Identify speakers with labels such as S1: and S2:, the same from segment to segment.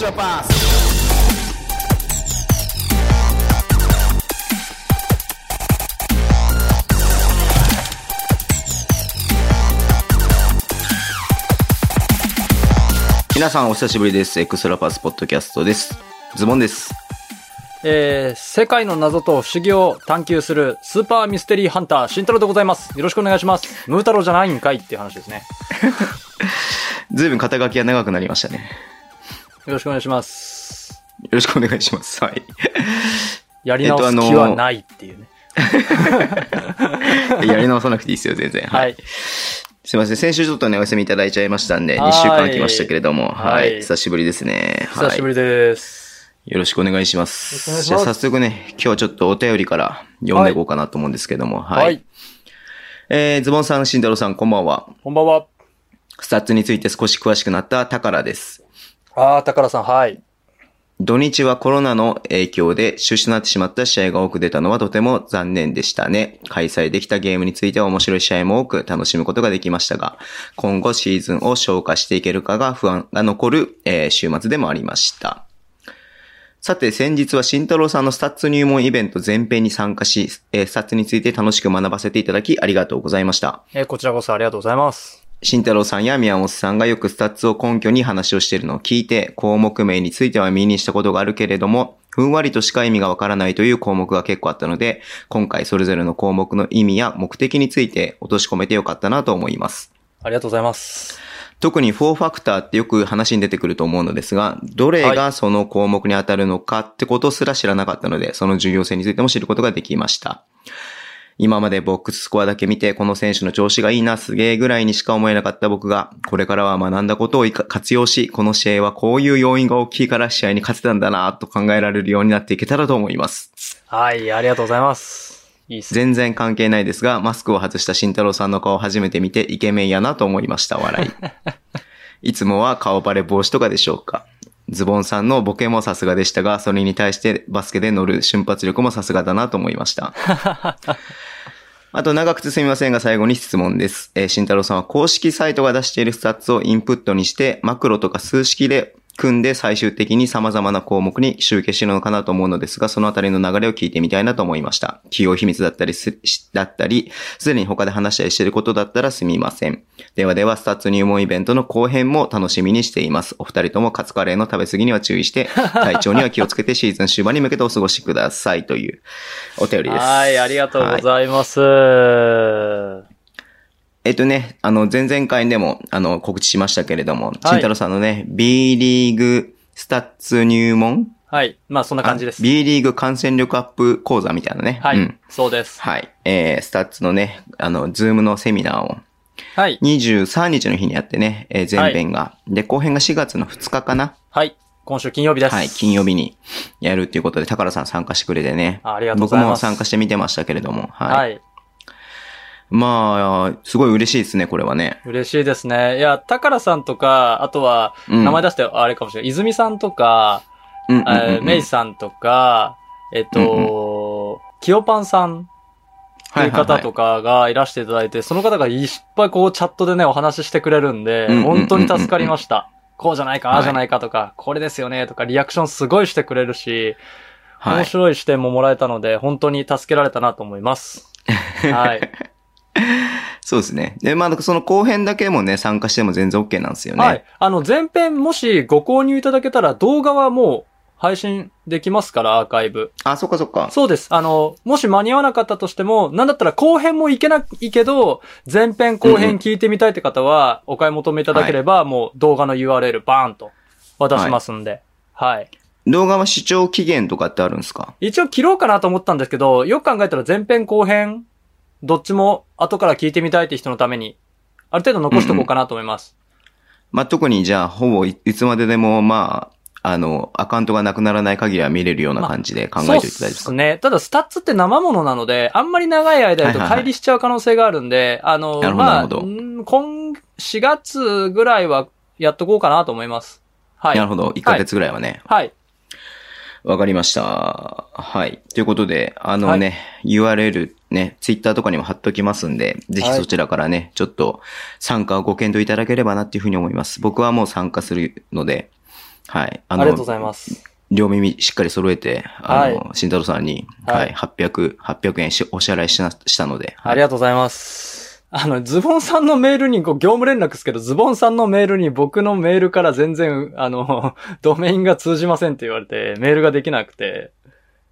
S1: your past.
S2: Hello. 皆さんお久しぶりです。エクストラパスポッドキャストです。ズボンです。
S3: えー、世界の謎と不思議を探求するスーパーミステリーハンター、慎太郎でございます。よろしくお願いします。ムー太郎じゃないんかいっていう話ですね。
S2: ずいぶん肩書きが長くなりましたね。
S3: よろしくお願いします。
S2: よろしくお願いします。はい。
S3: やり直す気はないっていうね。
S2: やり直さなくていいですよ、全然。
S3: はい。
S2: すいません。先週ちょっとね、お休みいただいちゃいましたんで、
S3: は
S2: 2
S3: い
S2: 週間空きましたけれども、は。
S3: はいい
S2: 久しぶりですね。はい
S3: 久しぶりです。
S2: よろしくお願いしま
S3: よろし
S2: す。
S3: くお願いし
S2: じゃ
S3: ま
S2: あ早
S3: す
S2: 速ね、今日はちょっとお便りから読んでいこうかなと思うんですけども、はい。
S3: はい。
S2: えー、ズボンさん、慎太郎さん、こんばんは。
S3: こんばんは。
S2: スタッツについて少し詳しくなったタカラです。
S3: あー、宝さん、はい。
S2: 土日はコロナの影響で中止となってしまった試合が多く出たのはとても残念でしたね。開催できたゲームについては面白い試合も多く楽しむことができましたが、今後シーズンを消化していけるかが不安が残る、えー週末でもありました。さて、先日は慎太郎さんのスタッツ入門イベント全編に参加し、えースタッツについて楽しく学ばせていただきありがとうございました。
S3: えー、こちらこそありがとうございます。
S2: 慎太郎さんや宮本さんがよくスタッツを根拠に話をしているのを聞いて、項目名については耳にしたことがあるけれども、ふんわりとしか意味がわからないという項目が結構あったので、今回それぞれの項目の意味や目的について落とし込めてよかったなと思います。
S3: ありがとうございます。
S2: 特に4ファクターってよく話に出てくると思うのですが、どれがその項目に当たるのかってことすら知らなかったので、その重要性についても知ることができました。今までボックススコアだけ見て、この選手の調子がいいな、すげえぐらいにしか思えなかった僕が、これからは学んだことを生か活用し、この試合はこういう要因が大きいから試合に勝てたんだな、と考えられるようになっていけたらと思います。
S3: はい、ありがとうございます。いいっすね。
S2: 全然関係ないですが、マスクを外した慎太郎さんの顔を初めて見てイケメンやなと思いました、笑い。いつもは顔バレ防止とかでしょうか。ズボンさんのボケもさすがでしたが、それに対してバスケで乗る瞬発力もさすがだなと思いました。あと長くてすみませんが最後に質問です。えー、慎太郎さんは公式サイトが出しているスタッツをインプットにして、マクロとか数式で組んで最終的に様々な項目に集計しているのかなと思うのですが、そのあたりの流れを聞いてみたいなと思いました。企業秘密だったりす、しだったり、すでに他で話したりしていることだったらすみません。ではでは、スタッツ入門イベントの後編も楽しみにしています。お二人ともカツカレーの食べ過ぎには注意 して、体調には気をつけてシーズン終盤に向けてお過ごしくださいというお便りです。
S3: はい、ありがとうございます。
S2: えっとね、あの、前々回でも、あの、告知しましたけれども、
S3: い
S2: 慎太郎さんのね、B リーグスタッツ入門
S3: はい、まあそんな感じで
S2: あ。
S3: す
S2: B リーグ感染力アップ講座みたいなね。
S3: はい、
S2: うん
S3: そうです。
S2: はい。えー、スタッツのね、あの、ズームのセミナーを
S3: はい、
S2: 23日の日にやってね、えー前編が、で、後編が4月の2日かな
S3: はい、今週金曜日です。
S2: はい、金曜日にやるっていうことで、宝さん参加してくれてね。
S3: あありがとうございます
S2: 僕も参加してみてましたけれども、はい。
S3: はい。
S2: まあ、すごい嬉しいですね、これはね。
S3: 嬉しいですね。いや、宝さんとか、あとは、
S2: うん
S3: 名前出してあれかもしれない。泉さんとか、
S2: うんうん
S3: えー
S2: うんうん
S3: メイさんとか、えっと、キヨパンさんってい
S2: は
S3: う
S2: いはいは
S3: 方
S2: い
S3: とかがいらしていただいて、その方がいっぱいこうチャットでね、お話ししてくれるんで
S2: うんうんうん、うん
S3: 本当に助かりました。こうじゃないか、ああじゃないかとか、これですよねとか、リアクションすごいしてくれるし、
S2: はい
S3: 面白い視点ももらえたので、本当に助けられたなと思います。 はい。
S2: そうですね。で、まあ、その後編だけもね、参加しても全然 OK なんですよね。
S3: はい。あの、前編もしご購入いただけたら動画はもう配信できますから、アーカイブ。
S2: あ、そっかそっか。
S3: そうです。あの、もし間に合わなかったとしても、なんだったら後編もいけないけど、前編後
S2: うんうん
S3: 編聞いてみたいって方は、お買い求めいただければ、もう動画の URL バーンと渡しますんで。はい。
S2: 動画は視聴期限とかってあるんですか
S3: 一応切ろうかなと思ったんですけど、よく考えたら前編後編、どっちも後から聞いてみたいって人のために、ある程度残しとこうかなと思います。
S2: まあ、特にじゃあ、ほぼいいつまででも、まあ、あの、アカウントがなくならない限りは見れるような感じで考えておいて大丈夫です
S3: そ
S2: か、
S3: うっすね。ただ、スタッツって生ものなので、あんまり長い間やると
S2: はいはいはい
S3: 乖離しちゃう可能性があるんで、あの、
S2: なるほど
S3: ま
S2: な
S3: あ、
S2: るほど
S3: うん今、4月ぐらいはやっとこうかなと思います。はい。
S2: なるほど。1ヶ月ぐらいはね。
S3: はい。
S2: わ、かりました。はい。ということで、あのね、URL ね、Twitter とかにも貼っときますんで、ぜひ
S3: はい
S2: そちらからね、ちょっと参加をご検討いただければなっていうふうに思います。僕はもう参加するので、はい。あ
S3: ありがとうございます。
S2: 両耳しっかり揃えて、あの、
S3: は
S2: 慎太郎さんに、
S3: は
S2: はいい、800、800円しお支払いしなしたので、
S3: ありがとうございます。あの、ズボンさんのメールに、こう、業務連絡ですけど、ズボンさんのメールに僕のメールから全然、あの、 ドメインが通じませんって言われて、メールができなくて。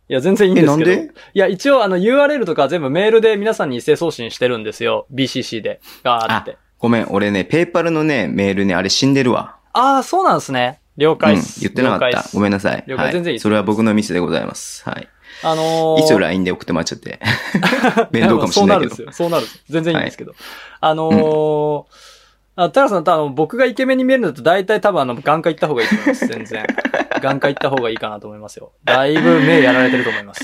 S3: いや、全然いいん
S2: え、
S3: ですけ
S2: な
S3: ど。
S2: んで
S3: いや、一応、あの、URL とか全部メールで皆さんに一斉送信してるんですよ。BCC で。ガーって。
S2: ごめん、俺ね、ペイパルのね、メールね、あれ死んでるわ。
S3: ああー、そうなんですね。了
S2: うん
S3: 解っ、す。
S2: 言ってなかっ
S3: 了解
S2: た
S3: っ。す
S2: ごめんなさい。
S3: 了解
S2: はい
S3: 全然いいです
S2: それは僕のミスでございます。はい。
S3: あのー
S2: いつよ LINE で送ってもらっちゃって。 面倒かもしれないけど。
S3: そうなるんですよ。そうなるんです。全然いいんですけど。あのー、あ、タラさん、多分僕がイケメンに見えるのだと大体多分あの、眼科行った方がいいと思います。全然。眼科行った方がいいかなと思いますよ。だいぶ目やられてると思います。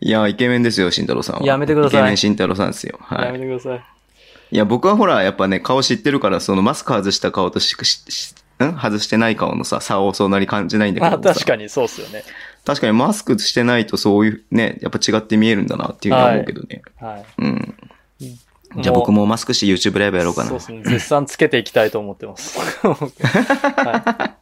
S2: いや、イケメンですよ、慎太郎さんは。
S3: やめてください
S2: イケメン慎太郎さんですよ。は
S3: やめ
S2: い。
S3: てください。
S2: いや、僕はほら、やっぱね、顔知ってるから、そのマスク外した顔とし、ししん外してない顔のさ、差をそんなに感じないんだけ
S3: ま
S2: ど
S3: あ
S2: さ。
S3: 確かにそうっすよね。
S2: 確かにマスクしてないとそういうね、やっぱ違って見えるんだなっていうのは思うけどね。
S3: はい。
S2: うん。じゃあ僕もマスクして YouTube ライブやろうかな。
S3: そうですね。絶賛つけていきたいと思っ てます。は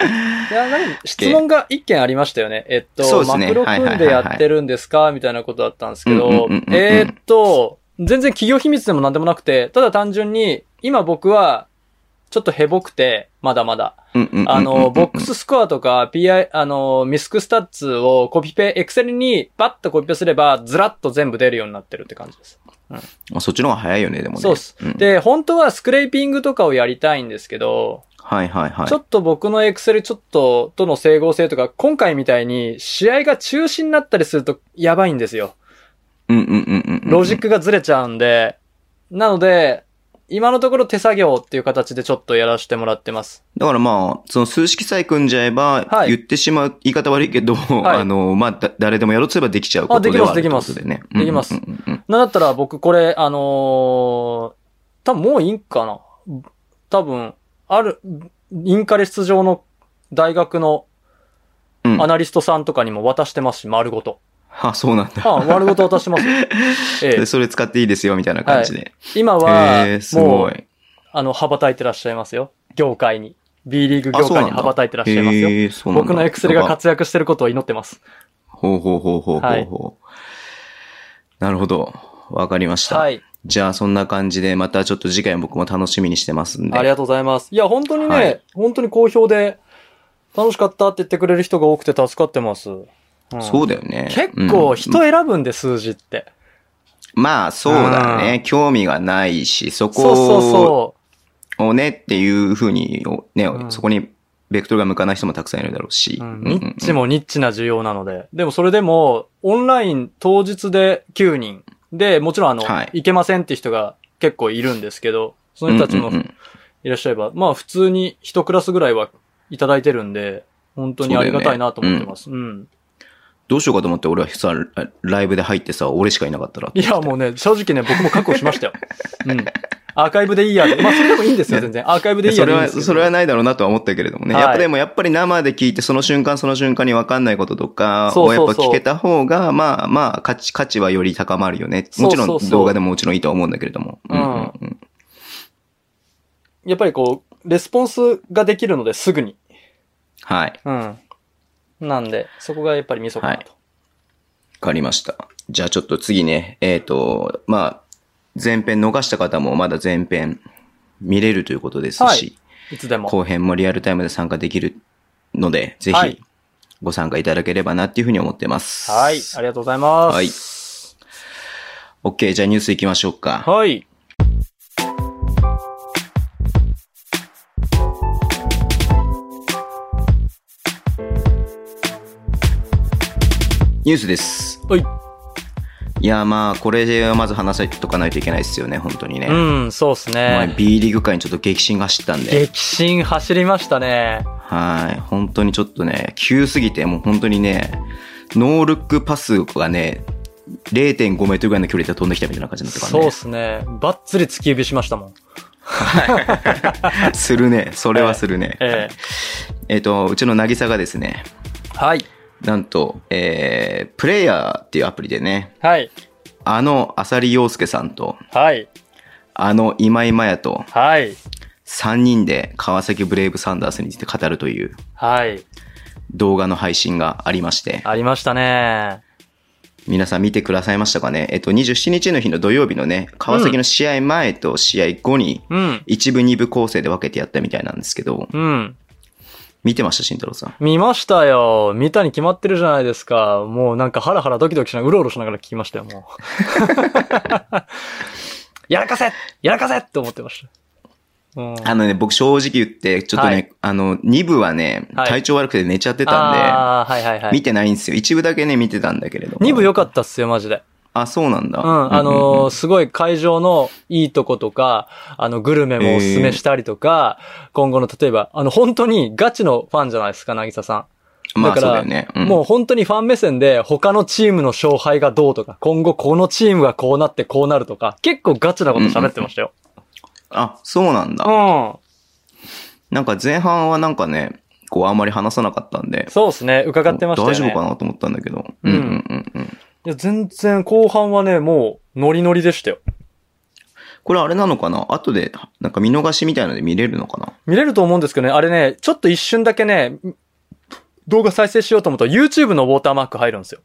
S3: い。いや、何質問が一件ありましたよね。えっと、
S2: そうで
S3: マ
S2: すね
S3: クロ組んでやってるんですかみたいなことだったんですけど
S2: うんうんうんうんう、ん
S3: えーっと、全然企業秘密でも何でもなくて、ただ単純に、今僕は、ちょっとヘボくて、まだまだ。
S2: うんうんうんうん
S3: あの、ボックススコアとか、PI、あの、ミスクスタッツをコピペ、エクセルにバッとコピペすれば、ずらっと全部出るようになってるって感じです。
S2: まあそっちの方が早いよね、でもね。
S3: そうっす
S2: ん。
S3: で、本当はスクレーピングとかをやりたいんですけど、
S2: はいはいはい。
S3: ちょっと僕のエクセルちょっととの整合性とか、今回みたいに試合が中止になったりするとやばいんですよ。
S2: うんうんうんうんうん。
S3: ロジックがずれちゃうんで。なので、今のところ手作業っていう形でちょっとやらせてもらってます。
S2: だからまあ、その数式さえ組んじゃえば、
S3: はい
S2: 言ってしまう、言い方悪いけど、
S3: い
S2: あの、まあ、だ誰でもやろうとすればできちゃうこ
S3: あで
S2: とで
S3: きま
S2: は
S3: す
S2: あるってこと
S3: で
S2: で
S3: き
S2: ね。
S3: できます
S2: うんうんうんうん
S3: なんだったら僕これ、あのー、多分もういいんかな。多分、ある、インカレ出場の大学の
S2: うん
S3: アナリストさんとかにも渡してますし、丸ごと。
S2: あ、そうなんだ。
S3: あ、丸ごと渡して ますよ。ええ
S2: で、それ使っていいですよ、みたいな感じで。
S3: 今
S2: へえ
S3: は、
S2: す
S3: も
S2: ご
S3: う、
S2: い。
S3: あの、羽ばたいてらっしゃいますよ。業界に。B リーグ業界に羽ばたいてらっしゃいますよ。
S2: へえそうなんだ
S3: 僕のエクセルが活躍してることを祈ってます。
S2: ほうほうほうほうほ
S3: は
S2: う
S3: い
S2: ほう。なるほど。わかりました。
S3: はい。
S2: じゃあ、そんな感じで、またちょっと次回僕も楽しみにしてますんで。
S3: ありがとうございます。いや、本当にね、
S2: はい
S3: 本当に好評で、楽しかったって言ってくれる人が多くて助かってます。うん
S2: そうだよね。
S3: 結構人
S2: うん
S3: 選ぶんで、数字って。
S2: まあ、そうだね。興味がないし、そ
S3: そうそう
S2: こ
S3: そ
S2: をね、っていうふうに、ね
S3: う、ん
S2: そこにベクトルが向かない人もたくさんいるだろうし。
S3: う。うん
S2: うんうん
S3: ニッチもニッチな需要なので。でもそれでも、オンライン当日で9人。で、もちろんあの、
S2: はい
S3: いけませんって人が結構いるんですけど、その人たち
S2: う
S3: も
S2: んうんうん
S3: いらっしゃれば、まあ普通に一クラスぐらいはいただいてるんで、本当にありがたいなと思ってます。うん、
S2: どうしようかと思って、俺はさ、ライブで入ってさ、俺しかいなかったら。
S3: いや、もうね、正直ね、僕も確保しましたよ。うん。アーカイブでいいやって。まあそれでもいいんですよ、
S2: ね
S3: 全然。アーカイブでいいや
S2: そ
S3: で
S2: れ
S3: いいんで
S2: は、
S3: すけど
S2: それはないだろうなとは思ったけれどもね。
S3: はい
S2: やっぱでもやっぱり生で聞いて、その瞬間その瞬間に分かんないこととか
S3: そう
S2: をや
S3: そ
S2: っ
S3: う
S2: ぱ
S3: そう
S2: 聞けた方が、まあまあ、価値、価値はより高まるよね。もちろ
S3: そうそうんそう
S2: 動画でももちろんいいとは思うんだけれども。
S3: うん
S2: うんうんうん
S3: やっぱりこう、レスポンスができるのですぐに。
S2: はい。わ
S3: うん。なんで、そこがやっぱりミソかなと。
S2: かりました。じゃあちょっと次ね、えっ、と、まあ、前編逃した方もまだ前編見れるということですし、
S3: はいい、つでも。
S2: 後編もリアルタイムで参加できるので、ぜ
S3: はい
S2: ひご参加いただければなっていうふうに思ってます。
S3: はい。ありがとうございます。
S2: OK、じゃあニュース行きましょうか。
S3: はい。
S2: ニュースです。
S3: はい。
S2: いや、まあ、これをまず話しておかないといけないですよね、本当にね。
S3: うん、そうです
S2: 前
S3: ね。
S2: B リーグ界にちょっと激震が走ったんで。
S3: 激震走りましたね。
S2: はい。本当にちょっとね、急すぎて、もう本当にね、ノールックパスがね、0.5メートルぐらいの距離で飛んできたみたいな感じになったから
S3: そう
S2: ね
S3: で。すね。ばっつり突き指しましたもん。
S2: するね。それはするね。
S3: ええ
S2: えっ、と、うちの渚がですね、
S3: はい。
S2: なんと、えー、プレイヤーっていうアプリでね、
S3: はい。
S2: あの、浅利陽介さんと、
S3: はい。
S2: あの、今井麻也と、
S3: はい。
S2: 3人で川崎ブレイブサンダースについて語るという
S3: はい。
S2: 動画の配信がありまして、
S3: ありましたね。
S2: 皆さん見てくださいましたかねえっと、27日の日の土曜日のね、川崎の試合前と試合後に、
S3: うん。
S2: 一部二部構成で分けてやったみたいなんですけど、
S3: うん。
S2: 見てました、慎太郎さん。
S3: 見ましたよ。見たに決まってるじゃないですか。もうなんかハラハラドキドキしながら、うろうろしながら聞きましたよ、も う。やらかせやらかせって思ってました。うん。
S2: あのね、僕正直言って、ちょっとね、
S3: はい
S2: あの、2部はね、
S3: はい
S2: 体調悪くて寝ちゃってたんで、
S3: あーはいはいは
S2: 見
S3: い。
S2: てないんですよ。一部だけね、見てたんだけれども。
S3: 2部良かったっすよ、マジで。
S2: あ、そうなんだ。
S3: うん、あ
S2: うん
S3: のーすごい会場のいいとことか、あの、グルメもおすすめしたりとか、今後の例えば、あの、本当にガチのファンじゃないですか、なぎささん。
S2: まあ
S3: だから、
S2: そうだよねうん
S3: もう本当にファン目線で、他のチームの勝敗がどうとか、今後このチームがこうなってこうなるとか、結構ガチなこと喋ってましたよ。
S2: あ、そうなん
S3: う
S2: だ。
S3: ん。
S2: なんか前半はなんかね、こうあんまり話さなかったんで、
S3: そうですね、伺ってましたよね。
S2: 大丈夫かなと思ったんだけど。う
S3: う
S2: んんうんうんうん。
S3: いや、全然後半はね、もう、ノリノリでしたよ。
S2: これあれなのかな後で、なんか見逃しみたいので見れるのかな
S3: 見れると思うんですけどね、あれね、ちょっと一瞬だけね、動画再生しようと思うと YouTube のウォーターマーク入るんですよ。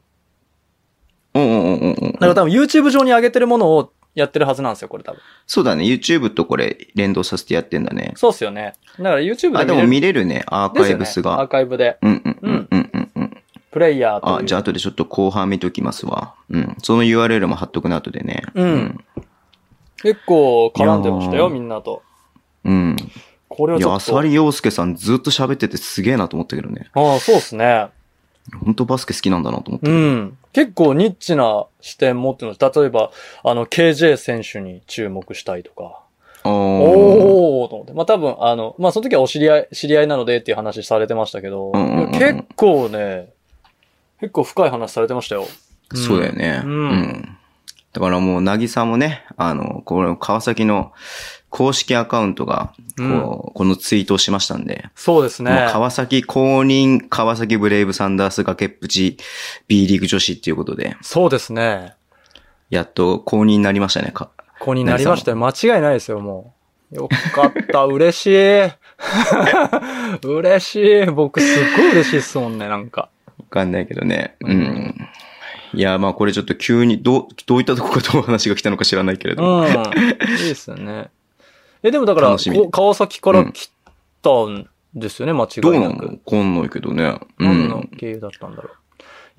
S2: うんうんうんうん
S3: だ
S2: う
S3: から
S2: ん。
S3: 多分 YouTube 上に上げてるものをやってるはずなんですよ、これ多分。
S2: そうだね、YouTube とこれ連動させてやってんだね。
S3: そうっすよね。だから YouTube
S2: あ、で
S3: で見れ
S2: も
S3: る。
S2: 見れるね、アー
S3: で
S2: カ
S3: す
S2: イ
S3: よ
S2: ブ
S3: ね
S2: ス
S3: アー
S2: が。
S3: カイブで。
S2: うんうんうんうんうんうん。
S3: プレイヤーとい
S2: あ、
S3: う。
S2: じゃあ後でちょっと後半見ときますわ。うん。その URL も貼っとくな、後でね。
S3: うん。結構絡んでました
S2: いやー
S3: よ、みんなと。
S2: うん。
S3: これを
S2: い
S3: ち
S2: や、
S3: ょっと。
S2: 浅利陽介さんずっと喋っててすげえなと思ったけどね。
S3: ああ、そうっすね。
S2: 本当バスケ好きなんだなと思って。
S3: うん。結構ニッチな視点持ってるんです。例えば、あの、KJ 選手に注目したいとか。
S2: おー。
S3: おーと思って。まあ、多分、あの、まあ、その時はお知り合い、知り合いなのでっていう話されてましたけど、
S2: うんうんうん
S3: いや結構ね、結構深い話されてましたよ。
S2: そうだよね。
S3: う
S2: うんん。だからもう、なぎさもね、あの、これ、川崎の公式アカウントが、こう、このツイートをしましたんで、
S3: そうです
S2: もう
S3: ね。
S2: 川崎公認、川崎ブレイブサンダース崖っぷち B リーグ女子っていうことで、
S3: そうですね。
S2: やっと公認になりましたね、か
S3: 子になりましたよ。間違いないですよ、もう。よかった、 嬉しい。嬉しい。僕、すっごい嬉しいっすもんね、なん か。
S2: わかんないけどね。うん。いや、まあこれちょっと急に、どう、どういったとこからどう話が来たのか知らないけれ
S3: う
S2: ども。
S3: ん。いいですよね。え、でもだから、
S2: 楽しみ
S3: こ川崎から来たんですよね、間違
S2: どう
S3: い
S2: な
S3: な
S2: の
S3: く。
S2: わかんないけどね。う
S3: 何の
S2: ん。
S3: 経由だったんだろう。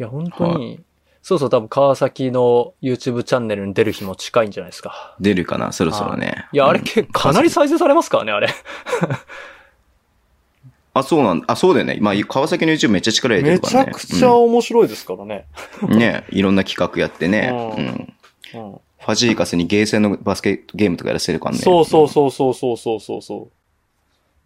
S3: いや、本当に、そうそう、多分川崎の YouTube チャンネルに出る日も近いんじゃないですか。
S2: 出るかな、そろそろね。
S3: いや、あれ
S2: うん
S3: け、かなり再生されますからね、あれ。
S2: あ、そうなんだ。あ、そうだよね。まあ、川崎の YouTube めっちゃ力入れてるからね。
S3: 面白いですからね。
S2: うんねいろんな企画やってね。
S3: う
S2: うんん。
S3: うん
S2: ファジーカスにゲーセンのバスケットゲームとかやらせるからね。
S3: そうそう
S2: うん。
S3: そうそうそうそうそうそ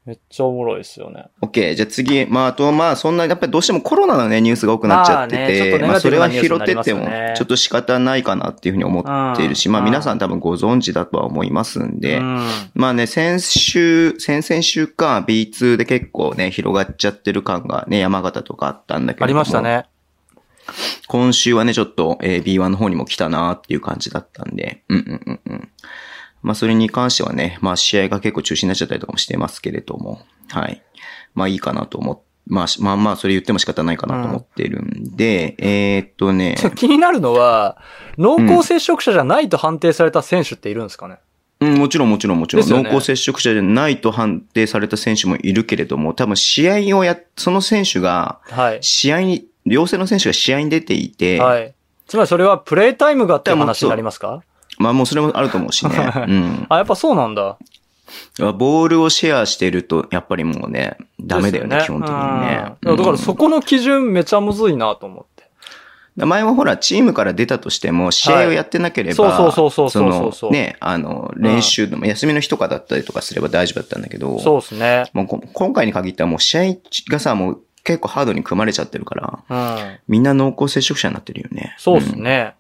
S3: う。めっちゃおもろいですよね。
S2: オッケー。じゃあ次、まあ、あと、まあ、そんな、やっぱりどうしてもコロナのね、ニュースが多くなっちゃって、
S3: まあねちょってとネ
S2: まあ、
S3: ガテ
S2: そ
S3: ィブ
S2: れ
S3: な
S2: は
S3: ニュース
S2: 拾
S3: にな
S2: っ
S3: り
S2: て
S3: ま
S2: っ
S3: す
S2: て
S3: よね
S2: も、ちょっと仕方ないかなっていうふうに思っているし、
S3: うん
S2: まあ、
S3: うん
S2: 皆さん多分ご存知だとは思いますんで、
S3: うん
S2: まあね、先週、先々週か B2 で結構ね、広がっちゃってる感がね、山形とかあったんだけれども。
S3: ありました。ね。
S2: 今週はね、ちょっと、えー B1 の方にも来たなっていう感じだったんで、うんうんうんうん。まあそれに関してはね、まあ試合が結構中止になっちゃったりとかもしてますけれども、はい。まあいいかなと思っまあしまあまあそれ言っても仕方ないかなと思ってるんで、えーっとね、
S3: そう気になるのは、濃厚接触者じゃないと判定された選手っているんですかね、
S2: うん、もちろんもちろんもちろ
S3: で
S2: ん、
S3: すよね
S2: 濃厚接触者じゃないと判定された選手もいるけれども、多分試合をや、その選手が、
S3: はい。
S2: 試合に、陽性の選手が試合に出ていて、
S3: はい。つまりそれはプレイタイムがっていう話になりますか
S2: まあもうそれもあると思うし ね、うん。
S3: あ、やっぱそうなんだ。
S2: ボールをシェアしてると、やっぱりもうね、ダメだよね、
S3: です
S2: 基本的にね。
S3: うんだから
S2: うん
S3: そこの基準めちゃむずいなと思って。
S2: 前もほら、チームから出たとしても、試合をやってなければ、
S3: はいそうそうそうそうそうそう
S2: のね、あの、練習の、休みの日とかだったりとかすれば大丈夫だったんだけど、
S3: そうですね。
S2: もうこ今回に限ってはもう試合がさ、もう結構ハードに組まれちゃってるから、
S3: うん。
S2: みんな濃厚接触者になってるよね。
S3: そうです
S2: ん
S3: ね。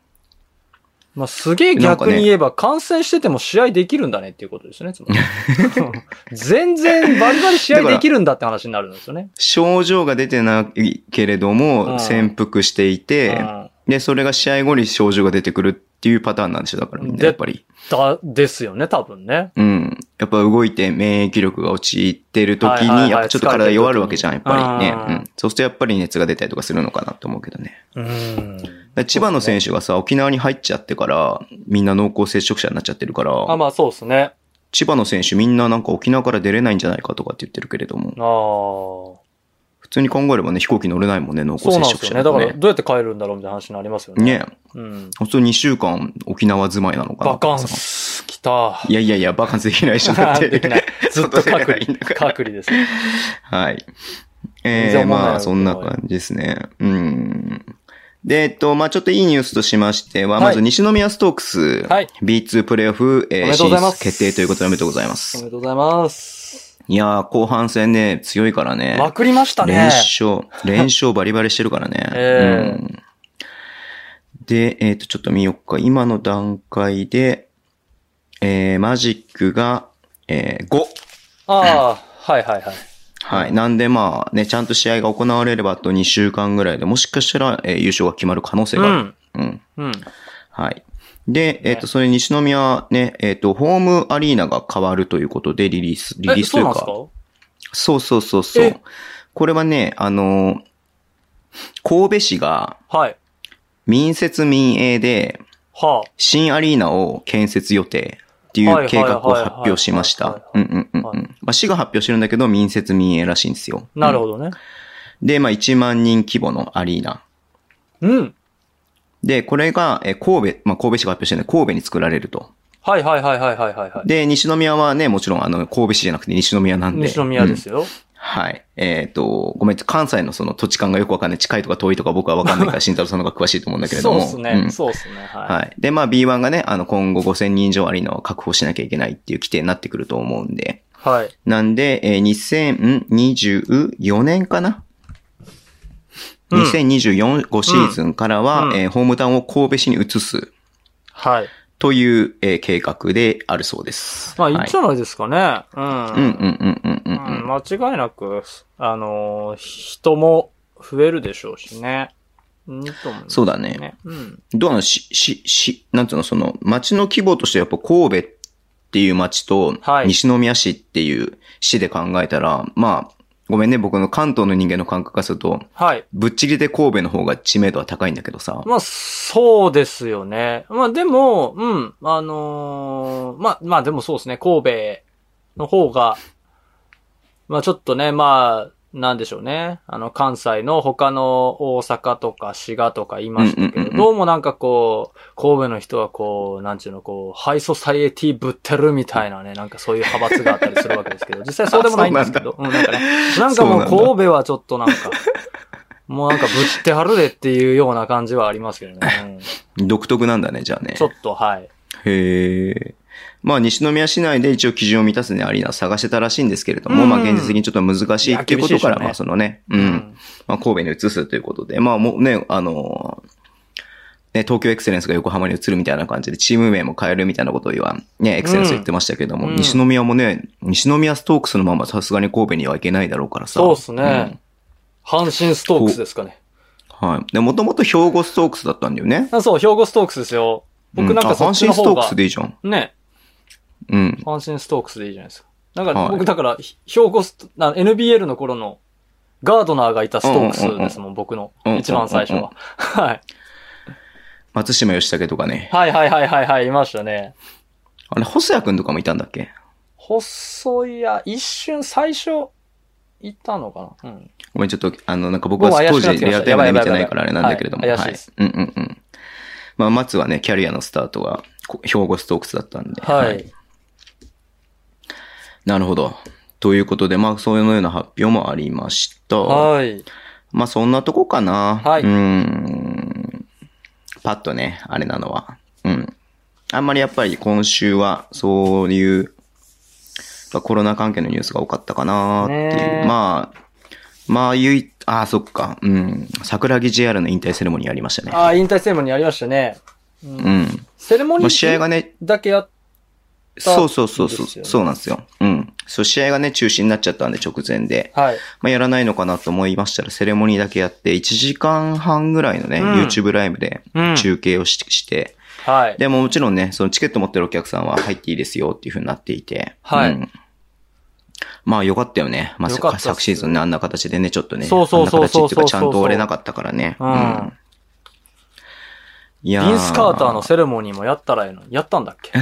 S3: まあ、すげえ
S2: なんか
S3: 逆
S2: ね
S3: に言えば、感染してても試合できるんだねっていうことですね、つま り。全然バリバリ試合できるんだって話になるんですよね。
S2: 症状が出てないけれども、
S3: うん
S2: 潜伏していて、
S3: うん
S2: で、それが試合後に症状が出てくるっていうパターンなんでしょ、だからみんな、
S3: で
S2: やっぱり。
S3: だ、ですよね、多分ね。
S2: うん。やっぱ動いて免疫力が落ちてる時
S3: はいはいは
S2: に、
S3: い
S2: やっぱちょっと体弱るわけじゃん、やっぱりね。
S3: う
S2: うんん。そうするとやっぱり熱が出たりとかするのかなと思うけどね。
S3: うん。
S2: だから千葉の選手がさ、沖縄に入っちゃってから、みんな濃厚接触者になっちゃってるから、
S3: あ、まあそうですね。
S2: 千葉の選手みんななんか沖縄から出れないんじゃないかとかって言ってるけれども、
S3: ああ。
S2: 普通に考えればね、飛行機乗れないもんね、濃厚
S3: そう
S2: 接
S3: なんで
S2: 触
S3: す
S2: 者だ
S3: よね。だ
S2: と
S3: か
S2: ね
S3: ら、。どうやって帰るんだろうみたいな話になりますよね。
S2: ね
S3: うん。
S2: 普通2週間沖縄住まいなのかな。
S3: バカンス、来た。
S2: いやいやいや、バカンスできないでしょ、だって。
S3: できない。ずっと隔離
S2: 外出れないんだか。ら
S3: 隔離ですね。
S2: はい。
S3: 全
S2: え
S3: 然
S2: ー、
S3: 思わない
S2: まあ、そんな感じですね。うん。で、えっと、まあちょっといいニュースとしましては、
S3: はい
S2: まず西宮ストークス、
S3: はい。
S2: B2 プレーオフ、
S3: お
S2: え
S3: め
S2: ー、
S3: でとう
S2: 進
S3: ございます。
S2: 出決定ということでおめでとうございま
S3: おめ
S2: す。
S3: でとうございます。
S2: いやー、後半戦ね、強いからね。
S3: まくりました
S2: 連
S3: ね。
S2: 勝、連勝バリバリしてるからね。
S3: ええ
S2: うんで、えっ、と、ちょっと見よっか。今の段階で、えー、マジックが、えー、5。
S3: ああ、はいはいはい。
S2: はい。なんでまあね、ちゃんと試合が行われればあと2週間ぐらいでもしかしたら、えー優勝が決まる可能性
S3: う
S2: がある。
S3: ん。
S2: うん。
S3: うん。
S2: はい。で、えっ、と、それ西宮ね、えっ、と、ホームアリーナが変わるということでリリース、リリー
S3: え、
S2: スと
S3: そ
S2: いうう
S3: なん
S2: か。
S3: ですか
S2: そうそうそうそう
S3: え。
S2: これはね、あのー神戸市が
S3: はい。
S2: 民設民営で
S3: は
S2: 新アリーナを建設予定ってい
S3: はいう
S2: 計画を
S3: はいはいはい
S2: 発表しまし
S3: はい
S2: た。
S3: は
S2: う
S3: い
S2: んうんうん
S3: は
S2: う
S3: い
S2: ん。まあ、市が発表してるんだけど、民設民営らしいんですよ。
S3: あ。なるほ
S2: ど。
S3: どね。
S2: で、まあ、1万人規模のアリーナ。
S3: うん。
S2: で、これが、えー神戸、まあ、神戸市が発表してるんで、神戸に作られると。
S3: はいはいはいはいはいはいはい。
S2: で、西宮はね、もちろん、あの、神戸市じゃなくて西宮なんで。
S3: 西宮ですよ。
S2: はい。えっ、と、ごめん、関西のその土地感がよくわかんない。近いとか遠いとか僕はわかんない から、慎太郎さんの方が詳しいと思うんだけれど
S3: そう
S2: も。
S3: っすね。
S2: ん
S3: そうっすね。は
S2: はい。で、まあ B1 がね、あの、今後5000人以上アリーナを確保しなきゃいけないっていう規定になってくると思うんで。
S3: い。はい。
S2: なんで、えー2024年かな、
S3: うん
S2: ?2024 シーズンからは、
S3: うん
S2: えーホームタウンを神戸市に移す
S3: はい。
S2: という、えー計画であるそうです。
S3: まあ、いいん
S2: はい
S3: じゃないですかね。うん。
S2: うんうんうんうんうんうん。
S3: うん、間違いなく、あのー人も増えるでしょうしね。うん、と思います
S2: そうだね。
S3: うん。
S2: どうなのし、し、し、なんつうの、その、町の規模としてやっぱ神戸っていう町と
S3: は、い
S2: 西宮市っていう市で考えたら、まあ、ごめんね、僕の関東の人間の感覚からすると、
S3: はい。
S2: ぶっちぎりで神戸の方が知名度は高いんだけどさ。
S3: まあ、そうですよね。まあ、でも、うん、あのーまあ、まあ、でもそうですね、神戸の方が、まあ、ちょっとね、まあ、なんでしょうね。あの、関西の他の大阪とか滋賀とか言いました
S2: うん
S3: け
S2: うんうんう
S3: ど、
S2: ん
S3: どうもなんかこう、神戸の人はこう、なんちゅうの、こう、ハイソサイエティぶってるみたいなね、なんかそういう派閥があったりするわけですけど、実際そうでもないんですけど、うん、なんかね、なんかも
S2: そうな
S3: う
S2: んだ
S3: 神戸はちょっとなんか、もうなんかぶってはるでっていうような感じはありますけど ね。
S2: 独特なんだね、じゃあね。
S3: ちょっと、はい。
S2: へえ。まあ、西宮市内で一応基準を満たすね、アリーナを探してたらしいんですけれども、
S3: うん
S2: まあ、現実的にちょっと難しいっていうことから、
S3: いや厳しいでしょうね
S2: まあ、そのね、う
S3: う
S2: ん。。まあ、神戸に移すということで、まあもうね、あのーね、東京エクセレンスが横浜に移るみたいな感じで、チーム名も変えるみたいなことを言わん、ね、エクセレンス言ってましたけども、
S3: うん
S2: 西宮もね、西宮ストークスのままさすがに神戸には行けないだろうからさ。
S3: そうっすね阪神ストークスですかね。
S2: うん。はい。で、もともと兵庫ストークスだったんだよね。
S3: あそう、兵庫ストークスですよ。僕なん
S2: う
S3: か
S2: あ
S3: そっち
S2: 阪
S3: の
S2: 神ス
S3: 方
S2: トーク
S3: が
S2: ス。でいいじゃん。
S3: ね、
S2: うん。
S3: 阪神ストークスでいいじゃないですか。なんか
S2: はい
S3: 僕だから、ひ兵庫スト、な NBL の頃の、ガードナーがいたストークスですもん、僕の
S2: うんうんう。ん
S3: 一番最初は。はい。
S2: 松島義武とかね。
S3: はいはいはいはいはい、いましたね。
S2: あれ、細谷くんとかもいたんだっけ
S3: 細いや、一瞬最初、いたのかなうん。
S2: ごめん、ちょっと、あの、なんか僕
S3: も
S2: は
S3: う怪
S2: 当
S3: しくなって
S2: 時
S3: きま
S2: リア
S3: した
S2: ルタイムで見てない
S3: や
S2: から
S3: ばい
S2: あれ
S3: やばい
S2: なんだ
S3: やばい
S2: けれども。
S3: はい怪しいです
S2: うんうんうん。まあ、松はね、キャリアのスタートが、こ兵庫ストークスだったんで。
S3: はい。
S2: なるほど。ということで、まあ、そういうような発表もありました。
S3: はい。
S2: まあ、そんなとこかな。
S3: はいう
S2: ーん。パッとね、あれなのは。うん。あんまりやっぱり今週は、そういう、まあコロナ関係のニュースが多かったかなって
S3: ね
S2: いう。
S3: え
S2: まあ、まあ、ゆい、ああ、そっか。うん。桜木 JR の引退セレモニーありましたね。
S3: ああ、引退セレモニーありましたね。う。
S2: うんん。
S3: セレモニ
S2: ま
S3: ー
S2: あ試合がね、
S3: だけやっ
S2: そうそうそう
S3: です
S2: そ
S3: よ
S2: う、
S3: ね
S2: そうなんですよ。うん。そう、試合がね、中止になっちゃったんで、直前で。
S3: はい。
S2: まあ、やらないのかなと思いましたら、セレモニーだけやって、1時間半ぐらいのね、
S3: うん
S2: YouTube ライブで
S3: うん
S2: 中継をしして、
S3: はい。
S2: でももちろんね、そのチケット持ってるお客さんは入っていいですよっていう風になっていて。
S3: はい
S2: うんまあよかったよね。まあ
S3: よかったっす
S2: 昨シーズンね、あんな形でね、ちょっとね。
S3: そうそうそうそう
S2: あんな形っていうかちゃんと折れなかったからね。
S3: うん。
S2: いや
S3: ビンス・カーターの
S2: せ
S3: セレモニーもやったらええのにやったんだっけ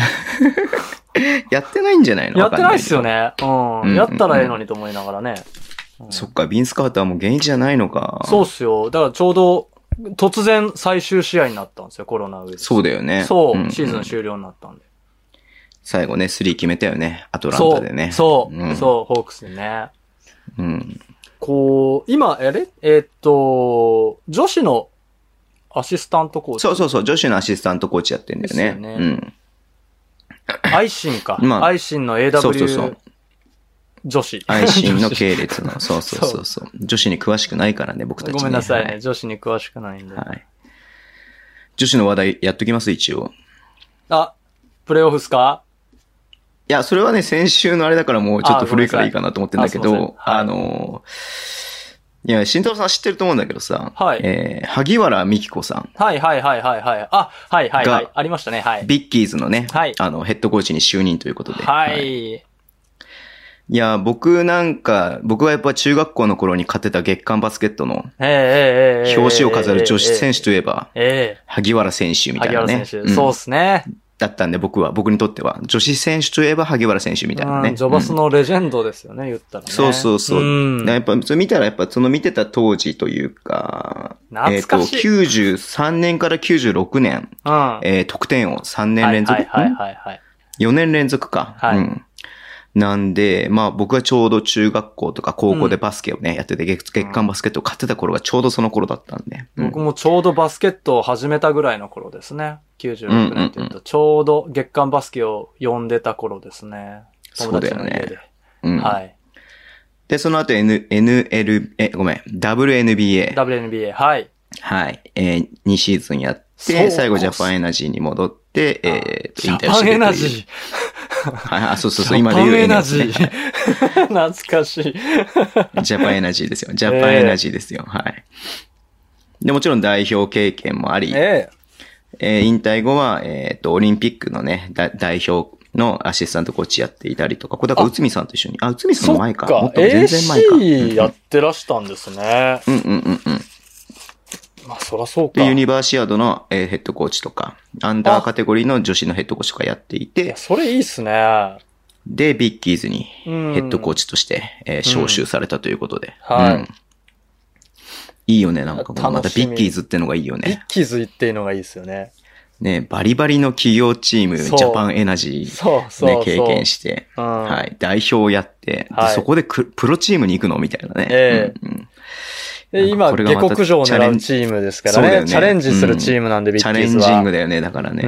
S2: やってないんじゃないの
S3: やってないっすよ。
S2: わ
S3: ね。
S2: う
S3: うん
S2: うん
S3: ん。やったらええのにと思いながらね。
S2: かんないけどそっか、ビンスカーターも現役じゃないのか。
S3: そうっすよ。だからちょうど、突然最終試合になったんですよ、コロナウイルス。
S2: そうだよね。
S3: そう、
S2: んん
S3: シーズン終了になったんで。
S2: 最後ね、スリー決めたよね。アトラン
S3: そ
S2: タ
S3: う、
S2: でね。
S3: そう、
S2: ん
S3: そう、ホークスでね。
S2: うん。
S3: こう、今、あれえーっと、女子のアシスタントコーチ。
S2: そうそうそう、女子のアシスタントコーチやってんだよね。
S3: ですよね
S2: うん。
S3: アイシンか。
S2: まあ
S3: アイシンの
S2: そうそうそう
S3: AW 女子。
S2: 愛心の
S3: 女子
S2: 系列 の、そうそうそうそう。女子に詳しくないからね、僕たち、ね。
S3: ごめんなさい
S2: は
S3: ね。女子に詳しくないんで。
S2: はい。女子の話題やっときます、一応。
S3: あ、プレイオフっすか
S2: いや、それはね、先週のあれだからもうちょっと
S3: あ
S2: 古いからいいかなと思ってんだけ
S3: ごめんなさい
S2: ど、あ
S3: あすいま
S2: のー、いや、慎太郎さん知ってると思うんだけどさ、
S3: はい
S2: えー、萩原美希子さん、
S3: はいはいはいはいはい。あ、はいはいはい
S2: が。
S3: ありましたね、はい。
S2: ビッキーズのね、
S3: はい
S2: あの、ヘッドコーチに就任ということで。
S3: はい。
S2: いや、僕なんか、僕はやっぱ中学校の頃に勝てた月間バスケットの
S3: ええええええ
S2: 表紙を飾る女子選手といえば、
S3: え
S2: 萩原選手
S3: え
S2: みたい
S3: 萩
S2: な
S3: 原
S2: ね。
S3: 選手。
S2: ん
S3: そうっすね。
S2: だったんで、僕は、僕にとっては、女子選手といえば萩原選手みたいな
S3: う
S2: ね。
S3: ん、ジョバス
S2: うん
S3: のレジェンドですよね、言ったらね。
S2: そうそうそう。
S3: ん
S2: だからやっぱ、それ見たら、やっぱ、その見てた当時というか、
S3: 懐かしい
S2: えっと、93年から96年、
S3: うん。
S2: えー得点王3年連続、
S3: はいはいはいはいはい。
S2: 4年連続か。
S3: はい
S2: うんなんで、まあ僕はちょうど中学校とか高校でバスケをね、やってて、月月間バスケットを買ってた頃がちょうどその頃だったんで。うん
S3: 僕もちょうどバスケットを始めたぐらいの頃ですね。96年って言う
S2: うんうんう
S3: と、ちょうど月間バスケを呼んでた頃ですね。
S2: そうだよね
S3: 友達の家
S2: うん
S3: で。はい。
S2: で、その後 N、NL、え、ごめん、WNBA。
S3: WNBA、はい。
S2: はい。えー、2シーズンやっ
S3: そう
S2: て、最後ジャパンエナジーに戻って、えーと、
S3: ジャ
S2: を
S3: パンエナ
S2: という
S3: ジ
S2: はいあ、そう
S3: ー。
S2: そうそう、今で言う
S3: ジャパンエナ
S2: ジ
S3: ジー。 懐かしい。
S2: ー。 ジャパンエナジーですよ。ジャパンエナジーですよ。はい。で、もちろん代表経験もあり、え
S3: ええ。
S2: ー引退後は、えっ、と、オリンピックのね、だ代表のアシスタントコーチやっていたりとか、これだから内海さんと一緒に、あ、内海さん
S3: そ
S2: も前
S3: っ
S2: か。
S3: か
S2: もっ、と全然前か。
S3: AC やってらしたんですね。
S2: うんうんうんうん。
S3: まあ、そらそうか。
S2: で、ユニバーシアードの、えーヘッドコーチとか、アンダーカテゴリーの女子のヘッドコーチとかやってい
S3: い
S2: て
S3: や、、それいいっすね。
S2: で、ビッキーズにヘ
S3: うん
S2: ッドコーチとして、えー招集されたということで。
S3: はい
S2: うんいいよね、なんかこのまた
S3: 楽し
S2: ビ
S3: み
S2: ッキーズってのがいいよ
S3: ビッ
S2: ね。
S3: キーズ行っていいのがいいですよね。
S2: ね、バリバリの企業チーム、ジ
S3: そ
S2: ャ
S3: う
S2: パンエナジー、
S3: そうそう
S2: ね
S3: そう。、
S2: 経験して、
S3: うん
S2: はい、代表をやって、で
S3: はい
S2: そこでくプロチームに行くのみたいなね。
S3: ええ
S2: うんうん
S3: で
S2: なんか
S3: 今、
S2: これがま
S3: 下
S2: た
S3: 克上を
S2: チャレ
S3: 狙
S2: ン
S3: う
S2: ジ
S3: チームですか
S2: そうだ
S3: ら
S2: よ
S3: ね。
S2: ね
S3: チャレンジするチームなんで、ビッ
S2: チ
S3: キ
S2: ャ
S3: ー
S2: レ
S3: ズ
S2: ン
S3: は。
S2: ジングだよね、だからね。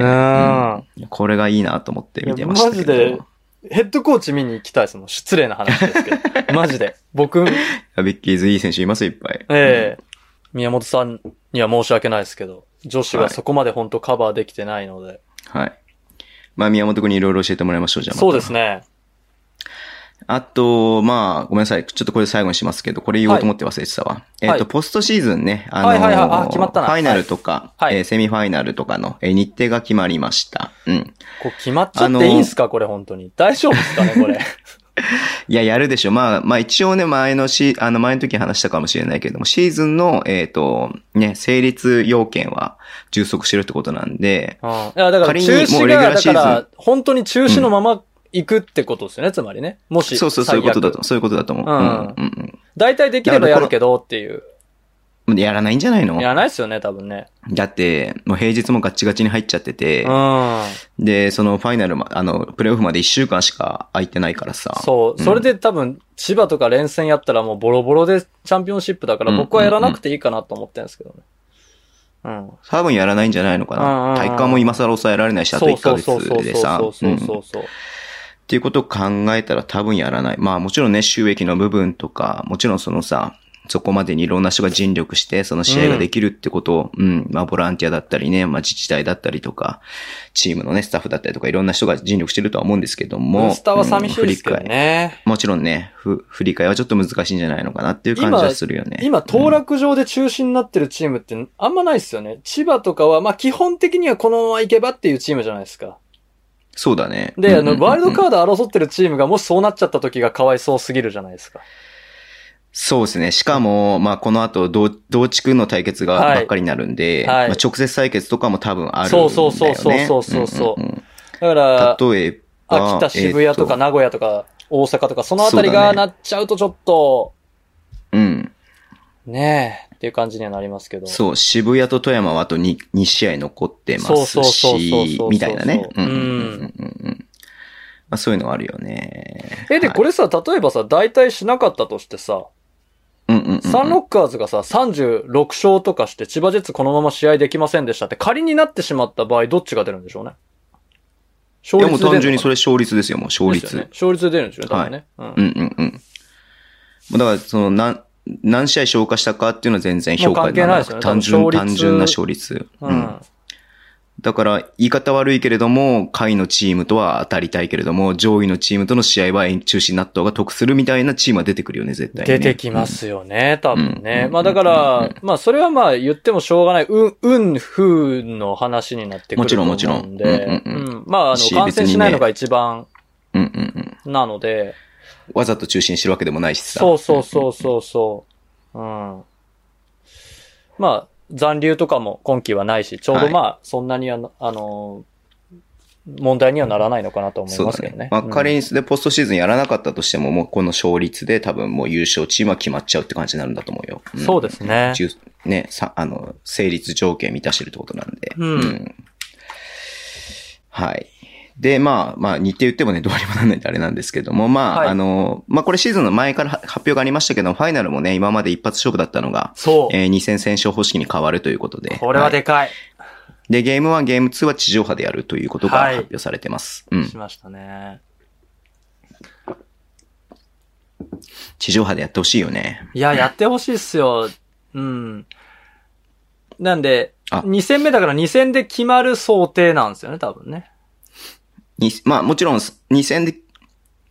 S3: う
S2: うんこれがいいなと思って見てましたけど。
S3: いやマジでヘッドコーチ見に行きたいですもん。失礼な話ですけど。マジで。 僕、
S2: ビッキーズいい選手います、いっぱい。
S3: ええ宮本さんには申し訳ないですけど、女子がそこまで本当カバーできてないので。
S2: はい。まあ、宮本君にいろいろ教えてもらいましょう、じゃあまた。
S3: そうですね。
S2: あと、まあ、ごめんなさい。ちょっとこれ最後にしますけど、これ言おうと思って忘れてたわ。えっ、と、
S3: はい
S2: ポストシーズンね、あの
S3: はいはいはいあ決まったな
S2: ファイナルとか、
S3: はいはい
S2: えーセミファイナルとかの、えー日程が決まりました。うん。
S3: こう決まっちゃっていいんすかこれ本当に。大丈夫ですかね これ。
S2: いや、やるでしょ。まあ、まあ一応ね、前のし、あの前の時話したかもしれないけれども、シーズンの、えっ、と、ね、成立要件は充足してるってことなんで、
S3: うん。いや、だから
S2: 仮に
S3: 中
S2: もう
S3: 止
S2: レギュラ
S3: が、
S2: ー
S3: だ
S2: シー
S3: か
S2: ズン
S3: ら、本当に中止のまま行くってことですよね、つまりね。もし、
S2: そうそう、そういうことだと、そういうことだと思う。
S3: うん
S2: うんうん
S3: 大体できればやるけどっていう。
S2: うん。やらないんじゃないの
S3: やらないっすよね、多分ね。
S2: だって、もう平日もガッチガチに入っちゃってて、
S3: うん。
S2: で、そのファイナルま、あの、プレイオフまで1週間しか空いてないからさ。
S3: そう。
S2: ん
S3: それで多分、千葉とか連戦やったらもうボロボロでチャンピオンシップだから、
S2: うん
S3: 僕はやらなくていいかなと思ってるんですけどね。うん。
S2: 多分やらないんじゃないのか
S3: うんうんう
S2: な。
S3: ん
S2: 体感も今更抑えられないし、あと
S3: そう
S2: 1
S3: そ
S2: ヶ
S3: うそうそう
S2: 月でさ。
S3: そう
S2: う
S3: そ
S2: ん
S3: う
S2: っ
S3: そうそう。
S2: ていうことを考えたら多分やらない。まあもちろんね、収益の部分とか、もちろんそのさ、そこまでにいろんな人が尽力して、その試合ができるってことを、うん、まあ、ボランティアだったりね、まあ、自治体だったりとか、チームのね、スタッフだったりとか、いろんな人が尽力してるとは思うんですけども、
S3: モンスターは寂しいですけど
S2: うん振り返
S3: ね。
S2: もちろんね、ふ、振り替えはちょっと難しいんじゃないのかなっていう感じはするよね。
S3: 今、当
S2: うん
S3: 落上で中止になってるチームってあんまないっすよね。千葉とかは、まあ基本的にはこのまま行けばっていうチームじゃないですか。
S2: そうだね。
S3: で、あの、ワイルド
S2: ー
S3: カード争ってるチームがもしそうなっちゃった時がかわいそうすぎるじゃないですか。
S2: そうですね。しかも、まあ、この後、同、同地区の対決が
S3: はい
S2: ばっかりになるんで、
S3: はい
S2: まあ、直接対決とかも多分あるんだよ、
S3: そう
S2: ね。
S3: そうそうそうそうそうん
S2: んん
S3: だから、
S2: 例えば、
S3: 秋田、渋谷とか
S2: な。
S3: 名古屋とか大阪とか、そのあたりが
S2: そうだ
S3: なっちゃうとちょっと、
S2: うん。
S3: ねえ、っていう感じにはなりますけど。
S2: そう、渋谷と富山はあと 2, 2試合残ってま
S3: そ
S2: す
S3: うそうそうそう
S2: し
S3: そ、う
S2: みたいなね。
S3: うん
S2: うんうんうんうんうんまあ、そういうのはあるよね。
S3: え、で、
S2: はい
S3: これさ、例えばさ、代替しなかったとしてさ、
S2: うんうんうんうん
S3: サンロッカーズがさ、36勝とかして、千葉ジェッツこのまま試合できませんでしたって仮になってしまった場合、どっちが出るんでしょうね。勝
S2: いやもう単純にそれ
S3: れ
S2: 勝率ですよ、もう勝率。
S3: ね。勝率で出るんですよね、多分ね。
S2: う
S3: うんん。
S2: うんうん。もうだから、その、なん、何試合消化したかっていうのは全然評価にならなくて
S3: もう関
S2: 単
S3: 係ないですよ
S2: 純、
S3: ね
S2: 単純な勝率。
S3: う
S2: うん
S3: ん。
S2: だから、言い方悪いけれども、下位のチームとは当たりたいけれども、上位のチームとの試合は延中止になった方が得するみたいなチームは出てくるよね、絶対にね、
S3: 出てきますよね、多分
S2: うんう
S3: ね
S2: ん。
S3: まあだから、まあそれはまあ言ってもしょうがない、うん、うん、風の話になってくると思うん
S2: もち
S3: で。
S2: ろんもちろん
S3: うん
S2: うんうん
S3: まああ
S2: し
S3: の、感
S2: 別
S3: 染
S2: にね
S3: しないのが一番
S2: うんうんうん。
S3: なので、
S2: わざと中止にしてるわけでもないしさ。
S3: そうそうそうそうそう。うん。まあ、残留とかも今期はないし、ちょうど
S2: はい
S3: まあ、そんなにはな、あのー、問題にはならないのかなと思い
S2: そう
S3: ま
S2: だ
S3: すけど
S2: ね
S3: ね。。
S2: まあ、
S3: うん
S2: 仮にでポストシーズンやらなかったとしても、もうこの勝率で多分もう優勝チームは決まっちゃうって感じになるんだと思うよ。ん
S3: そうですね。
S2: 中ね、さ、あの、成立条件満たしてるってことなんで。
S3: うん
S2: はい。で、まあ、まあ、日程言ってもね、どうにもなんないんであれなんですけども、まあ、
S3: はい
S2: あの、まあ、これシーズンの前からは発表がありましたけど、ファイナルもね、今まで一発勝負だったのが、
S3: そう。
S2: えー、2戦先勝方式に変わるということで。
S3: これはで
S2: い
S3: かい。
S2: で、ゲーム1、ゲーム2は地上波でやるということが
S3: はい
S2: 発表されてます。うん
S3: し。ましたね。
S2: 地上波でやってほしいよね。
S3: いや、やってほしいっすよ。うん。なんで、
S2: あ
S3: 2戦目だから2戦で決まる想定なんですよね、多分ね。
S2: にまあ、もちろん、2戦で、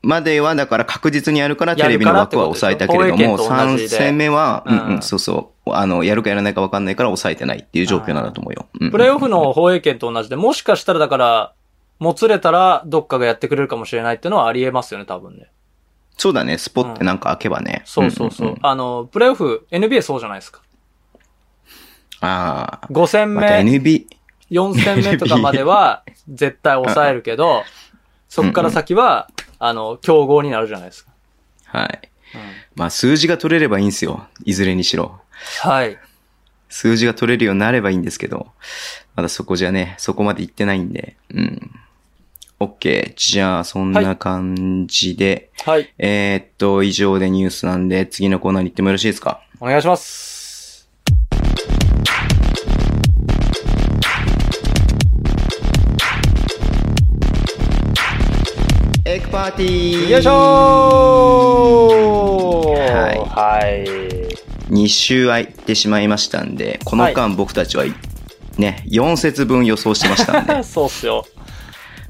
S2: までは、だから確実にやるからテ
S3: や
S2: レ
S3: る
S2: ビ
S3: か
S2: の
S3: らって
S2: 枠は
S3: ことでしょ
S2: 抑えたけれども、
S3: 放映権と同じ
S2: 3
S3: で
S2: 戦目は、う
S3: うん
S2: ん、うん、そうそう、あの、やるかやらないか分かんないから抑えてないっていう状況なんだと思うよ。うん
S3: プレイオフの放映権と同じで、もしかしたらだから、もつれたらどっかがやってくれるかもしれないっていうのはありえますよね、多分ね。
S2: そうだね、スポってなんか開けばね。
S3: そうそうそう。
S2: んんん
S3: あの、プレイオフ、NBA そうじゃないですか。
S2: ああ。
S3: 5戦
S2: ま
S3: 目、
S2: た NB、
S3: 4戦目とかまでは絶対抑えるけど、そっから先は、あの、競合になるじゃないですか。
S2: はい。
S3: うん
S2: まあ、数字が取れればいいんですよ。いずれにしろ。
S3: はい。
S2: 数字が取れるようになればいいんですけど、まだそこじゃね、そこまで行ってないんで、うん。OK。じゃあ、そん
S3: は
S2: な感じで、
S3: はい。
S2: えーっと、以上でニュースなんで、次のコーナーに行ってもよろしいですか
S3: お願いします。
S2: エッグパーティー
S3: よいしょー
S2: はい
S3: はい。
S2: !2 週空いてしまいましたんで、この間僕たちは、ね、4節分予想してましたん で、
S3: そうっすよ。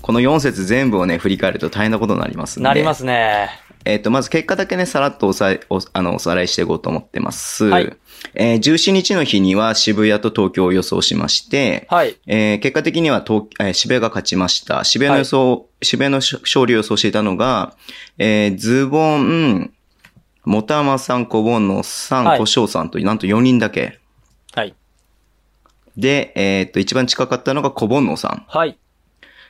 S2: この4節全部をね、振り返ると大変なことになりますんで。
S3: なりますね。
S2: えっ、と、まず結果だけね、さらっとおさえ、お、あの、おさらいしていこうと思ってます。
S3: はい
S2: えー17日の日には渋谷と東京を予想しまして、
S3: はい。
S2: えー結果的には東、えー渋谷が勝ちました。渋谷の予想、渋谷の勝利を予想していたのが、えーズボン、もたまさん、こぼんのさん、
S3: はい
S2: こしょうさんと、なんと4人だけ。
S3: はい。
S2: で、えっと、一番近かったのがこぼんのさん。
S3: はい。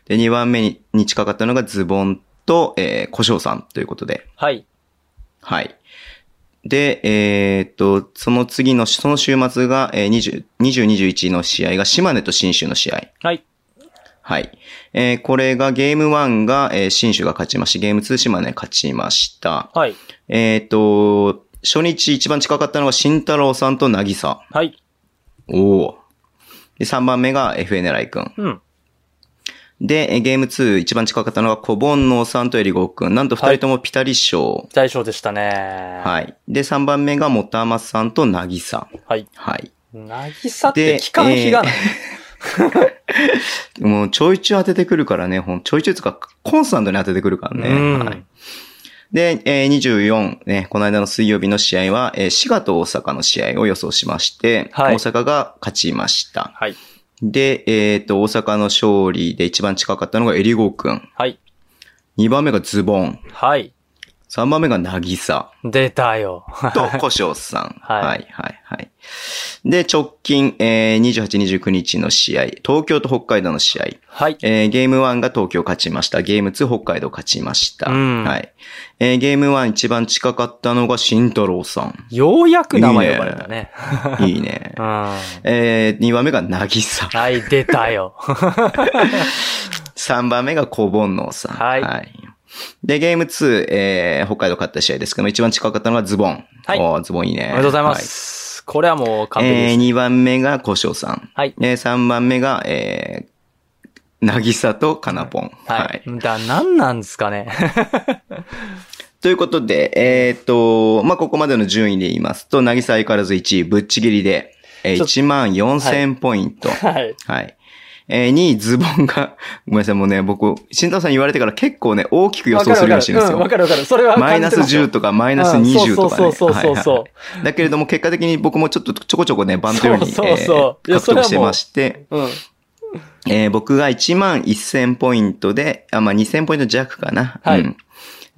S2: で、2番目にに近かったのがズボンと、えー、こしょうさんということで。
S3: はい。
S2: はい。で、えーっと、その次の、その週末が、えー、20、20、21の試合が島根と新州の試合。
S3: はい。
S2: はい。えーこれがゲーム1が、えー、新州が勝ちまして、ゲーム2島根勝ちました。
S3: はい。
S2: えーっと、初日一番近かったのが慎太郎さんと渚。
S3: はい。
S2: おお。で、3番目が FNLI 君。
S3: うん。
S2: で、えゲーム2一番近かったのが、コボンノーさんとエリゴーくん。なんと二人ともピタリ賞。
S3: 大賞でしたね。。
S2: はいい。で、3番目が、もたまさんとなぎさん。
S3: はい。
S2: はい。
S3: なぎさって期間日がない。
S2: もうちょいちょい当ててくるからね、ほん、ちょいちょいつか、コンスタントに当ててくるからね。
S3: うん
S2: はい、で、えー24、ね、この間の水曜日の試合は、えー滋賀と大阪の試合を予想しまして、
S3: はい
S2: 大阪が勝ちました。
S3: はい。
S2: で、えっ、と、大阪の勝利で一番近かったのがエリゴーくん。
S3: はい。
S2: 2番目がズボン。
S3: はい。
S2: 3番目がなぎさ。
S3: 出たよ。
S2: と、コショウさん。
S3: はい
S2: はい、はい、はい。で、直近、えー、28、29日の試合、東京と北海道の試合、
S3: はい。
S2: えーゲーム1が東京勝ちました。ゲーム2北海道勝ちました。
S3: うん
S2: はい。えーゲーム1一番近かったのが慎太郎さん。
S3: ようやく名前呼ばれたね。
S2: いいね
S3: う。ん。は
S2: えー、2番目がなぎさ。
S3: い、出たよ。
S2: 3番目が小煩悩さん。
S3: はい
S2: で、ゲーム2、えー、北海道勝った試合ですけども、一番近かったのがズボン。
S3: はい
S2: おーズボンいいね。
S3: おめでとうございます。これはもう完璧
S2: え
S3: で
S2: ー、
S3: す。
S2: 2番目が小翔さん。
S3: はい。
S2: えー、3番目が、えー、なぎさとかなぽん。
S3: はい。だ、なんなんですかね。
S2: ということで、えーっと、まあ、ここまでの順位で言いますと、なぎさ相変わらず1位、ぶっちぎりで、えー、
S3: ち
S2: 1
S3: ょ
S2: 万4000ポイント。はい。
S3: はい。
S2: えー、2位、ズボンが、 ごめんなさい、もうね、僕、慎太郎さんに言われてから結構ね、大きく予
S3: わ
S2: 想
S3: か
S2: する
S3: る
S2: ように
S3: わか
S2: して
S3: る。
S2: るんです
S3: うん、
S2: よ。
S3: わかるわかる。それは
S2: マイナス
S3: 感じてます
S2: 10
S3: よ
S2: とかマイナス20とかね。
S3: うんそうそうそうそうそう
S2: はいはいだけれども結果的に僕もちょっとちょこちょこね、バントように
S3: そうそうそ
S2: えー
S3: ういや
S2: 獲
S3: それは
S2: 得し
S3: もう
S2: てまして、
S3: うん。
S2: えー僕が1万1000ポイントで、あ、まあ、2000ポイント弱かな。
S3: はい
S2: うん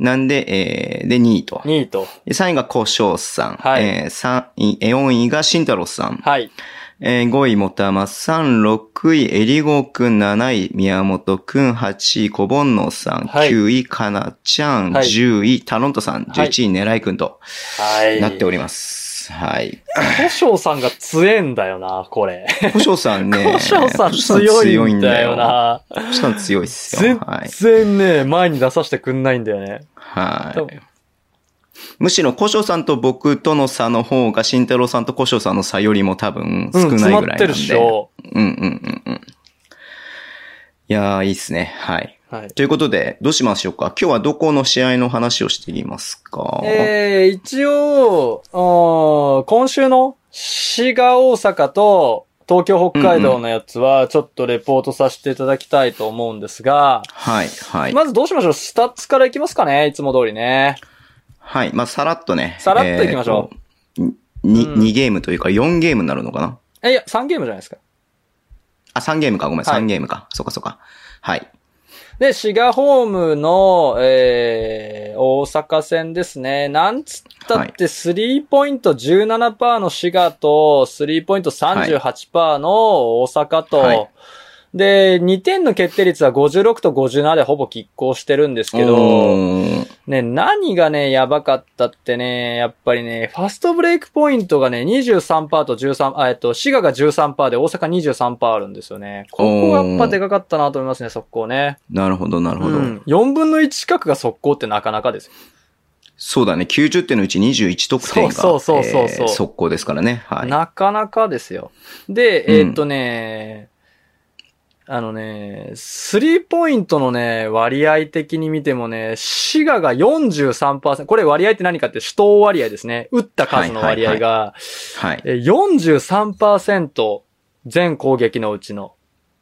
S2: なんで、えーで2位と。
S3: 2位と。
S2: 3位が小翔さん。
S3: はい
S2: えー、三位、えー4位が慎太郎さん。
S3: はい。
S2: えー5位もたまさん。6位えりごくん。7位宮本くん。8位小煩悩さん。
S3: はい
S2: 9位かなちゃん。
S3: はい
S2: 10位タロントさん。
S3: はい
S2: 11位狙いくんと
S3: はい。
S2: なってお
S3: お
S2: ります。はい。
S3: 古生さんが強えんだよな、これ。
S2: 小翔さんね。
S3: 古生さん強いんだよ。な。
S2: 小翔さん強いっすよ。
S3: 全
S2: はい。
S3: 然ね、前に出させてくんないんだよね。
S2: は
S3: 多
S2: い
S3: 分。
S2: むしろ、古生さんと僕との差の方が、慎太郎さんと古生さんの差よりも多分
S3: う
S2: 少
S3: ん、
S2: ないぐらいなんで。
S3: 詰まってるっしょ。
S2: うんうんうんうん。いやー、いいっすね。はい。
S3: はい。
S2: ということで、どうしましょうか今日はどこの試合の話をしていきますか、
S3: えー、一応、うん今週の滋賀大阪と東京北海道のやつは、ちょっとレポートさせていただきたいと思うんですが、
S2: はい、はい。
S3: まずどうしましょうスタッツからいきますかねいつも通りね。
S2: はい。まあ、さらっとね。
S3: さらっといきましょ
S2: う。に、
S3: うん
S2: 2ゲームというか4ゲームになるのかな
S3: え、いや、3ゲームじゃないですか。
S2: あ、3ゲームか。ごめん、
S3: はい
S2: 3ゲームか。そっかそっか。はい。
S3: で、滋賀ホームの、えー、大阪戦ですね。なんつったって、スリーポイント17%の滋賀と、スリーポイント38%の大阪と、
S2: はい
S3: で、2点の決定率は56と57でほぼ拮抗してるんですけど、
S2: おー
S3: ね、何がね、やばかったってね、やっぱりね、ファストブレイクポイントがね、23%と13、あ、えっと、滋賀が13%で大阪23%あるんですよね。ここがやっぱでかかったなと思いますね、速攻ね。
S2: なるほど、なるほど。
S3: うん、4分の1近くが速攻ってなかなかですよ。
S2: そうだね。90点のうち21得点が、
S3: そうそうそうそうそう
S2: えー速攻ですからね。はい。
S3: なかなかですよ。で、
S2: うん
S3: えーっとね、あのね、スリーポイントのね、割合的に見てもね、滋賀が43%、これ割合って何かって主投割合ですね。打った数の割合が、
S2: はい。
S3: え43%全攻撃のうちの。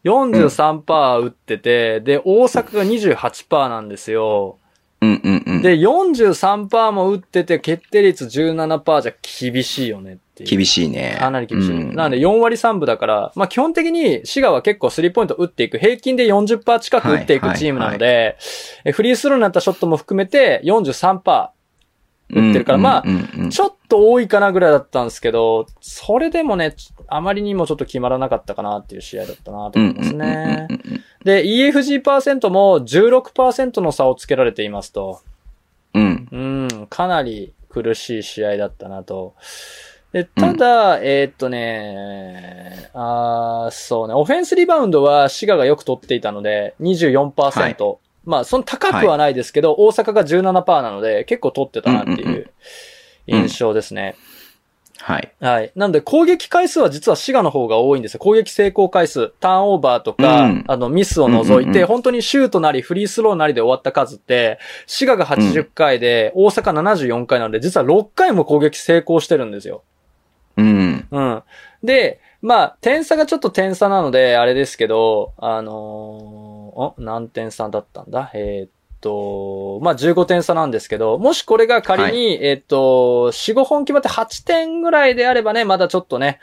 S3: 43%打ってて、で、大阪が28%なんですよ。
S2: うんうんうん。
S3: で、43%も打ってて、決定率17%じゃ厳しいよねっていう。
S2: 厳しいね。
S3: かなり厳しい。
S2: うん
S3: なので、4割3分だから、まあ、基本的に、滋賀は結構スリーポイント打っていく、平均で40%近く打って
S2: は
S3: い
S2: い
S3: く
S2: はい
S3: チームなので、えフリースローになったショットも含めて43%。打ってるからまあ
S2: うんうんうんうん
S3: ちょっと多いかなぐらいだったんですけど、それでもね、ちあまりにもちょっと決まらなかったかなっていう試合だったなと思いますね
S2: う。んうんうんうん
S3: で、EFG パーセントも16%の差をつけられていますと。
S2: うんうん。
S3: うん、かなり苦しい試合だったなと。でただ、えーっとね、あーそうね、オフェンスリバウンドは滋賀がよく取っていたので、24%。
S2: はい
S3: まあ、その高くはないですけど、大阪が17%なので、結構取ってたなって
S2: うんうん
S3: いう
S2: うん
S3: 印象ですね。
S2: はい。
S3: はい。なんで攻撃回数は実は滋賀の方が多いんですよ。攻撃成功回数、ターンオーバーとか、
S2: うん
S3: あのミスを除いて、
S2: うんうんうん
S3: 本当にシュートなりフリースローなりで終わった数って、滋賀が80回で、大阪74回なので、実は6回も攻撃成功してるんですよ。
S2: うん。
S3: うん。で、まあ、点差がちょっと点差なので、あれですけど、あのー、ん何点差だったんだえーっと、まあ、15点差なんですけど、もしこれが仮に、えーっと、4、5本決まって8点ぐらいであればね、まだちょっとね、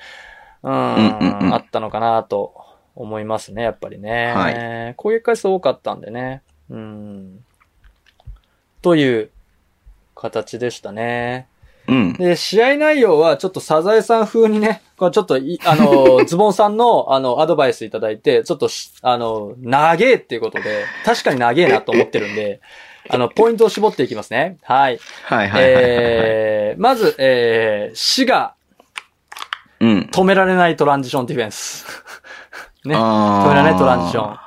S3: うーん、
S2: うんうんうん
S3: あったのかなと思いますね、やっぱりね。
S2: は
S3: 攻撃回数多かったんでね。うん。という形でしたね。
S2: うん。
S3: で、試合内容はちょっとサザエさん風にね、これちょっとい、あの、ズボンさんの、あの、アドバイスいただいて、ちょっとし、あの、長えっていうことで、確かに長えなと思ってるんで、あの、ポイントを絞っていきますね。はい。
S2: はいはいはいはいはい。
S3: えー、まず、えー、死が
S2: うん。
S3: 止められないトランジションディフェンス。 ね。
S2: あー
S3: 止められないトランジション。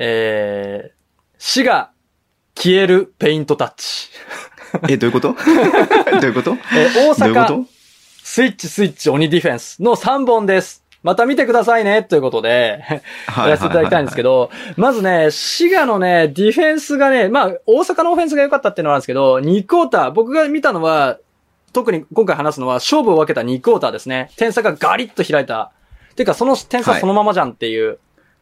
S3: えー、死が消えるペイントタッチ。
S2: え、どういうこと どういうこと
S3: えー、大
S2: どういう
S3: 阪、
S2: こ
S3: スイッチスイッチ鬼ディフェンスの3本です。また見てくださいね、ということで、
S2: とは
S3: やらせていただきたいんですけど、まずね、滋賀のね、ディフェンスがね、まあ、大阪のオフェンスが良かったっていうのはあるんですけど、2クォーター、僕が見たのは、特に今回話すのは勝負を分けた2クォーターですね。点差がガリッと開いた。てか、その点差
S2: はい
S3: そのままじゃんっていう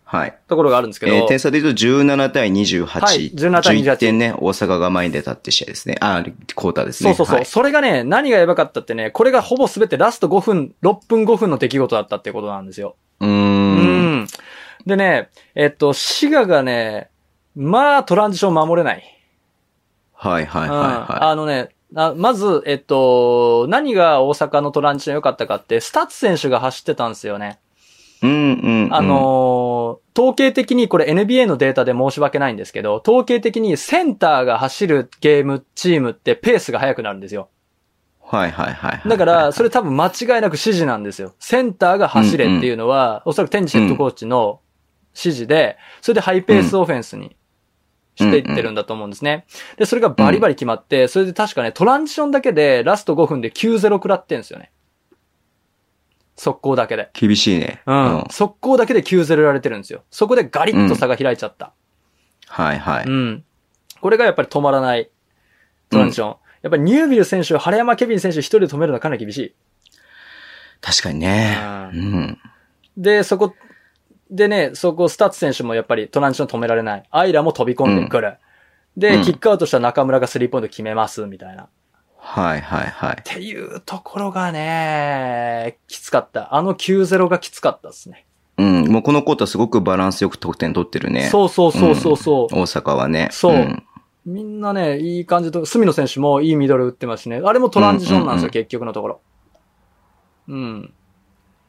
S2: はい。はい。
S3: ところがあるんですけど、
S2: えー点差で言うと17対28。
S3: はい17対28
S2: 11点ね、大阪が前に出たって試合ですね。あー、コーターです
S3: そ
S2: ね。
S3: うそうそう、
S2: はい
S3: それがね、何がやばかったってね、これがほぼ全てラスト5分、6分5分の出来事だったってことなんですよ。
S2: うーん。
S3: うん。でね、えっと、滋賀がね、まあ、トランジション守れない。
S2: はいはいはい
S3: うん
S2: は
S3: あのね、あまず、えっと、何が大阪のトランジション良かったかって、スタッツ選手が走ってたんですよね。
S2: い。うんうんうん。
S3: あ、のー統計的に、これ NBA のデータで申し訳ないんですけど、統計的にセンターが走るゲーム、チームってペースが速くなるんですよ。
S2: はいはいはいはい。
S3: だから、そ
S2: れ、
S3: れ多分間違いなく指示なんですよ。センターが走れっていうのは、おそらくテンジヘッドコーチの指示で、それでハイペースオフェンスにしていってるんだと思うんですね。で、それがバリバリ決まって、それで確かね、トランジションだけでラスト5分で9-0食らってんですよね。速攻だけで。
S2: 厳しいね。
S3: うん。速攻だけで9-0やられてるんですよ。そこでガリッと差が開いちゃった。
S2: はいは
S3: う
S2: い。
S3: ん。これがやっぱり止まらないトランジション。やっぱりニュービル選手、晴山ケビン選手一人で止めるのはかなり厳しい。
S2: 確かにね。
S3: う
S2: うん。
S3: で、そこ、でね、そこ、スタッツ選手もやっぱりトランジション止められない。アイラも飛び込んでくる。で、
S2: うん
S3: キックアウトした中村がスリーポイント決めます、みたいな。っ
S2: はいはいはい。
S3: ていうところがね、きつかった。あの9-0がきつかったですね。
S2: うん。もうこのコートはすごくバランスよく得点取ってるね。
S3: そうそうそうそうそう。
S2: 大阪はね。
S3: そうんみんなね、いい感じと、隅野選手もいいミドル打ってますしね。あれもトランジションな
S2: うん
S3: んですよ、
S2: うんうん
S3: 結局のところ。うん。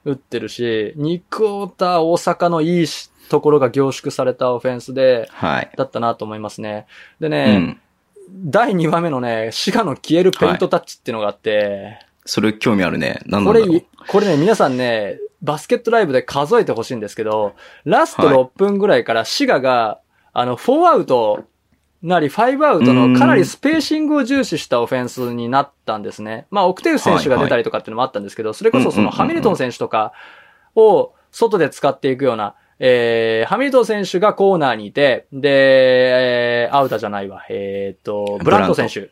S3: 打ってるし、2クォーター大阪のいいしところが凝縮されたオフェンスで、
S2: はい。
S3: だったなと思いますね。で
S2: う
S3: ね、
S2: ん。
S3: 第2話目のね、滋賀の消えるペイントタッチっていうのがあって、
S2: それ興味あるね。何な
S3: こ
S2: んだろう
S3: れ、。これね、皆さんね、バスケットライブで数えてほしいんですけど、ラスト
S2: はい
S3: 6分ぐらいから滋賀が、あの、4アウトなり5アウトのかなりスペーシングを重視したオフェンスになったんですね。まあ、オクテウス選手が出たりとかっていうのもあったんですけど、それこそそのハミルトン選手とかを外で使っていくような、えー、ハミルトン選手がコーナーにいて、で、えー、アウタじゃないわ、えーっと、ブラント選手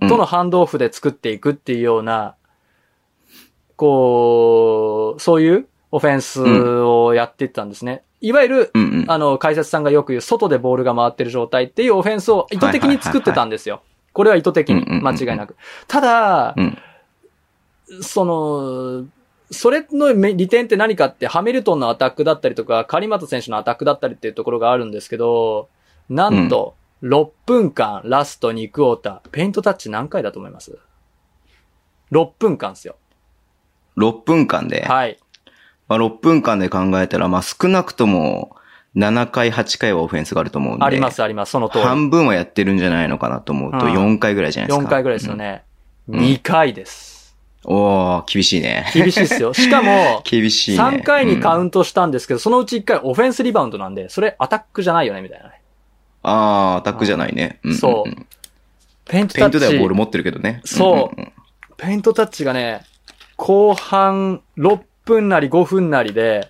S2: うん
S3: とのハンドオフで作っていくっていうような、こう、そういうオフェンスをやっていったんですね。いわゆる、
S2: うんうん。
S3: あの、解説さんがよく言う、外でボールが回ってる状態っていうオフェンスを意図的に作ってたんですよ。これは意図的に、
S2: うんうんうん
S3: 間違いなく。ただ
S2: う、ん。
S3: その、それのめ利点って何かって、ハミルトンのアタックだったりとか、カリマト選手のアタックだったりっていうところがあるんですけど、なんと、6分間、ラスト2クォーター、ペイントタッチ何回だと思います ?6 分間ですよ。
S2: 6分間で。
S3: はい。
S2: まあ、6分間で考えたら、まあ、少なくとも7回、8回はオフェンスがあると思うんで。
S3: ありま。す、あります、その通り。
S2: 半分はやってるんじゃないのかなと思うと、
S3: うん
S2: 4回ぐらいじゃないです
S3: 4
S2: か。
S3: 回ぐらいですよね。
S2: ん
S3: 2回です。
S2: うん。おー、厳しいね。、
S3: 厳しいですよ。しかも
S2: 厳しいね。
S3: 3回にカウ
S2: ント。
S3: ントしたんですけど、そのうち1回オフェンスリバウンドなんで、それアタックじゃないよね、みたいなね。
S2: あー、アタックじゃないね。うんうんうん
S3: そうペイント
S2: ペイ
S3: タ
S2: ントではボール
S3: ッチ、
S2: 持ってるけどね。
S3: そうん
S2: んん
S3: ペイントタッチがね、後半6分なり5分なりで、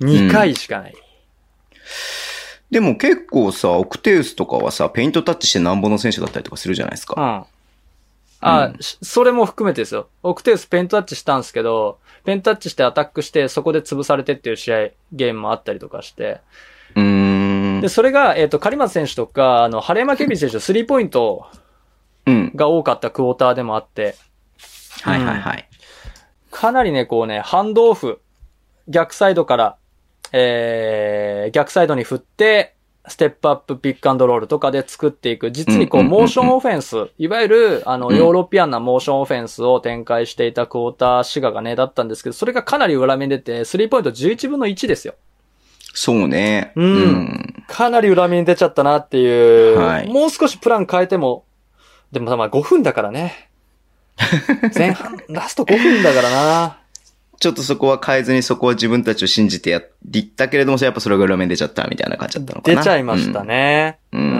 S3: 2回しかない。
S2: でも結構さ、オクテウスとかはさ、ペイントタッチしてなんぼの選手だったりとかするじゃないです
S3: う
S2: か。
S3: ん。あ、
S2: う
S3: しそれも含めてですよ。オクテウスペントタッチしたんですけど、ペントタッチしてアタックして、そこで潰されてっていう試合、ゲームもあったりとかして。
S2: うーん
S3: で、。それが、えっ、と、カリマツ選手とか、あの、ハレマケビチ選手、スリーポイント
S2: うん。
S3: が多かったクォーターでもあって、
S2: はいはいはい。
S3: かなりね、こうね、ハンドオフ、逆サイドから、えー、逆サイドに振って、ステップアップピックアンドロールとかで作っていく。実にこう、
S2: うんうんうんうん
S3: モーションオフェンス、いわゆる、あの、
S2: うん
S3: ヨーロピアンなモーションオフェンスを展開していたクォーター、シガがね、だったんですけど、それがかなり裏目に出て、スリーポイント11分の1ですよ。
S2: そうね。
S3: うん
S2: うん。
S3: かなり裏目に出ちゃったなっていう。
S2: はい
S3: もう少しプラン変えても、でもまあ5分だから ね。前半、ラスト5分だからな。
S2: ちょっとそこは変えずにそこは自分たちを信じてやったけれども、やっぱそれが裏面出ちゃったみたいな感じだったのか
S3: 出
S2: な。
S3: ちゃいましたね。
S2: うん。
S3: う
S2: うん。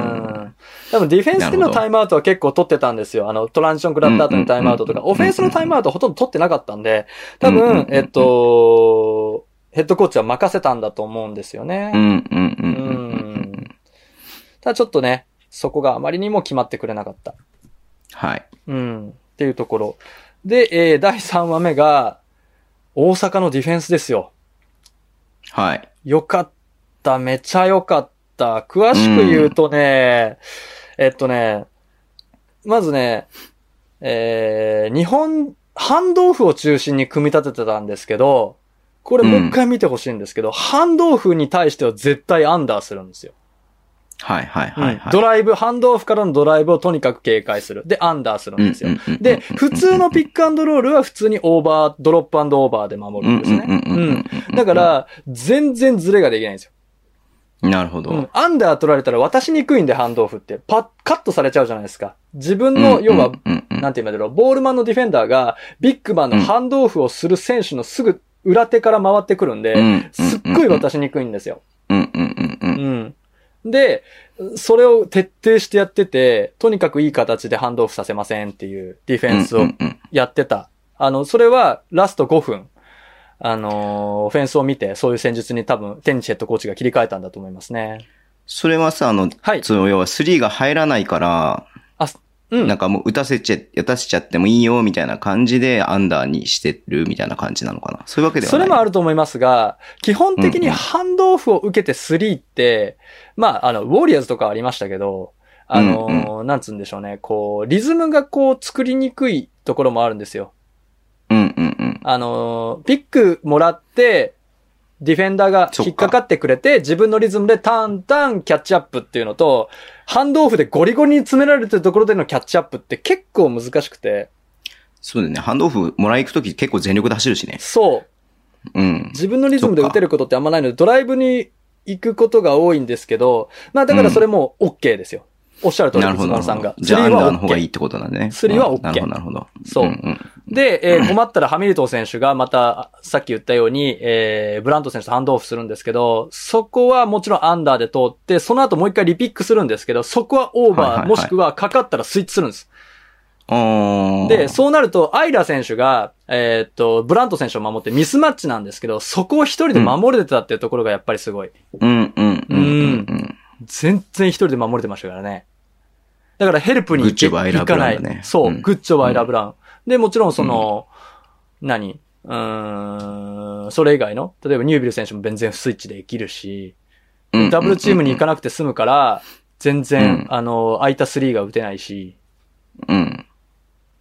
S3: ん多分ディフェンスでのタイムアウトは結構取ってたんですよ。あの、トランジション食らった後にタイムアウトとか、
S2: うんうんうん
S3: オフェンスのタイムアウトほとんど取ってなかったんで、多
S2: うんうんうん
S3: 分、えっと、ヘッドコーチは任せたんだと思うんですよ
S2: う
S3: ね。
S2: んうんうんうんうんう。
S3: うんただちょっとね、そこがあまりにも決まってくれなかった。
S2: はい。
S3: うん。っていうところ。で、えー第3話目が、大阪のディフェンスですよ。
S2: はい。
S3: よかった、めちゃよかった。詳しく言うとね、えっとね、まずね、えー、日本、ハンドオフを中心に組み立ててたんですけど、これもう一回見てほしいんですけど、ハンドオフに対しては絶対アンダーするんですよ。
S2: はいはいはい
S3: うん
S2: はい。
S3: ドライブ、ハンドオフからのドライブをとにかく警戒する。で、アンダーするんですよ。
S2: うんうんうんうん
S3: で、普通のピックアンドロールは普通にオーバー、ドロップアンドオーバーで守
S2: う
S3: る
S2: ん
S3: ん
S2: う
S3: で
S2: ん
S3: す
S2: うん
S3: ね。
S2: うんうんうん。
S3: だから、全然ズレができないんですよ。
S2: なるほど。
S3: うん、アンダー取られたら渡しにくいんで、ハンドオフって。パッ、カットされちゃうじゃないですか。自分の、要は、
S2: うんうんうん
S3: なんて言うんだろう、ボールマンのディフェンダーが、ビッグマンのハンドオフをする選手のすぐ裏手から回ってくるん
S2: う
S3: で、
S2: ん
S3: すっごい渡しにくいんですよ。
S2: うんうんうんう
S3: うんん。で、それを徹底してやってて、とにかくいい形でハンドオフさせませんっていうディフェンス
S2: う
S3: を
S2: んうんうん
S3: やってた。あの、それはラスト5分、あのーオフェンスを見て、そういう戦術に多分、テニチヘッドコーチが切り替えたんだと思いますね。
S2: それはさ、あの、
S3: はい
S2: その要は3が入らないから、
S3: うん
S2: なんかもう打たせちゃ、打たせちゃってもいいよみたいな感じでアンダーにしてるみたいな感じなのかな。そういうわけではな
S3: そ
S2: い。
S3: れもあ
S2: る。
S3: ると思いますが、基本的にハンドオフを受けて3って、まあ、あの、ウォリアーズとかありましたけど、あのーなんつうんでしょうね、こう、リズムがこう作りにくいところもあるんですよ。
S2: うんうんうん。
S3: あのーピックもらって、ディフェンダーが引っかかってくれて、自分のリズムでターン、ターン、キャッチアップっていうのと、ハンドオフでゴリゴリに詰められてるところでのキャッチアップって結構難しくて、
S2: そうだよね。ハンドオフもらい行くとき結構全力で走るしね。
S3: そう、
S2: うん。
S3: 自分のリズムで打てることってあんまないので、ドライブに行くことが多いんですけど、まあだからそれも OK ですよ。おっしゃる通り、
S2: なるほ
S3: 水
S2: どな
S3: 丸
S2: る
S3: さん
S2: ほ
S3: が
S2: ど。。じゃあア
S3: ス
S2: ン
S3: リー
S2: ダー
S3: は
S2: の方がい
S3: OK
S2: いってことだね。
S3: スリーは OK
S2: うんなるほど、なるほど。
S3: そうん
S2: ん
S3: で、えー困ったらハミルトン選手がまた、さっき言ったように、えーブラント選手とハンドオフするんですけど、そこはもちろんアンダーで通って、その後もう一回リピックするんですけど、そこはオーバー、
S2: はいはいはい
S3: もしくはかかったらスイッチするんです。
S2: あー
S3: で、そうなると、アイラ選手が、えーっと、ブラント選手を守ってミスマッチなんですけど、そこを一人で守れてたっていうところがやっぱりすごい。
S2: うんうんうんうんうん。
S3: 全然一人で守れてましたからね。だからヘルプに行け
S2: グッジョブアイラ
S3: 行
S2: ブ
S3: か
S2: ラ
S3: な
S2: ウン
S3: い
S2: だね。
S3: そう、
S2: うん
S3: グッジョブアイラブラウン。で、もちろんその、何うーん、それ以外の、例えばニュービル選手も全然スイッチで生きるし、
S2: うんうんうん
S3: ダブルチームに行かなくて済むから、全然、
S2: うん
S3: あの、空いたスリーが打てないし、
S2: うん。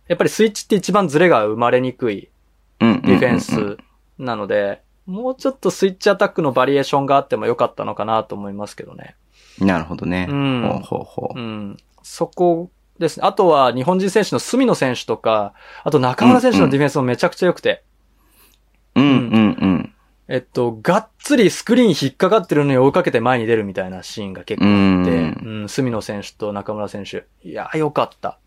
S3: やっぱりスイッチって一番ズレが生まれにくい
S2: デ
S3: ディフェ
S2: う
S3: ン
S2: んうん
S3: スなので、もうちょっとスイッチアタックのバリエーションがあってもよかったのかなと思いますけどね。
S2: うんなるほどね。
S3: うん
S2: ほうほうほう
S3: う。ん。そこですね。あとは日本人選手の隅野選手とか、あと中村選手のディフェンスもめちゃくちゃ良くて、
S2: うんうんうん。
S3: えっと、がっつりスクリーン引っかかってるのに追いかけて前に出るみたいなシーンが結
S2: う
S3: 構あって、
S2: ん。
S3: うん、隅野選手と中村選手。いやー、良かった。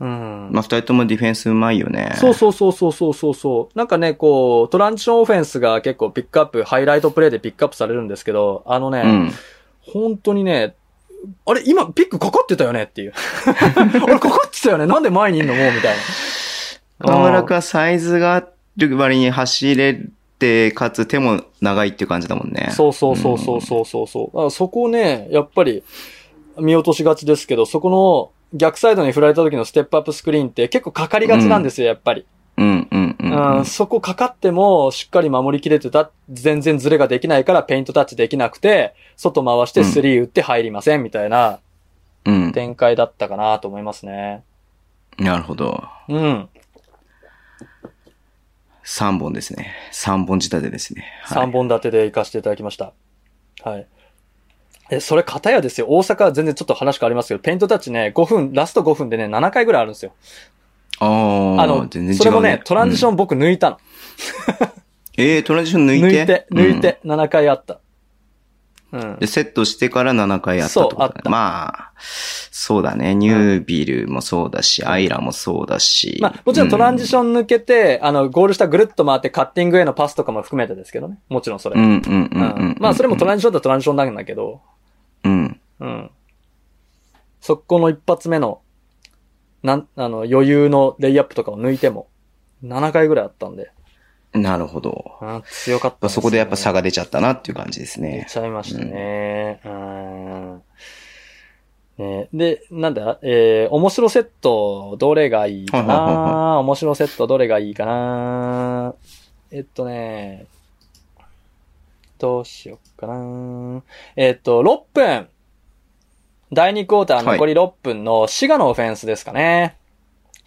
S3: うん。
S2: まあ、二人ともディフェンスうまいよね。
S3: そうそうそうそうそうそうそう。なんかね、こう、トランジションオフェンスが結構ピックアップ、ハイライトプレイでピックアップされるんですけど、あのね、
S2: うん。
S3: 本当にね、あれ、 今、ピックかかってたよねっていう。あれ、かかってたよねなんで前にいんのもうみたい
S2: 河村くんはサイズがある割に走れて、かつ手も長いっていう感じだもんね。
S3: そうそうそうそうそうそうそう。だからそこをね、やっぱり見落としがちですけど、そこの逆サイドに振られた時のステップアップスクリーンって結構かかりがちなんですよ、やっぱ
S2: う
S3: り。
S2: んうんう
S3: うんん、
S2: うん。
S3: そこかかってもしっかり守りきれてた、全然ズレができないからペイントタッチできなくて、外回してスリー打って入りませんみたいな
S2: うん。
S3: 展開だったかなと思いますね。
S2: なるほど。
S3: うん。
S2: 3本ですね。3本仕立てですね。はい
S3: 3本立てで行かせていただきました。はい。え、それ片やですよ。大阪は全然ちょっと話変わりますけど、ペイントタッチね、5分、ラスト5分でね、7回ぐらいあるんですよ。
S2: ああ、
S3: あの、
S2: 全然違う、ね。
S3: それもね、トランジショ
S2: ン。
S3: ン僕抜いたの。
S2: ええトランジション抜いて
S3: 抜いて、抜い。て、7回あった。うん
S2: うんで、。セットしてから7回やったってこと
S3: そうあっ
S2: だ
S3: た
S2: ね。まあ、そうだね。ニュービルもそうだし、アイラもそうだし。
S3: まあ、もちろんトランジシ
S2: ョン。
S3: ョン抜けて、あの、ゴール下ぐるっと回ってカッティングへのパスとかも含めてですけどね。もちろんそ
S2: う
S3: れ。
S2: んうんうんうん、
S3: うんまあ、それもトラ
S2: ン
S3: ンジションだとトランジションなんだけど、
S2: うん。
S3: うん。速攻の一発目の、なん、あの、余裕のレイアップとかを抜いても、7回ぐらいあったんで、
S2: なるほど。
S3: うん強かった、
S2: まあそこでやっぱ差
S3: が
S2: が出ちゃったなっていう感じです
S3: 出
S2: ね。
S3: ちゃいましたね。うん。ね、で、なんだ、えー、面白セット、どれがいいか
S2: はいはいはい
S3: な面白セット、どれがいいかなえっとね、どうしよっかなえっと、6分第2クォーター残り6分の滋賀のオフェンスですかね。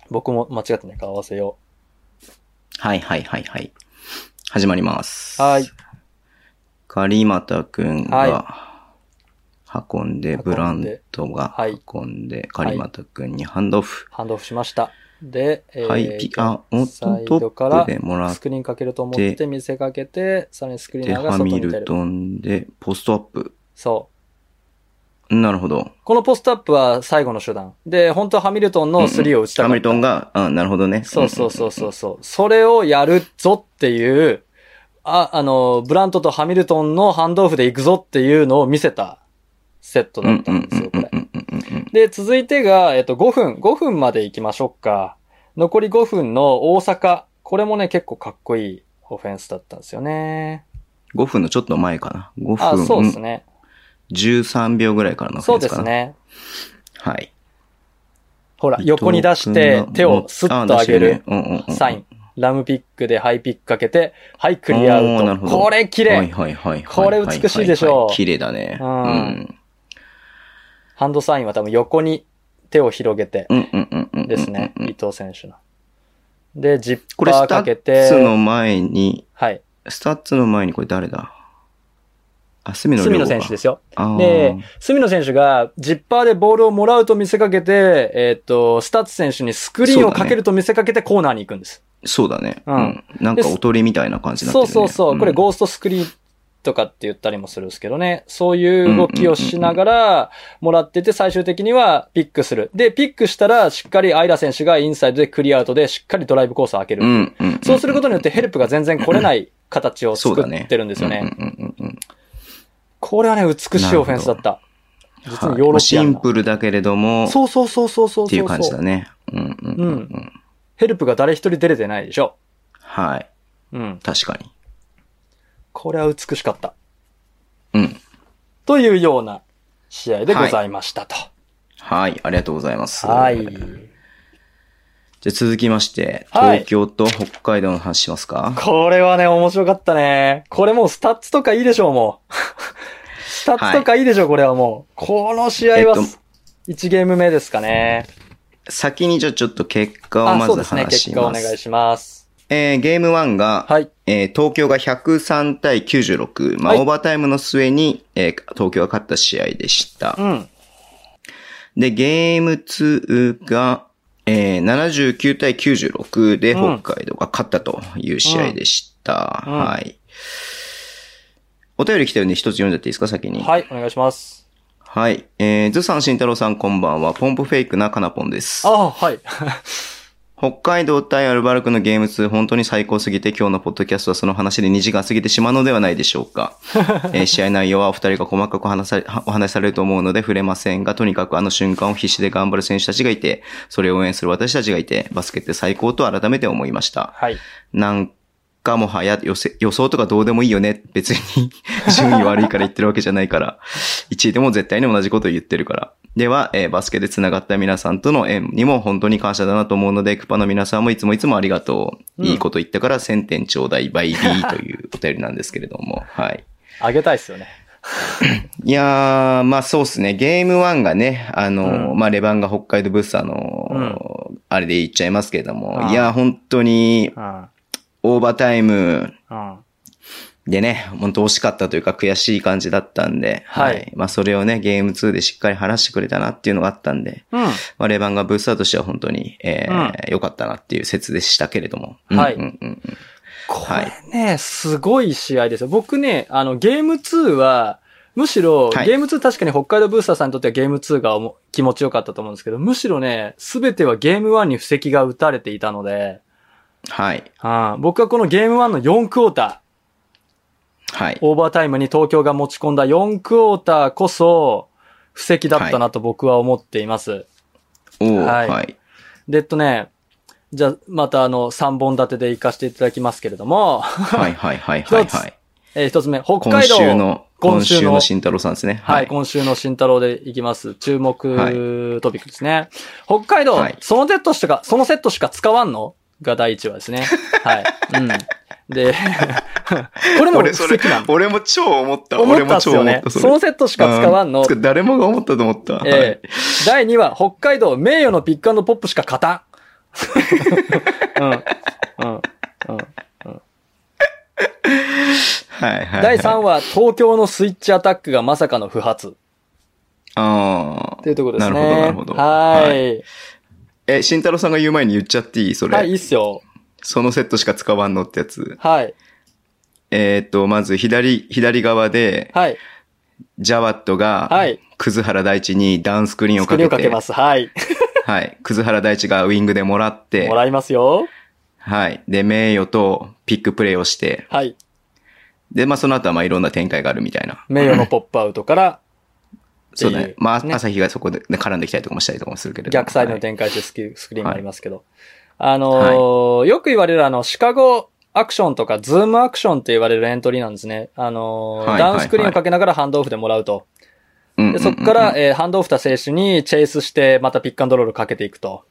S3: 僕も間違ってないか合わせよ
S2: はいはいはいはい。始まります。
S3: う。はい。。
S2: 狩俣くん
S3: は
S2: が運んで、
S3: 運んで
S2: ブラントが
S3: はい
S2: 運んで、狩俣くんにハンドオフ。
S3: ハンドオフしました。で、えー
S2: はい、ピあ、おっ
S3: サイ
S2: と、
S3: ド
S2: ト
S3: から
S2: ップでもらっ
S3: スクリーンかけると思って見せかけて、さらにスクリー
S2: て、
S3: ナーが
S2: ハ
S3: 外
S2: ミ
S3: に出
S2: ル
S3: る。
S2: トンで、ポストアップ。
S3: そう。
S2: なるほど。
S3: このポストアップは最後の手段。で、本当はハミルトンのスリーを打ちた
S2: ハ
S3: か
S2: ミ
S3: っ
S2: ル
S3: た。
S2: トンが、あなるほどね。
S3: そうそう
S2: うん。
S3: そうそうそう。それをやるぞっていう、あ、あの、ブラントとハミルトンのハンドオフで行くぞっていうのを見せたセット
S2: う
S3: だっ
S2: んう
S3: た
S2: んうんん
S3: で
S2: う
S3: すよ、
S2: ん
S3: こ
S2: う
S3: れ。
S2: んうんうん。
S3: で、続いてが、えっと、5分、5分まで行きましょうか。残り5分の大阪。これもね、結構かっこいいオフェンスだったんですよね。
S2: 5分のちょっと前かな。
S3: あ、
S2: 5
S3: そうです
S2: 分
S3: ね。
S2: 13秒ぐらいからの
S3: そう
S2: フェ
S3: で
S2: ンスか
S3: す
S2: な。
S3: ね。
S2: はい。
S3: ほら、横に出し
S2: 伊藤
S3: て
S2: 君が
S3: 手をスッと上げる。
S2: あ出してねうんうんうん
S3: サイン。ラムピックでハイピックかけて、はい、クリアア
S2: おーなる
S3: ウ
S2: ほ
S3: ト。
S2: ど
S3: これ綺
S2: はいは
S3: 麗。
S2: いはいはいはいはい。
S3: これ美しいでしょう
S2: 綺麗だね。
S3: う
S2: うんん。
S3: ハンドサインは多分横に手を広げて
S2: うんうんうんうん。
S3: ですね。伊藤選手の。で、ジッ
S2: これ
S3: パー
S2: スタ
S3: かけ
S2: ッツの
S3: て、
S2: 前に、
S3: はい。
S2: スタッツの前にこれ誰だあ、隅野。
S3: 隅野選手ですすよ。
S2: あー
S3: で、隅野選手がジッパーでボールをもらうと見せかけて、えーっと、スタッツ選手にスクリーンをかけると見せかけてコーナーに行くんです。
S2: そうだね。
S3: う
S2: うんん。なんかおとりみたいな感じになって
S3: そ
S2: る
S3: う
S2: ね。
S3: そうそう。これ
S2: ー
S3: ゴーストスクリーンとかって言ったりもするんですけどね。そういう動きをしながらもらってて最終的にはピックする。で、ピックしたらしっかりアイラ選手がインサイドでクリアアウトでしっかりドライブコースを開ける。
S2: うんうんん。
S3: そうすることによってヘルプが全然来れない形を
S2: そう
S3: 作
S2: だね。
S3: ってるんですよね。
S2: うんうんうんうんうん。
S3: これはね、美しいオフェンスだった。実にヨーロ
S2: はい
S3: ピア
S2: シ
S3: ン
S2: ン
S3: な。
S2: プルだけれども、
S3: そうそうそうそうそうそうそう。
S2: っていう感じだね。うんうんうんうん。
S3: ヘルプが誰一人出れてないでしょ。
S2: はい。
S3: うん。
S2: 確かに。
S3: これは美しかった。
S2: うん。
S3: というような試合でございましたと。
S2: はい。ありがとうございます。
S3: はい
S2: じゃあ続きまして、
S3: は
S2: 東
S3: い
S2: 京と北海道の話しますか、
S3: これはね、面白かったね。これもうスタッツとかいいでしょう、もう。 スタッツとかいいでしょう、これはもう。この試合は
S2: えっ
S3: す、1ゲーム目ですかね。
S2: 先にじゃあちょっと結果を
S3: あ、
S2: ま
S3: そう
S2: ず
S3: ですね。
S2: 話
S3: 結
S2: し
S3: 果お
S2: ます。
S3: 願いします。
S2: えーゲーム1が、
S3: はい。
S2: えー東京が103対96、まあ
S3: はい
S2: オーバータイムの末に、えー東京が勝った試合でした
S3: う。ん。
S2: で、ゲーム2が、えー79対96で
S3: うん
S2: 北海道が勝ったという試合でした。
S3: うんうん
S2: はい。お便り来てるんで一つ読んじゃっていいですか、先に。
S3: はい、お願いします。
S2: はい。えー、ずさん、慎太郎さん、こんばんは。ポンプフェイクなかなぽんです。
S3: あ、はい。
S2: 北海道対アルバルクのゲーム2、本当に最高すぎて、今日のポッドキャストはその話で2時間過ぎてしまうのではないでしょうか。えー試合内容はお二人が細かく話されはお話しされると思うので触れませんが、とにかくあの瞬間を必死で頑張る選手たちがいて、それを応援する私たちがいて、バスケって最高と改めて思いました。
S3: はい。
S2: なんかもはや予せ予想とかどうでもいいよね。別 に順位悪いから言ってるわけじゃないから。1位でも絶対に同じこと言ってるから。では、えーバスケで繋がった皆さんとの縁にも本当に感謝だなと思うので、クパの皆さんもいつもいつもありがとう。
S3: うん
S2: いいこと言ったから1000点ちょうだい、バイビ ーというお便りなんですけれども。はい。
S3: あげたいっすよね。
S2: いやー、まあそうっすね。ゲーム1がね、あの、
S3: うん
S2: まあレバンが北海道ブースターの、あれで言っちゃいますけれども、
S3: あー
S2: いやー、本当に
S3: うん。うん。
S2: オーバータイム、
S3: は
S2: でね、本当惜しかったというか悔しい感じだったんで、
S3: はい
S2: まあそれをね、ゲーム2でしっかり晴らしてくれたなっていうのがあったんで、まあレバンがブースターとしては本当に、えー良かったなっていう説でしたけれども。
S3: はい
S2: うんうんうんうん
S3: こ
S2: はい
S3: れね、すごい試合ですよ。僕ね、あの、ゲーム2は、むしろ、
S2: はい
S3: ゲーム2確かに北海道ブースターさんにとってはゲーム2がおも気持ちよかったと思うんですけど、むしろね、すべてはゲーム1に布石が打たれていたので、
S2: はい。
S3: うん僕はこのゲーム1の4クォーター、
S2: はい。
S3: オーバータイムに東京が持ち込んだ4クォーターこそ、布石だったなと僕は思っています。
S2: おー
S3: はい
S2: はい。
S3: で、えっとね、じゃあ、またあの、3本立てで行かせていただきますけれども、
S2: はいはいはいはい
S3: 一
S2: は
S3: つ
S2: い。
S3: えー一つ目、北
S2: 今
S3: 海道。
S2: 週の、今
S3: 今週の
S2: 週の慎太郎さんですね。
S3: はい、今週の慎太郎でいきます。注目
S2: は
S3: トピックですね。北海道、
S2: はい
S3: そのセットしか、そのセットしか使わんのが第一話です ね。はい。うん。で、 これも
S2: 俺
S3: 奇
S2: それ
S3: 跡なん、だ。
S2: 俺も超思った。
S3: 思
S2: 俺
S3: った
S2: も
S3: っす
S2: 超
S3: よ
S2: 思
S3: ね
S2: っ。た。
S3: そ
S2: それ
S3: のセットしか使わん
S2: う
S3: の
S2: つ。か誰もが思ったと思った。
S3: ええ第2話、北海道、名誉のピックアンドポップしか勝たん。 うん。うん。うん。
S2: はいはいはい。
S3: 第3話、東京のスイッチアタックがまさかの不発。
S2: ああ
S3: と。いうところですね。
S2: なるほどなるほど
S3: は。
S2: はいえ、慎太郎さんが言う前に言っちゃっていいそれ。
S3: はい、いいっすよ。
S2: そのセットしか使わんのってやつ。
S3: はい。
S2: えーっ、と、まず左、左側で、
S3: はい。
S2: ジャワットが、
S3: はい
S2: 葛原大地にダウンスクリーンを
S3: ス
S2: か
S3: クリ
S2: け
S3: ーン
S2: て、
S3: をかけます。はい。
S2: はい。葛原大地がウィングでもらって
S3: も、らいますよ。
S2: はい。で、名誉とピックプレイをして、
S3: はい。
S2: で、まあその後はまあいろんな展開があるみたいな。
S3: 名誉のポップアウトから
S2: そうだね。まあ、
S3: ね
S2: 朝日がそこで、ね、絡んできたりとかもしたりとかもするけれども。
S3: 逆サイドの
S2: はい
S3: 展開してスクスクリーンがありますけど。あのーよく言われるあの、シカゴアクションとか、ズームアクションって言われるエントリーなんですね。あのー
S2: はい
S3: ダウンスクリーンをかけながらハンドオフでもらう
S2: うんうんう
S3: と。
S2: ん
S3: でそこから、えーハンドオフした選手にチェイスして、またピックアンドロールかけていくと。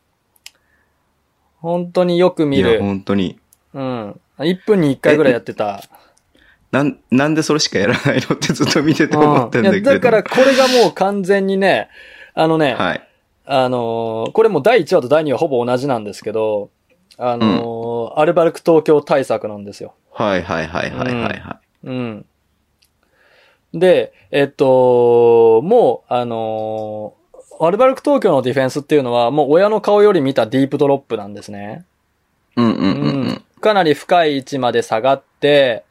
S3: 本当によく見
S2: いや、
S3: る。
S2: 本当に。
S3: うん。1分に1回ぐらいやってた。
S2: なん、なんでそれしかやらないのってずっと見てて 思った
S3: うんん、
S2: だ
S3: い
S2: け
S3: や
S2: ど。
S3: だから、これがもう完全にね、あのね、
S2: はい。
S3: あのーこれも第1話と第2話ほぼ同じなんですけど、あのーアルバルク東京対策なんですよ。
S2: はいはいはいはいはいはい。
S3: うん。で、えっと、もう、あのーアルバルク東京のディフェンスっていうのは、もう親の顔より見たディープドロップなんですね。
S2: うんうんうんう
S3: うんん。かなり深い位置まで下がって、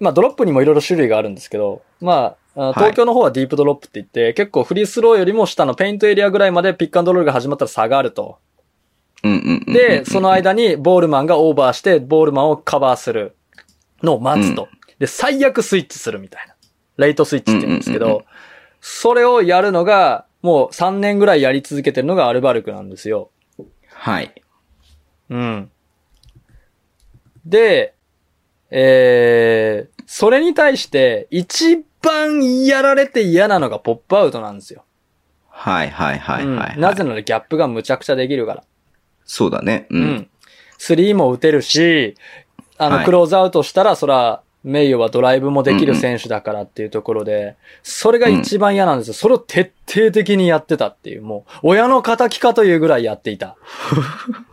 S3: まあドロップにもいろいろ種類があるんですけど、まああ、
S2: い
S3: 東京の方はディープドロップって言って、結構フリースローよりも下のペイントエリアぐらいまでピックアンドロールが始まったら下がると。
S2: うんうんうんうん。
S3: で、その間にボールマンがオーバーして、ボールマンをカバーするのを待つと。で、最悪スイッチするみたいな。レイトスイッチって言うんですけ
S2: うんうんうんう
S3: ど、それをやるのが、もう3年ぐらいやり続けてるのがアルバルクなんですよ。
S2: はい。
S3: うん。で、えー、それに対して、一番やられて嫌なのがポップアウトなんですよ。
S2: はいはいはいはい、はい
S3: うんなぜならギャップがむちゃくちゃできるから。
S2: そうだね。う。。
S3: うんスリーも打てるし、あの、
S2: はい
S3: クローズアウトしたら、そら、名誉はドライブもできる選手だからっていうところで、それが一番嫌なんですよ。それを徹底的にやってたっていう、もう、親の敵かというぐらいやって いた。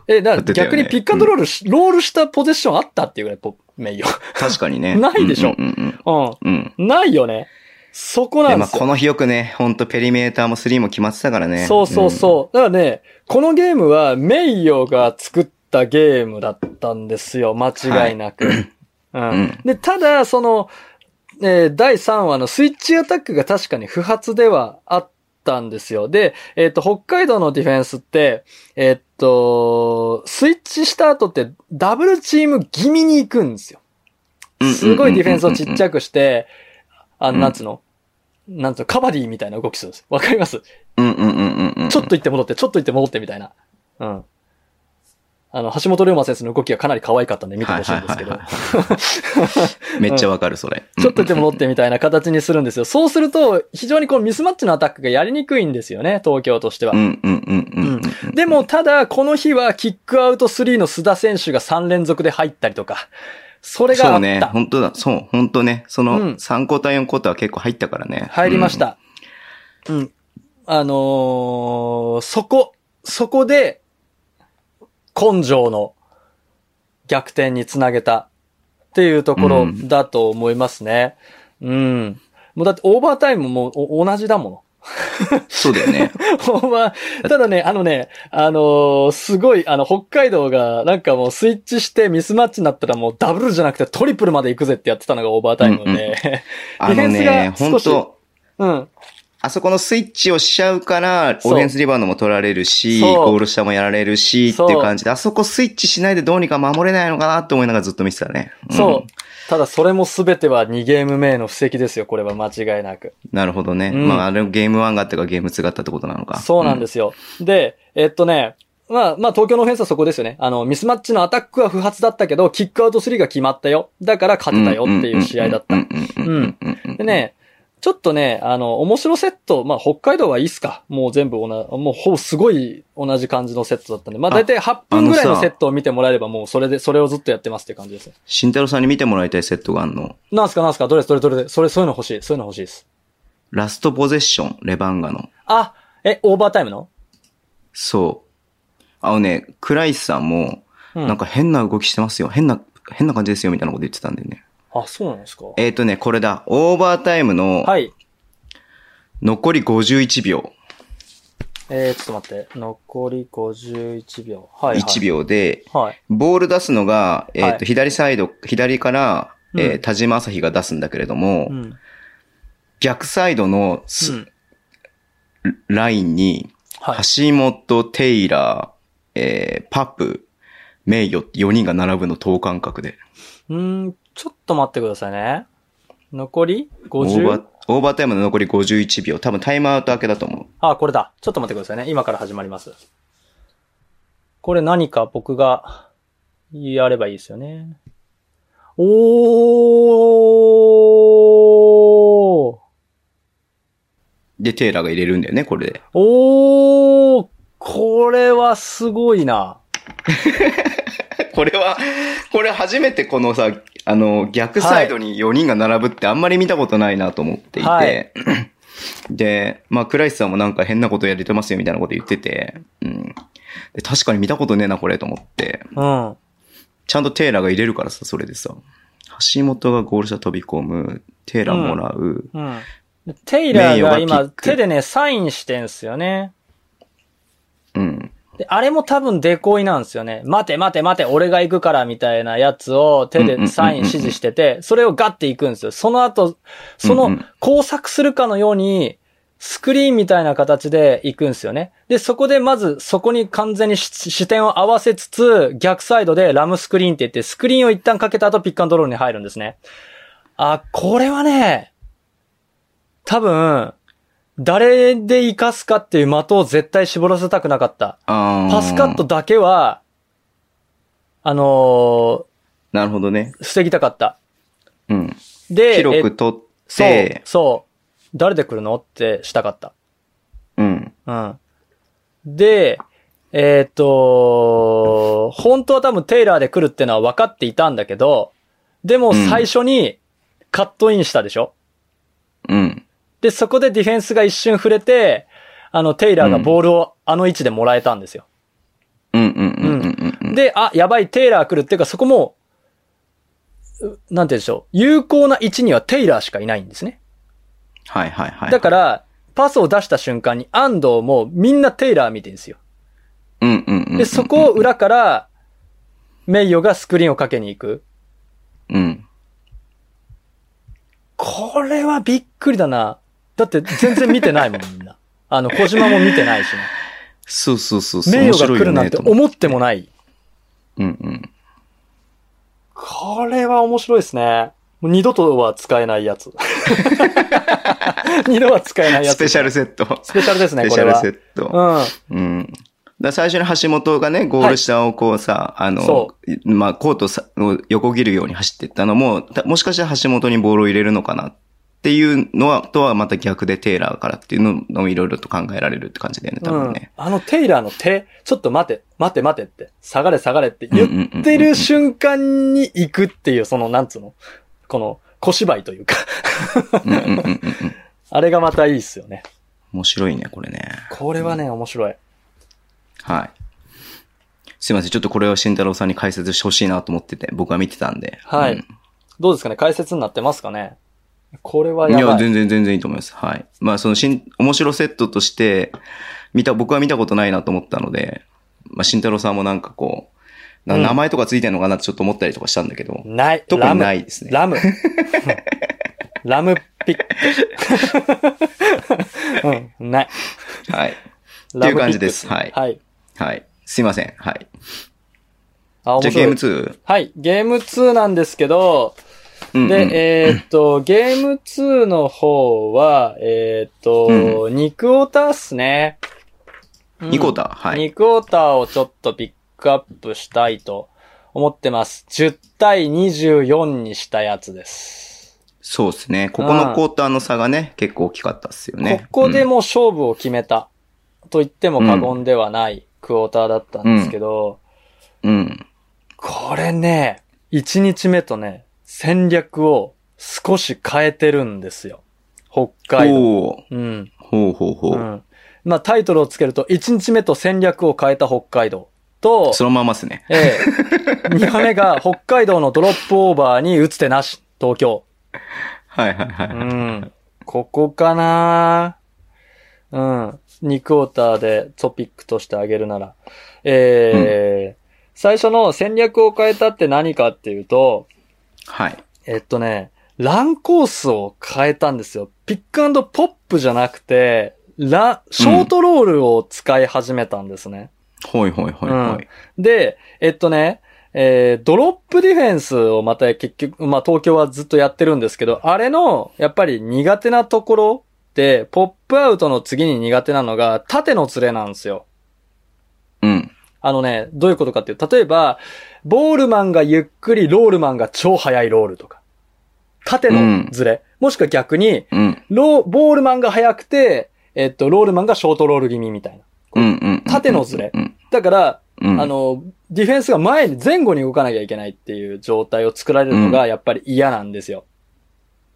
S3: え、だから逆にピックアンドロールし、ロールしたポゼッションあったっていうぐらい、ポ名誉。
S2: 確かにね。
S3: ないでしょ
S2: うんうん
S3: う
S2: うん。 うん。
S3: ん。ないよね。そこな
S2: で、
S3: ん
S2: ま
S3: で
S2: あ、
S3: す
S2: こ
S3: よ。
S2: の日よくね、ほんとペリメーターもスリーも決まってたからね。
S3: そうそうそう。だからね、このゲームは、名誉が作ったゲームだったんですよ。間違いなく。うん
S2: うん
S3: で、ただ、その、えー第3話のスイッチアタックが確かに不発ではあったんですよ。で、えっ、と、北海道のディフェンスって、えっ、と、スイッチした後ってダブルチーム気味に行くんですよ。すごいディフェンスをちっち
S2: ゃ
S3: ゃくして、あ
S2: う
S3: の、
S2: ん
S3: なんつうの、なんつうの、カバディみたいな動きするんです。わかります
S2: うんうんうんうんうん。
S3: ちょっと行って戻って、ちょっと行って戻ってみたいな。うん。あの、橋本龍馬先生の動きがかなり可愛かったんで見てほしいんですけど
S2: はい。めっちゃわかる、それ。
S3: ちょっとでも戻ってみたいな形にするんですよ。そうすると、非常にこのミスマッチのアタックがやりにくいんですよね、東京としては
S2: う。んうんうんうんうんうん。
S3: でも、ただ、この日はキックアウト3の須田選手が3連続で入ったりとか、それがあ
S2: そう
S3: っ
S2: ね、
S3: た。
S2: 本当だ、そう、本当ね、そ
S3: うん
S2: の3交代4交代は結構入ったからね。
S3: 入りまし。た。うん。あのーそこ、そこで、根性の逆転につなげたっていうところだと思いますね。うん。もうだってオーバータイムもお同じだもの。
S2: そうだよね。
S3: ほんま、ただね、あのね、あのーすごい、あの、北海道が、なんかもうスイッチしてミスマッチになったらもうダブルじゃなくてトリプルまで行くぜってやってたのがオーバータイムで。
S2: あのね
S3: ディ、フェン
S2: 本
S3: スが少
S2: 当
S3: うん、うん
S2: あそこのスイッチをしちゃうから、オ
S3: そう
S2: フェンスリバウンドも取られるし、
S3: そう
S2: ゴール下もやられるし、って
S3: そう
S2: いう感じで、あそこスイッチしないでどうにか守れないのかなって思いながらずっと見てたね。ん
S3: そう。ただそれも全ては2ゲーム目の布石ですよ、これは間違いなく。
S2: なるほどね。
S3: うん
S2: まあ、あれもゲーム1があったかゲーム2があったってことなのか。。
S3: そうなんですすよ。で、えっとね、まあ、まあ、東京のオフェンスはそこですよね。あの、ミスマッチのアタックは不発だったけど、キックアウト3が決まったよ。だから勝てたよっていう試合だった
S2: う。んうんうんうんうんうん
S3: で。ね、ちょっとね、あの、面白セット、まあ、北海道はいいっすか。もう全部おな、もうほぼすごい同じ感じのセットだったんで、まあ、
S2: あ
S3: だいたい8分ぐら
S2: あ
S3: い
S2: の
S3: の
S2: さ
S3: セットを見てもらえれば、もうそれで、それをずっとやってますっていう感じですね。
S2: 慎太郎さんに見てもらいたいセットがあるの。
S3: なんすかなんすかどれどれどれそれ、そういうの欲しい。そういうの欲しいです。
S2: ラストポゼッション、レバンガの。
S3: あ、え、オーバータイムの
S2: そう。あのね、クライスさんも、
S3: うん。
S2: なんか変な動きしてますよ。変な、変な感じですよ、みたいなこと言ってたんでね。
S3: あ、そうなんですか
S2: えっ、ー、とね、これだ。オーバータイムの
S3: はい。
S2: 残り51秒。
S3: えー、ちょっと待って。残り51秒。はい、はい。
S2: 1。秒で、
S3: はい。
S2: ボール出すのが、えっ、と、
S3: はい
S2: 左サイド、左から、えー
S3: うん
S2: 田島朝日が出すんだけれども、
S3: うん。
S2: 逆サイドのす、
S3: うん
S2: ラインに、
S3: はい。
S2: 橋本、テイラー、えーパプ、名誉って4人が並ぶの等間隔で。
S3: うーん、ちょっと待ってくださいね。残り
S2: オ
S3: 50?
S2: ーバー、オーバータイムの残り51秒。多分タイムアウト明けだと思う。
S3: あ、これだ。ちょっと待ってくださいね。今から始まります。これ何か僕がやればいいですよね。おー
S2: で、テイラーが入れるんだよね、これで。
S3: おーこれはすごいな。
S2: これは、これ初めてこのさ、あの、逆サイドに4人が並ぶってあんまり見たことないなと思っていて、
S3: はい
S2: で、まあ、クライスさんもなんか変なことやれてますよみたいなこと言ってて、うん。で確かに見たことねえな、これと思って。
S3: うん。
S2: ちゃんとテイラーが入れるからさ、それでさ。橋本がゴール下飛び込む、テイラーもらう、
S3: うん。テイラーが
S2: 名誉が
S3: 今
S2: キック
S3: 手でね、サインしてんすよね。
S2: うん。
S3: で、あれも多分デコイなんですよね。待て待て待て、俺が行くからみたいなやつを手でサイン指示してて、それをガッて行くんですよ。その後、そ
S2: うんう
S3: の
S2: ん
S3: 工作するかのように、スクリーンみたいな形で行くんですよね。で、そこでまずそこに完全にし視点を合わせつつ、逆サイドでラムスクリーンって言って、スクリーンを一旦かけた後ピックアンドロールに入るんですね。あ、これはね、多分、誰で活かすかっていう的を絶対絞らせたくなかった。
S2: あー
S3: パスカット。だけは、あの
S2: なるほどね。
S3: ー防ぎたかった。
S2: うん。
S3: で、
S2: 広
S3: え
S2: く取っ
S3: そう
S2: て、、
S3: そう、誰で来るのってしたかった。
S2: うん。
S3: うん。で、えーっ、と、本当は多分テイラーで来るってのは分かっていたんだけど、でも
S2: うん
S3: 最初にカットインしたでしょ、
S2: うん。
S3: で、そこでディフェンスが一瞬触れて、あの、テイラーがボールをあの位置でもらえたんですよ。
S2: うんうんうんうんうん。、
S3: で、あ、やばい、テイラー来るっていうか、そこも、うなんて言うんでしょう。有効な位置にはテイラーしかいないんですね。
S2: はいはいはい。
S3: だか、ら、パスを出した瞬間に安藤もみんなテイラー見てるんですよ。
S2: うんうんうん。
S3: で、そこを裏から、名誉がスクリーンをかけに行く。
S2: うん。
S3: これはびっくりだな。だって全然見てないもん、みんな。 あの、小島も見てないしね。
S2: そうそうそうそう。
S3: 名誉が来るな
S2: 面白いよね
S3: んて
S2: と思
S3: 思ってもない。
S2: う。うんうん。
S3: これは面白いですね。もう二度とは使えないやつ。 二度は使えないやつ。
S2: スペシャルセット。
S3: スペシャルです
S2: ス
S3: ね、
S2: ペ
S3: こ
S2: シ
S3: れ
S2: ャル
S3: は
S2: セ。ット。
S3: うん。
S2: うん。だから最初に橋本がね、ゴール下をこうさ、あの
S3: そ、
S2: まあ、コートさを横切るように走ってったのも、たもしかしたら橋本にボールを入れるのかなっていうのは、とはまた逆でテイラーからっていうのもいろいろと考えられるって感じだよね、多分ね。
S3: うん、あのテイラーの手、ちょっと待て、待て待てって、下がれ下がれって
S2: うんう
S3: 言
S2: んうんうん
S3: ってる瞬間に行くっていう、その、なんつうの、この小芝居というか、
S2: うんうんうんうんうん
S3: あれがまたいいっすよね。
S2: 面白いね、これね。
S3: これはね、面白い。
S2: はい。すいません、ちょっとこれを慎太郎さんに解説してほしいなと思ってて、僕は見てたんで。
S3: はい
S2: うん
S3: どうですかね解説になってますかねこれはいや
S2: や、
S3: ばい。
S2: 全然全然いいと思います。はい。まあ、その新、面白セットとして、見た、僕は見たことないなと思ったので、まあ、慎太郎さんもなんかこう、な
S3: うん
S2: 名前とかついてるのかなってちょっと思ったりとかしたんだけど、
S3: ない。
S2: 特
S3: ラ
S2: に
S3: ム
S2: ないですね。
S3: ラム。 ラムピック。 うん、ない。
S2: はい。
S3: ラムピック
S2: っていう感じですはい
S3: はい。
S2: はい。すいません。はい。
S3: あ、
S2: じゃ
S3: 面
S2: あゲー
S3: 白
S2: ム
S3: い。
S2: 2。
S3: はい。ゲーム2なんですけど、
S2: うんうん、
S3: で、えーっと、ゲーム2の方は、えーっと、肉オタっすね。うん
S2: ニコタ。はい。
S3: 肉オタをちょっとピックアップしたいと思ってます。10対24にしたやつです。
S2: そうですね。ここのクォーターの差がね、結構大きかったっすよね。
S3: ここで
S2: うん
S3: もう勝負を決めた、と言っても過言ではないクオーターだったんですけど、
S2: うん。
S3: これね、1日目とね、戦略を少し変えてるんですよ。北海道。
S2: ほう。
S3: うん。
S2: ほうほうほ
S3: う
S2: う。
S3: ん。まあタイトルをつけると、1日目と戦略を変えた北海道と、
S2: そのままっすね。
S3: ええ、2話目が北海道のドロップオーバーに打つ手なし、東京。
S2: はいはいはいうはい。
S3: ん。ここかなうん。2クォーターでトピックとしてあげるなら。えー最初の戦略を変えたって何かっていうと、
S2: はい。
S3: えっとね、ランコースを変えたんですよ。ピックアンドポップじゃなくて、ラ、ショートロールを使い始めたんですね。
S2: ほいほいほいほい。
S3: で、えっとね、えードロップディフェンスをまた結局、まあ東京はずっとやってるんですけど、あれの、やっぱり苦手なところで、ポップアウトの次に苦手なのが、縦の連れなんですよ。
S2: うん。
S3: あのね、どういうことかっていうと、例えば、ボールマンがゆっくり、ロールマンが超速いロールとか。縦のズレ。もしくは逆に、
S2: うん。
S3: ロー、ボールマンが速くて、えっと、ロールマンがショートロール気味みたいな。
S2: うんうんうん。
S3: 縦のズレ
S2: うん。
S3: だから、
S2: うん。
S3: あの、ディフェンスが前に、前後に動かなきゃいけないっていう状態を作られるのがやっぱり嫌なんですよ。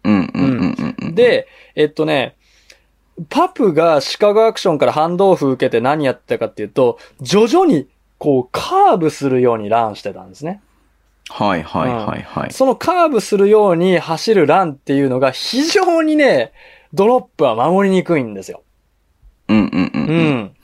S2: うんうんうんうん。、
S3: で、えっとね、パプがシカゴアクションからハンドオフ受けて何やってたかっていうと、徐々にこうカーブするようにランしてたんですね。
S2: はいはいはいはい。
S3: そのカーブするように走るランっていうのが非常にね、ドロップは守りにくいんですよ。
S2: うんうんうん。
S3: う
S2: うん
S3: ん。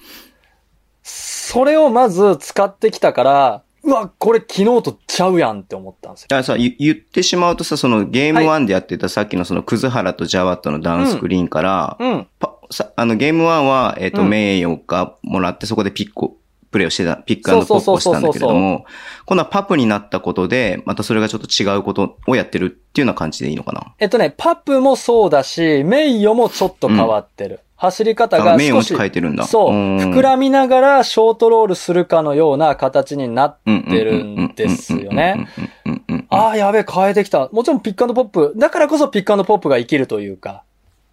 S3: それをまず使ってきたから、うわ、これ昨日とちゃうやんって思ったんですよ
S2: だからさ、言言ってしまうとさ、そのゲーム1でやってたさっきのその葛原とジャワットのダウンスクリーンから、
S3: うん。
S2: パさあのゲーム1は、えっ、と、
S3: うん
S2: 名誉がもらってそこでピッコ、プレイをしてた、ピックアンドポ
S3: そう
S2: ップ
S3: そう
S2: をし
S3: そう
S2: たんだけれ
S3: そうそう
S2: ども、今度はパプになったことで、またそれがちょっと違うことをやってるっていうような感じでいいのかな。
S3: えっとね、パプもそうだし、メイヨもちょっと変わってる。走り方
S2: だから
S3: が
S2: 名誉を
S3: 少し、
S2: 変えてるんだ。
S3: そう、
S2: ん
S3: 膨らみながらショートロールするかのような形になっ
S2: って
S3: るんですよね。
S2: うんうんうんうん
S3: ああ、やべえ、変えてきた。もちろんピックアンドポップ。だからこそピックアンドポップが生きるというか。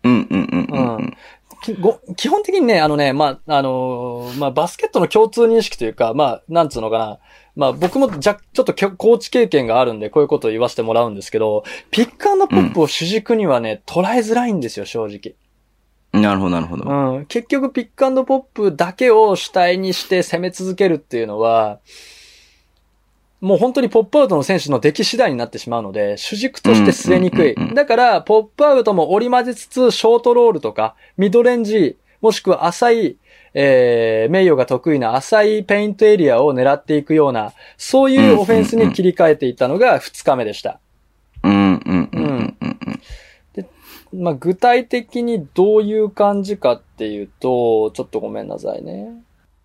S2: うんうんうんうんうん。
S3: きご基本的にね、あのね、まあ、あのーまあ、バスケットの共通認識というか、まあ、なんつうのかな。まあ、僕もじゃ、ちょっときょコーチ経験があるんで、こういうことを言わせてもらうんですけど、ピックアンドポップを主軸にはね、捉えづらいんですよ、正直。
S2: なるほど、なるほど。
S3: うん、結局ピックアンドポップだけを主体にして攻め続けるっていうのは、もう本当にポップアウトの選手の出来次第になってしまうので、主軸として据えにくい
S2: うんうんうんうん。
S3: だから、ポップアウトも織り交ぜつつ、ショートロールとか、ミドレンジ、もしくは浅い、えー、名誉が得意な浅いペイントエリアを狙っていくような、そういうオフェンスに切り替えていったのが2日目でした。
S2: うんうんうんうんうんうん。
S3: まあ、具体的にどういう感じかっていうと、ちょっとごめんなさいね。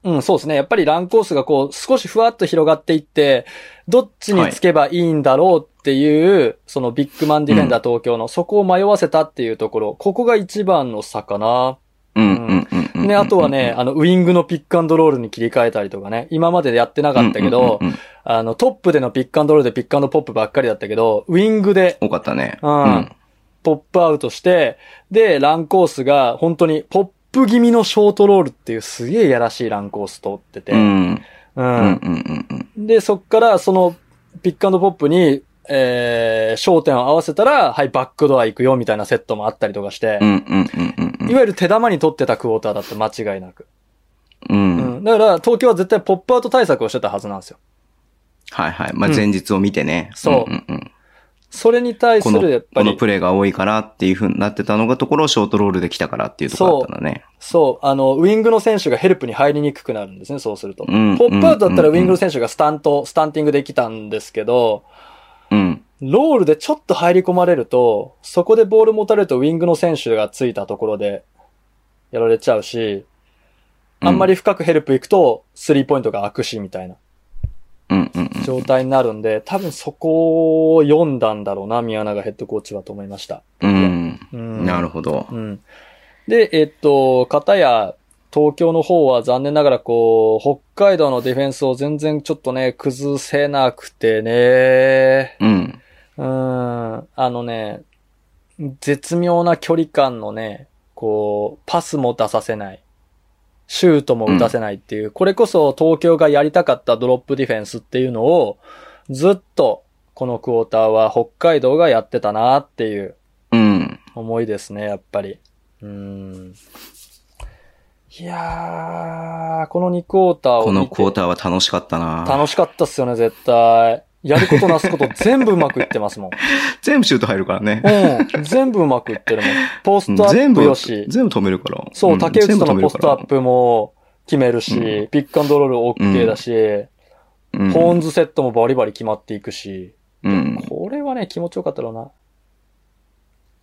S3: うん、そうですね。やっぱりランコースがこう、少しふわっと広がっていって、どっちにつけばいいんだろうっていう、そのビッグマンディフェンダー東京の、そこを迷わせたっていうところ、ここが一番の差かな。
S2: うんうんうんうん。
S3: ね、あとはね、、あの、ウィングのピックアンドロールに切り替えたりとかね、今までやってなかったけど、
S2: うんうんうんうん、
S3: あの、トップでのピックアンドロールでピックアンドポップばっかりだったけど、ウィングで
S2: 多かったね。
S3: うんポップアウトして、で、ランコースが本当にポップ気味のショートロールっていうすげえやらしいランコース通ってて、
S2: うん。うん。うん
S3: う
S2: んうんうんうん。
S3: で、そっからそのピックアンドポップに、えー、焦点を合わせたら、はい、バックドア行くよみたいなセットもあったりとかして
S2: う、んうんうんうんうん。
S3: いわゆる手玉に取ってたクォーターだった間違いなく。
S2: うん
S3: うん。だから、東京は絶対ポップアウト対策をしてたはずなんですよ。
S2: はいはい。まあ、
S3: うん
S2: 前日を見てね。
S3: そうん
S2: んん
S3: それに対す
S2: この、
S3: る、やっぱ
S2: こ
S3: り。
S2: のプレーが多いからっていう風になってたのがところをショートロールできたからっていうところだったんだね。
S3: そう、あの、ウィングの選手がヘルプに入りにくくなるんですね、そうすると。
S2: うん
S3: ポップアウトだったらウ
S2: うん
S3: ィングの選手がスタント、スタンティングできたんですけど、
S2: うん。
S3: ロールでちょっと入り込まれると、そこでボール持たれるとウィングの選手がついたところでやられちゃうし、あんまり深くヘルプ行くと、スリーポイントが悪しみたいな
S2: うんうんうん。
S3: 状態になるんで、多分そこを読んだんだろうな、宮永ヘッドコーチはと思いました。
S2: うん。
S3: うん
S2: なるほど。
S3: うん。で、えっと、片や東京の方は残念ながらこう、北海道のディフェンスを全然ちょっとね、崩せなくてね。
S2: うん。
S3: うん。あのね、絶妙な距離感のね、こう、パスも出させない。シュートも打たせないっていう、これこそ東京がやりたかったドロップディフェンスっていうのを、ずっとこのクォーターは北海道がやってたなっていう
S2: うん。
S3: 重いですね、やっぱり。うーん。いやー、この2クォーターを
S2: この
S3: 見て
S2: クォーターは楽しかったな
S3: 楽しかったっすよね、絶対。やることなすこと全部うまくいってます もん。
S2: 全部シュート入るからね。
S3: うん。全部うまくいってるもん。ポストア
S2: 全
S3: ップ
S2: 部
S3: よし。
S2: 全部止めるから。
S3: そう、
S2: ん
S3: 竹内とのポスト
S2: 全部止める
S3: アッ。
S2: か
S3: プも決めるし、
S2: う
S3: ピックアンドロール OK だし、
S2: らうん
S3: ホーンズセットもバリバリ決まっていくし。
S2: うん。
S3: これはね、気持ちよかったろうな。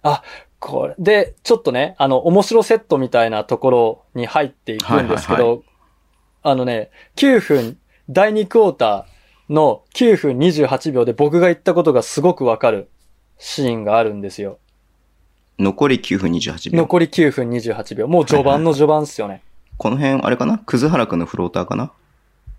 S3: あ、これ。で、ちょっとね、あの、面白セットみたいなところに入っていくんですけど、
S2: はいは
S3: あのね、9分、第2クォーターの9分28秒で僕が言ったことがすごくわかるシーンがあるんですよ。
S2: 残り9分28秒。
S3: 残り9分28秒。もう序盤の序盤っすよね。
S2: この辺、あれかな葛原くんのフローターかな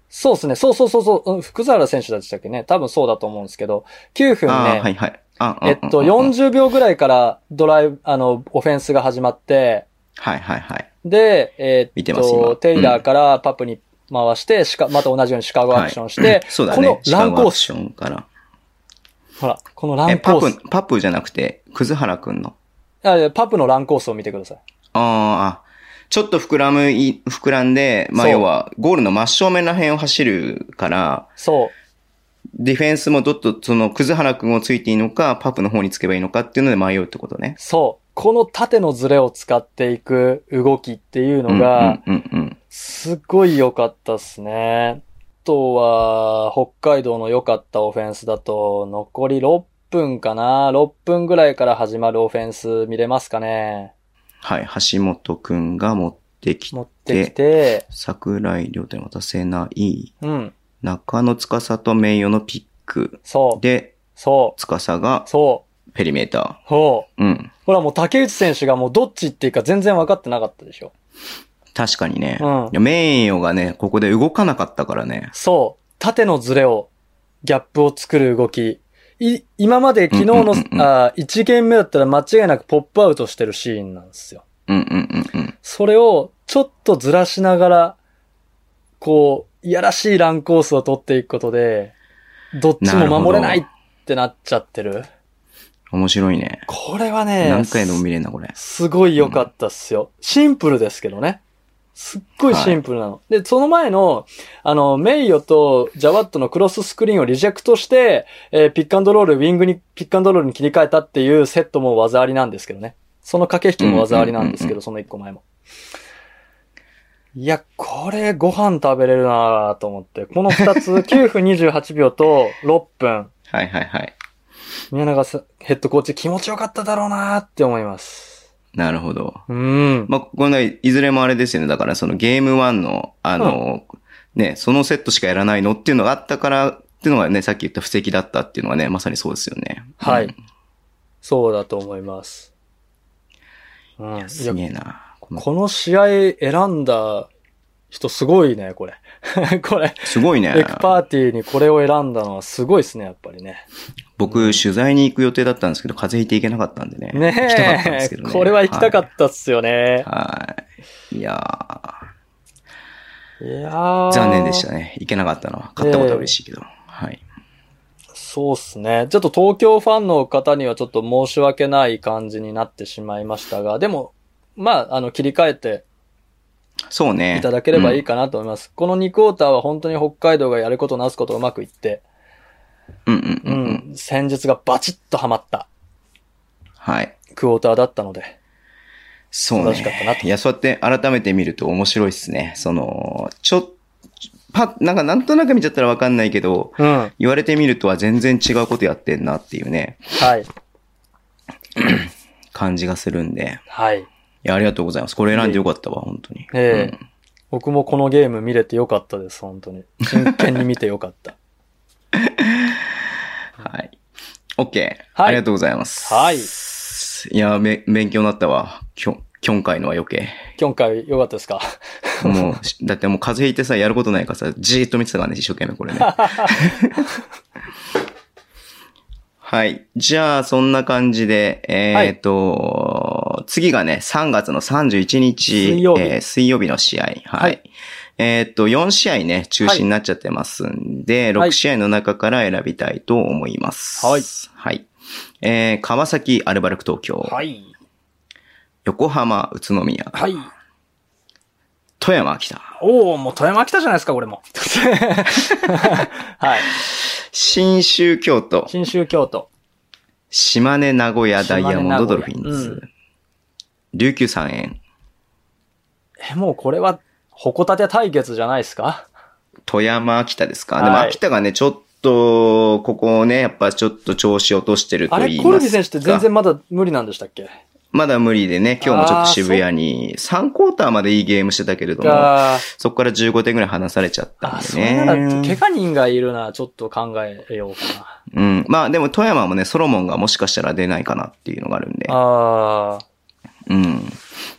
S3: そうですね。そうそうそうそううん。福沢選手でしたっけね。多分そうだと思うんですけど、9分ね、
S2: ああ、はいはい。あ
S3: えっと、。
S2: うんうんうん
S3: 40秒ぐらいからドライブ、あの、オフェンスが始まって、
S2: はいはいはい。
S3: で、え
S2: 見
S3: ー
S2: て
S3: っ
S2: ます今
S3: と、テイラーからパプに回して、シカまた同じようにシカゴアクションして、
S2: はいそうだね。
S3: このランコース
S2: シカゴアクションから。
S3: ほら、このラ
S2: え、
S3: ンコ
S2: パ
S3: ース
S2: プ、パプじゃなくて、葛原くんの。
S3: あいやパプのランコースを見てください。
S2: ああ、ちょっと膨らむい、膨らんで、まあ
S3: そう
S2: 要は、ゴールの真正面ら辺を走るから、
S3: そう。
S2: ディフェンスもどっと、その、葛原くんをついていいのか、パップの方につけばいいのかっていうので迷うってことね。
S3: そう。この縦のズレを使っていく動きっていう
S2: う
S3: の
S2: んう
S3: が
S2: ん、うんうん。
S3: すっごい良かったっすね。あとは、北海道の良かったオフェンスだと、残り6分かな ?6 分ぐらいから始まるオフェンス見れますかね
S2: はい、橋本くんが持ってき
S3: 持って
S2: て、
S3: きて、
S2: 桜井亮太に渡せない、
S3: うん、
S2: 中野司と名誉のピック
S3: そう、
S2: で、
S3: そ
S2: 司が
S3: う、そ
S2: ペリメータ
S3: う、そう。
S2: ー。うん。
S3: ほらもう竹内選手がもうどっちっていうか全然分かってなかったでしょ。
S2: 確かにね。
S3: うん
S2: いや名誉がね、ここで動かなかったからね。
S3: そう。縦のズレを、ギャップを作る動き。い、今まで昨日
S2: うんうん
S3: の、
S2: うんうん
S3: あ1ゲーム目だったら間違いなくポップアウトしてるシーンなんですよ。
S2: うんうんうんうん。
S3: それをちょっとずらしながら、こう、いやらしいランコースを取っていくことで、どっちも守れないってなっちゃってる。
S2: 面白いね。
S3: これはね、
S2: 何回でも見れんな、これ。
S3: すごい良かったっすよ。シンプルですけどね。すっごいシンプルなの。で、その前の、あの、メイヨとジャワットのクロススクリーンをリジェクトして、えーピックアンドロール、ウィングに、ピックアンドロールに切り替えたっていうセットも技ありなんですけどね。その駆け引きも技ありなんです
S2: うんう
S3: け
S2: んうんう
S3: ど、その一個前も。いや、これご飯食べれるなぁと思って。この二つ、9分28秒と6分。
S2: はいはいはい。
S3: 宮永さヘッドコーチ気持ちよかっただろうなーって思います。
S2: なるほど。
S3: うん。
S2: まあ、この、いずれもあれですよね。だからそのゲーム1の、あの、ね、そのセットしかやらないのっていうのがあったから、っていうのがね、さっき言った布石だったっていうのがね、まさにそうですよね。
S3: はい
S2: うん
S3: そうだと思います。うん。いや
S2: すげえな。この
S3: この試合選んだ人すごいね、これ。 これ、
S2: すごいね
S3: エ。クパーティーにこれを選んだのはすごいですね、やっぱりね。
S2: 僕、取材に行く予定だったんですけど、風邪ひいて行けなかったんでね。
S3: ね
S2: 行きたかったんです
S3: え、
S2: けどね。
S3: これは行きたか
S2: た。
S3: ったっすよね。
S2: はい。いや
S3: いやー
S2: ー残念でしたね。行けなかったのは。勝ったことは嬉しいけど。はい。
S3: そうっすね。ちょっと東京ファンの方にはちょっと申し訳ない感じになってしまいましたが、でも、まあ、あの、切り替えて
S2: そうね。
S3: いただければいい
S2: か。
S3: かなと思います。この2クォーターは本当に北海道がやることなすことうまくいって、
S2: うんうんう
S3: うん
S2: うんん。、
S3: 戦術がバチッとハマった
S2: はい。
S3: クォーターだったので。
S2: そう
S3: 素晴らしかったな
S2: ね。
S3: と
S2: いや、そうやって改めて見ると面白いっすね。その、ちょ、パなんかなんとなく見ちゃったらわかんないけど、
S3: うん。は
S2: 言われてみるとは全然違うことやってんなっていうね、
S3: い。
S2: 感じがするんで。
S3: はい。
S2: いや、ありがとうございます。これ選んでよかったわ、本当に。
S3: ええ
S2: うん
S3: 僕もこのゲーム見れてよかったです、本当に。真剣に見てよかった。
S2: はい。OK。
S3: はい
S2: ありがとうございます。
S3: はい
S2: いや、め、勉強になったわ。きょ、きょんかいのは余計。
S3: 今回よかったですか
S2: もう、しだってもう風邪ひいてさ、やることないからさ、じーっと見てたからね、一生懸命こ れね。はい。じゃあ、そんな感じで、え
S3: はい
S2: ーっと、次がね、3月の31日、
S3: 水曜日
S2: えー水曜日の試合。はい。
S3: はい
S2: えーっと、4試合ね、中止になっちゃってますんで、
S3: はい
S2: 6試合の中から選びたいと思います。
S3: はい。
S2: はい。えー、川崎、アルバルク東京。
S3: い。
S2: 横浜、宇都宮。
S3: はい。
S2: 富山、秋田。
S3: おおもう富山来たじゃないですか、これも。 はい。
S2: 新州、京都。
S3: 新州京都。
S2: 島根、名古屋、ダイヤモンド、ドルフィンズ。
S3: 島根名古屋
S2: 琉球三円、
S3: え、もうこれは、矛盾対決じゃないですか
S2: 富山、秋田ですか、
S3: はい
S2: でも秋田がね、ちょっと、ここをね、やっぱちょっと調子落としてると
S3: あ
S2: 言い
S3: れ、
S2: ますか。
S3: コルビ選手って全然まだ無理なんでしたっけ
S2: まだ無理でね、今日もちょっと渋谷に、3クォーターまでいいゲームしてたけれども、
S3: が、
S2: そこから15点ぐらい離されちゃった
S3: あ、
S2: んで
S3: それなら、怪
S2: ね。
S3: 我人がいるならちょっと考えようか
S2: うん。まあでも富山もね、ソロモンがもしかしたら出ないかなっていうのがあるんで
S3: な。。ああ、
S2: うん。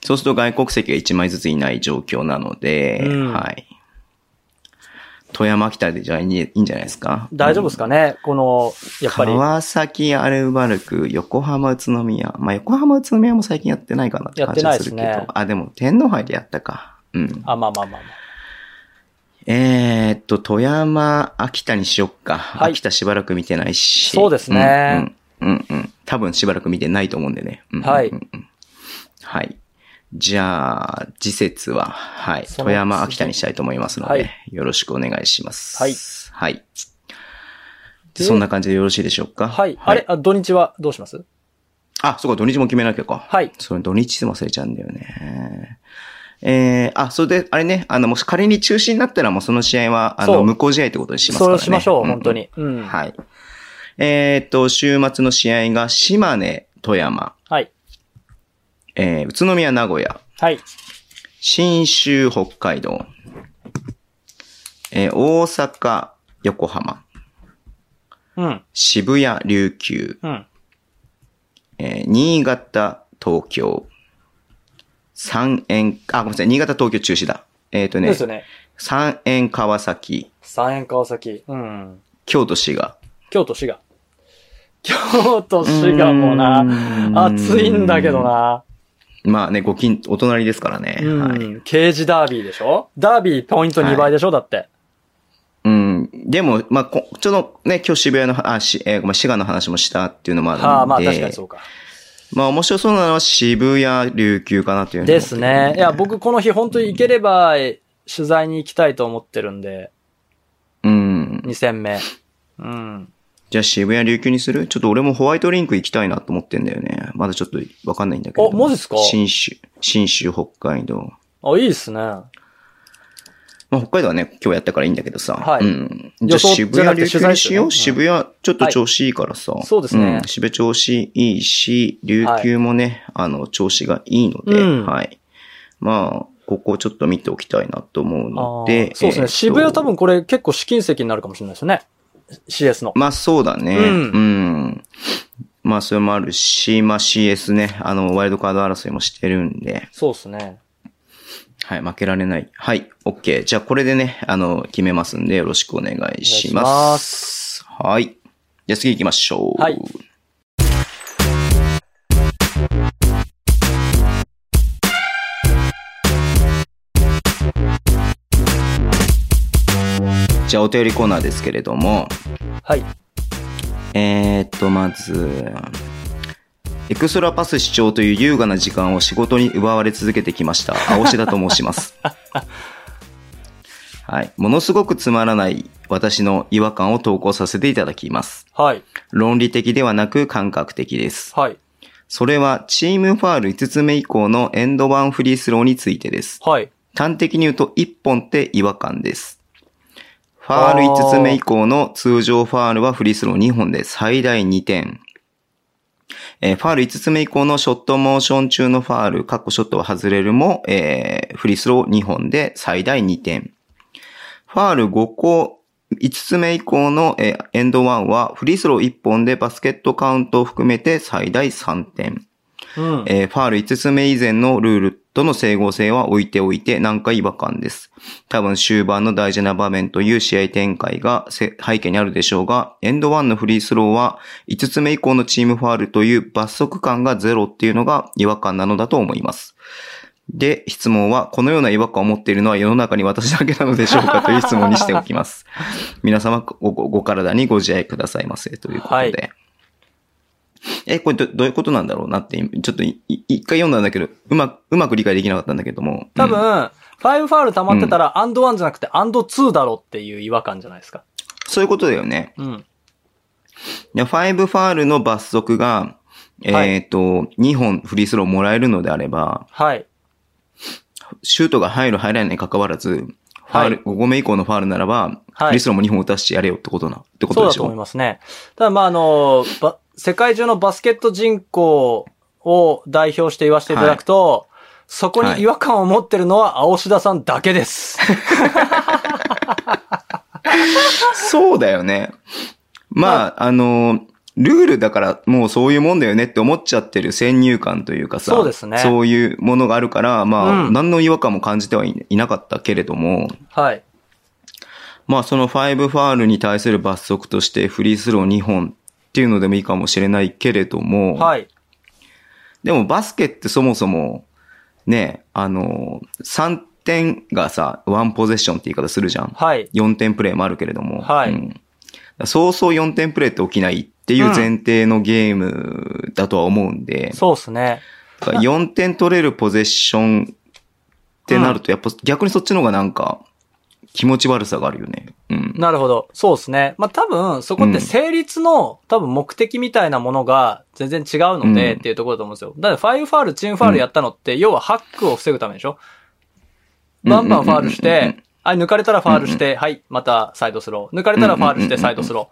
S2: そうすると外国籍が1枚ずついない状況なので、
S3: うん
S2: はい。富山北でじゃあいいいいんじゃないですか
S3: 大丈夫ですかね、この、やっぱり。
S2: 川崎、アルバルク、横浜、宇都宮。まあ、横浜、宇都宮も最近やってないかなって感じがするけど。
S3: やってないですね
S2: あ、でも、天皇杯でやったか。うん。
S3: あ、まあまあまあまあ。
S2: えー、っと、富山、秋田にしよっか。
S3: はい
S2: 秋田しばらく見てないし。
S3: そうですね
S2: うん。うん、うんうん多分しばらく見てないと思うんでね。うんうんうん
S3: はい
S2: はい。じゃあ、次節は、はい。
S3: その
S2: 富山、秋田にしたいと思いますので、
S3: はい
S2: よろしくお願いします。
S3: はい。
S2: はい。でそんな感じでよろしいでしょうか
S3: はい。あれあ、土日はどうします
S2: あ、そうか、土日も決めなきゃか。
S3: はい
S2: それ土日でも忘れちゃうんだよね。えー、あ、それで、あれね、あの、もし仮に中止になったらもうその試合は、あ
S3: そ
S2: の、
S3: う
S2: 無効試合ってことにしますか
S3: そ
S2: ら
S3: う
S2: ね。
S3: しましょう、
S2: んん
S3: 本当。に。うん。はい。
S2: はい。えーっと、週末の試合が、島根、富山、
S3: はい。
S2: えー、宇都宮、名古屋、新州、北海道、えー、大阪、横浜、
S3: うん。
S2: 渋谷、琉球、
S3: うん。
S2: えー新潟、東京、三円、あ、ごめんなさい、新潟、東京中止だ。えっ、と
S3: で
S2: ね
S3: す、よね。
S2: 三円、川崎、
S3: 三円川崎。うん。
S2: 京都、滋賀。
S3: 京都、滋賀。京都、滋賀もな、
S2: な
S3: 暑いんだけど。な。
S2: まあね、ご近、お隣ですからね。
S3: う
S2: はい。
S3: ん。ケージダービーでしょダービーポイント2倍でしょだって。
S2: うん。でも、まあ、こちょうどね、今日渋谷の、あ、し、えーごめん、滋賀の話もしたっていうのもあるんで。
S3: はあ、まあ確かにそうか。
S2: まあ、面白そうなのは渋谷、琉球かなというふうに
S3: で
S2: 思って
S3: す
S2: る
S3: ね。いや、、僕この日本当に行ければ、取材に行きたいと思ってるんで、
S2: うん。
S3: 2戦目。うん。
S2: じゃあ渋谷琉球にするちょっと俺もホワイトリンク行きたいなと思ってんだよね。まだちょっとわかんないんだけど。
S3: あマジっすか
S2: 新州、新州北海道。
S3: あ、いいですね。
S2: ままあ、北海道はね、今日やったからいいんだけどさ。
S3: はい
S2: うん。じゃ
S3: 予
S2: あ
S3: 想
S2: 渋
S3: じゃな
S2: 谷
S3: くて
S2: で取
S3: 取材
S2: 材
S3: です
S2: し
S3: よね
S2: よう。渋谷、ちょっと調子いいからさ。
S3: そうですね
S2: ん渋谷調子いいし、琉球もね、あの、調子がいいので、
S3: うん
S2: はい。まあ、ここちょっと見ておきたいなと思うの
S3: あ
S2: で。
S3: ーそうです
S2: えー
S3: ね。
S2: と
S3: 渋谷多分これ結構試金石になるかもしれないですよね。CS の。
S2: まあそうだね。
S3: う
S2: うんん。まあそれもあるし、まあ CS ね、あの、ワイルドカード争いもしてるんで、
S3: そうですね。
S2: はい、負けられない。はい、OK。じゃあこれでね、あの、決めますんで、よろしくお願いします。
S3: お願いしま
S2: はい。じゃあ次行きましょう。
S3: はい
S2: じゃあお便りコーナーですけれども、
S3: はい。
S2: えー、っと、まず、エクストラパス視聴という優雅な時間を仕事に奪われ続けてきました。青志田と申します。はい。ものすごくつまらない私の違和感を投稿させていただきます。
S3: はい。
S2: 論理的ではなく感覚的です。
S3: はい。
S2: それはチームファール5つ目以降のエンドワンフリースローについてです。
S3: はい。
S2: 端的に言うと1本って違和感です。ファール5つ目以降の通常ファールはフリースロー2本で最大2点。えーファール5つ目以降のショットモーション中のファール、カッコショットは外れるも、えーフリースロー2本で最大2点。ファール5個、5つ目以降の、えーエンド1はフリースロー1本でバスケットカウントを含めて最大3点。
S3: うん。
S2: えーファール5つ目以前のルールとの整合性は置いておいて、なんか違和感です。多分終盤の大事な場面という試合展開がせ背景にあるでしょうが、エンド1のフリースローは5つ目以降のチームファールという罰則感がゼロっていうのが違和感なのだと思います。で、質問は、このような違和感を持っているのは世の中に私だけなのでしょうかという質問にしておきます。皆様ご、ごご体にご自愛くださいませということで。
S3: はい
S2: え、これどどういうことなんだろうなって、ちょっといい一回読んだんだけど、うまく、うまく理解できなかったんだけども。
S3: 多分、
S2: うん
S3: ファイブファール溜まってたら、アンドワンじゃなくて、アンドツーだろっていう違和感じゃないですか。
S2: そういうことだよね。
S3: うん。
S2: いや、5ファールの罰則が、
S3: はい
S2: えっ、と、2本フリースローもらえるのであれば、
S3: はい。
S2: シュートが入る入らないに関わらず、ファール、
S3: は
S2: 5個目以降のファールならば、
S3: はい
S2: フリースローも2本打たしてやれよってことな、ってこと
S3: そう
S2: で
S3: だ
S2: し
S3: と
S2: ょ
S3: 思いますね。ただ、まあ、あの、ば、世界中のバスケット人口を代表して言わせていただくと、そこに違和感を持ってるのは青志田さんだけです。
S2: そうだよね。まあ、あの、ルールだからもうそういうもんだよねって思っちゃってる先入観というかさ、
S3: そうですね
S2: そういうものがあるから、まあ、
S3: うん
S2: 何の違和感も感じてはいいなかったけれども、
S3: はい。
S2: まあその5ファールに対する罰則としてフリースロー2本っていうのでもいいかもしれないけれども、
S3: はい。
S2: でもバスケってそもそも、ね、あの、3点がさ、ワンポゼッションって言い方するじゃん。
S3: はい。
S2: 4点プレーもあるけれども、
S3: はい
S2: うんそうそう4点プレーって起きないっていう前提のゲームだとは思うんで、
S3: そうですね。
S2: だから4点取れるポゼッションってなると、やっぱ逆にそっちの方がなんか気持ち悪さがあるよね。うん。
S3: なるほど。そうですね。まあ、多分、そこって成立の、多分目的みたいなものが全然違うので、
S2: うん
S3: っていうところだと思うんですよ。だって、ファイブファール、チームファールやったのって、要はハックを防ぐためでしょバンバンファールし
S2: うんうんうんうんう
S3: て、あ、抜かれたらファールして、はい、またサイドスロー。抜かれたらファールして、サイドスロ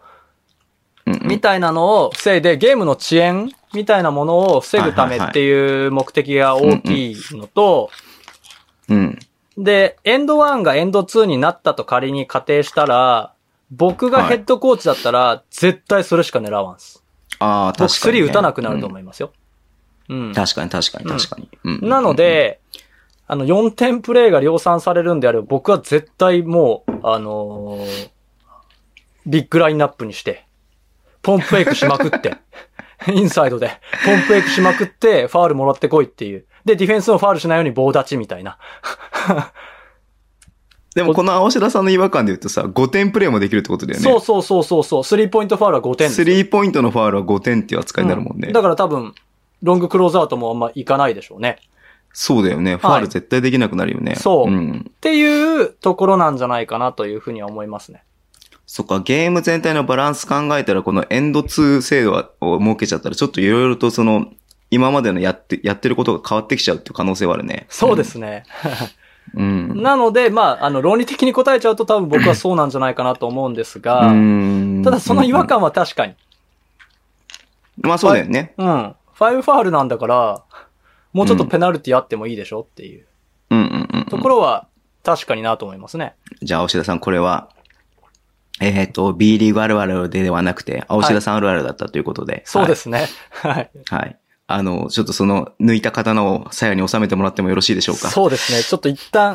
S2: うんうん
S3: ー。みたいなのを防いで、ゲームの遅延みたいなものを防ぐためっていう目的が大きいのと、
S2: うん。
S3: で、エンド1がエンド2になったと仮に仮定したら、僕がヘッドコーチだったら、絶対それしか狙わんす。
S2: ああ、確かに、ね。
S3: 僕3打たなくなると思いますよ。うん。
S2: 確かに確かに確かに。うん
S3: なの、で、あの、4点プレイが量産されるんであれば、僕は絶対もう、あのービッグラインナップにして、ポンプフェイクしまく って、インサイドで、ポンプフェイクしまくって、ファールもらってこいっていう。で、ディフェンスのファールしないように棒立ちみたいな。
S2: でもこの青白さんの違和感で言うとさ、5点プレーもできるってことだよね。
S3: そうそうそうそうそう、スリーポイントファールは5点です
S2: スリーポイントのファールは5点っていう扱いになるもんね。
S3: うだから多分、ロングクローズアウトもあんまいかないでしょうね。
S2: そうだよね。ファール絶対できなくなるよね。。
S3: そうんっていうところなんじゃないかなというふうには思いますね。
S2: そっか、ゲーム全体のバランス考えたら、このエンド2制度を設けちゃったら、ちょっといろいろとその、今までのやって、やってることが変わってきちゃうっていう可能性はあるね。
S3: そうですね。
S2: うん。
S3: なので、まあ、あの、論理的に答えちゃうと多分僕はそうなんじゃないかなと思うんですが、
S2: うん
S3: ただその違和。感は確かに。
S2: まあそうだよね。
S3: うん。ファイブファールなんだから、もうちょっとペナルティあってもいいでしょっていう
S2: うんうんうん。
S3: ところは確かになと思いますね。
S2: じゃあ、青田さん、これは、えっ、と、B リーグあるあるではなくて、青田さんあるあるだったということで。
S3: そうですね。はい。
S2: はい。はい。あの、ちょっとその、抜いた刀を鞘に収めてもらってもよろしいでしょうか。
S3: そうですね。ちょっと一 旦、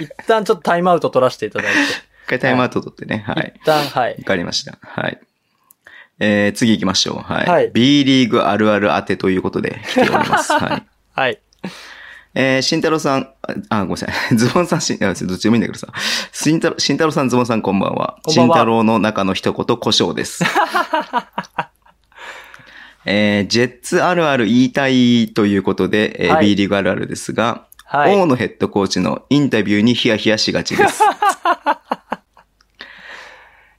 S3: 一旦ちょっとタイムアウト取らせていただい
S2: 一回タイムアウト取ってね。は
S3: て。
S2: い。
S3: 一旦、はい
S2: わ。かりました。はい。えー、次行きましょう。はい。
S3: はい
S2: B リーグあるある当てということで来ており ます。はい。
S3: はい。
S2: えー、慎太郎さん、あ、あごめんなさい。 ズボンさん、しんあどっちでもいいんだけどさ。慎太郎、慎太郎さん、ズボンさん、こんばんは。
S3: こんば
S2: 慎
S3: んは
S2: 太郎の中の一言、故障 です。えー、ジェッツあるある言いたいということで、えー
S3: はい
S2: B リーグあるあるですが、
S3: はい
S2: 大野ヘッドコーチのインタビューにヒヤヒヤしがち です。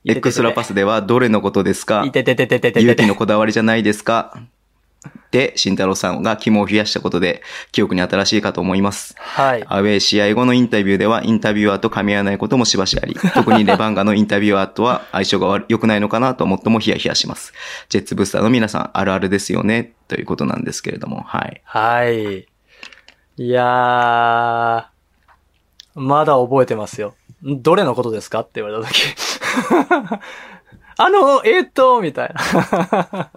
S2: エクストラパスではどれのことですか
S3: いてててててて
S2: 勇気
S3: てて。
S2: のこだわりじゃないですかで、慎太郎さんが肝を冷やしたことで、記憶に新しいかと思います。
S3: はい。
S2: アウェイ試合後のインタビューでは、インタビュアーと噛み合わないこともしばしあり、特にレバンガのインタビュアーとは相性が悪良くないのかなと思ってもヒヤヒヤします。ジェッツブースターの皆さん、あるあるですよね、ということなんですけれども、はい。
S3: はい。いやー、まだ覚えてますよ。んどれのことですかって言われたとき。 あの、えーっと、みたいな。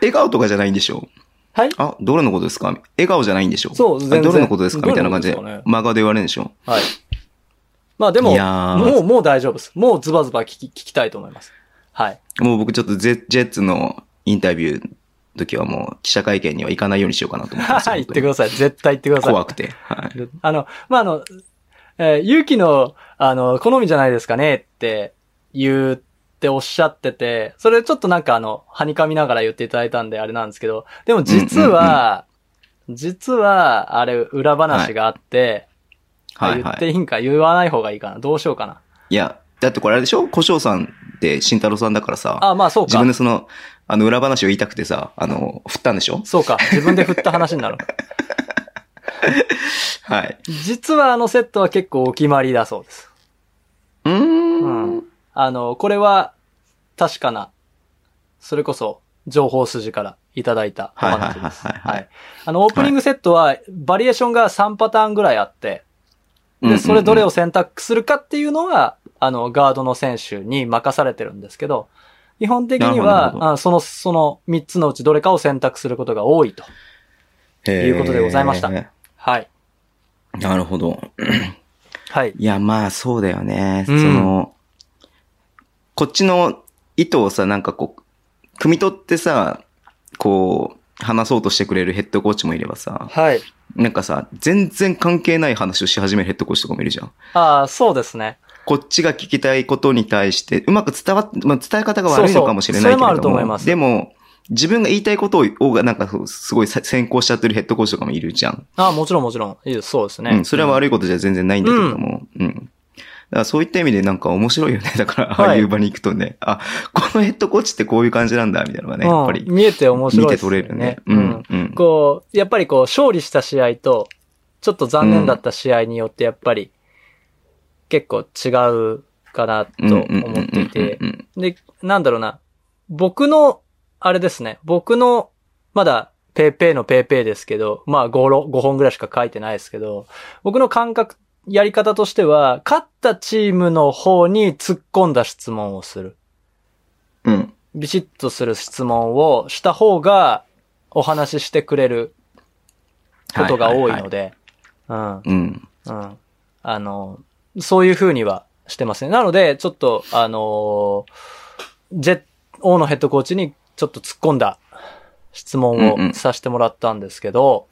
S2: 笑顔とかじゃないんでしょう
S3: はい
S2: あ、どれのことですか笑顔じゃないんでしょ
S3: そう全然
S2: あどれのことですかみたいな感じで
S3: どれのことです、か
S2: 真顔で言われるんでしょ
S3: はい。まあでも、
S2: いやー
S3: もう、もう大丈夫です。もうズバズバ聞き、聞きたいと思います。 はい。
S2: もう僕ちょっとゼジェッツのインタビューの時はもう記者会見には行かないようにしようかなと思ってます。
S3: 言ってく
S2: 本
S3: ださい。絶対言ってくだ
S2: 当
S3: さ
S2: に
S3: い。
S2: 怖くて。はい。
S3: あの、まあ、あの、えー、勇気の、あの、好みじゃないですかねって言っておっしゃってて、それちょっとなんかあの、はにかみながら言っていただいたんであれなんですけど、でも実は、実は、あれ、裏話があって、
S2: はい
S3: あ言
S2: は
S3: って
S2: い。
S3: いいんか言わない方がいいかな。どうしようかな。
S2: いや、だってこれあれでしょ小翔さんって慎太郎さんだからさ、
S3: あ、まあそう
S2: 自
S3: か
S2: 分。でその、あの裏話を言いたくてさ、あの、振ったんでしょ
S3: そうか。自分で振った話 になる。
S2: はい。
S3: 実はあのセットは結構お決まりだそうです。
S2: うー
S3: うんん。あの、これは、確かな、それこそ、情報筋からいただいたお話で
S2: はいは
S3: す。
S2: いはいはいはい。
S3: あの、オープニングセットは、バリエーションが3パターンぐらいあって、
S2: うんうんうん
S3: で、それどれを選択するかっていうのは、あの、ガードの選手に任されてるんですけど、基本的に
S2: なるほどなるほど
S3: は、あその、その3つのうちどれかを選択することが多いと。いうことでございました
S2: へー
S3: はい。
S2: なるほど。
S3: はい。
S2: いや、まあ、そうだよね。
S3: うん
S2: その、こっちの意図をさ、なんかこう、汲み取ってさ、こう、話そうとしてくれるヘッドコーチもいればさ、
S3: はい。
S2: なんかさ、全然関係ない話をし始めるヘッドコーチとかもいるじゃん。
S3: ああ、そうですね。
S2: こっちが聞きたいことに対して、うまく伝わっ、まあ、伝え方が悪い
S3: そうそ
S2: の
S3: う
S2: かもしれないけれども、
S3: それもあると思います
S2: でも、自分が言いたいことを、なんかそうすごい先行しちゃってるヘッドコーチとかもいるじゃん。
S3: ああ、もちろんもちろん。いいです。そうですね。
S2: うん、それは悪いことじゃ全然ないんだけれども、うん。だからそういった意味でなんか面白いよね。 だから、
S3: はい
S2: ああいう場に行くとね、あ、このヘッドコーチってこういう感じなんだ、みたいなのがね、やっぱ
S3: う
S2: り
S3: ん、見えて面白
S2: 見
S3: い
S2: て
S3: ですよ
S2: 取れ
S3: ね。
S2: るね。
S3: う
S2: うんん、。うん。
S3: こう、やっぱりこう、勝利した試合と、ちょっと残念だった試合によって、やっぱり、結構違うかなと
S2: うんうんうん
S3: 思っていて
S2: う。ん
S3: で、なんだろうな。僕の、あれですね。僕の、まだ、ペーペーのペーペーですけど、まあ5ろ、5本ぐらいしか書いてないですけど、僕の感覚、やり方としては、勝ったチームの方に突っ込んだ質問をする。
S2: うん。うん。
S3: ビシッとする質問をした方がお話ししてくれることが多いの
S2: で。
S3: で、うん、
S2: うん。
S3: うん。あの、そういう風にはしてますね。なので、ちょっと、あのージェ王のヘッドコーチにちょっと突っ込んだ質問
S2: うんう
S3: を
S2: ん
S3: させてもらったんですけど、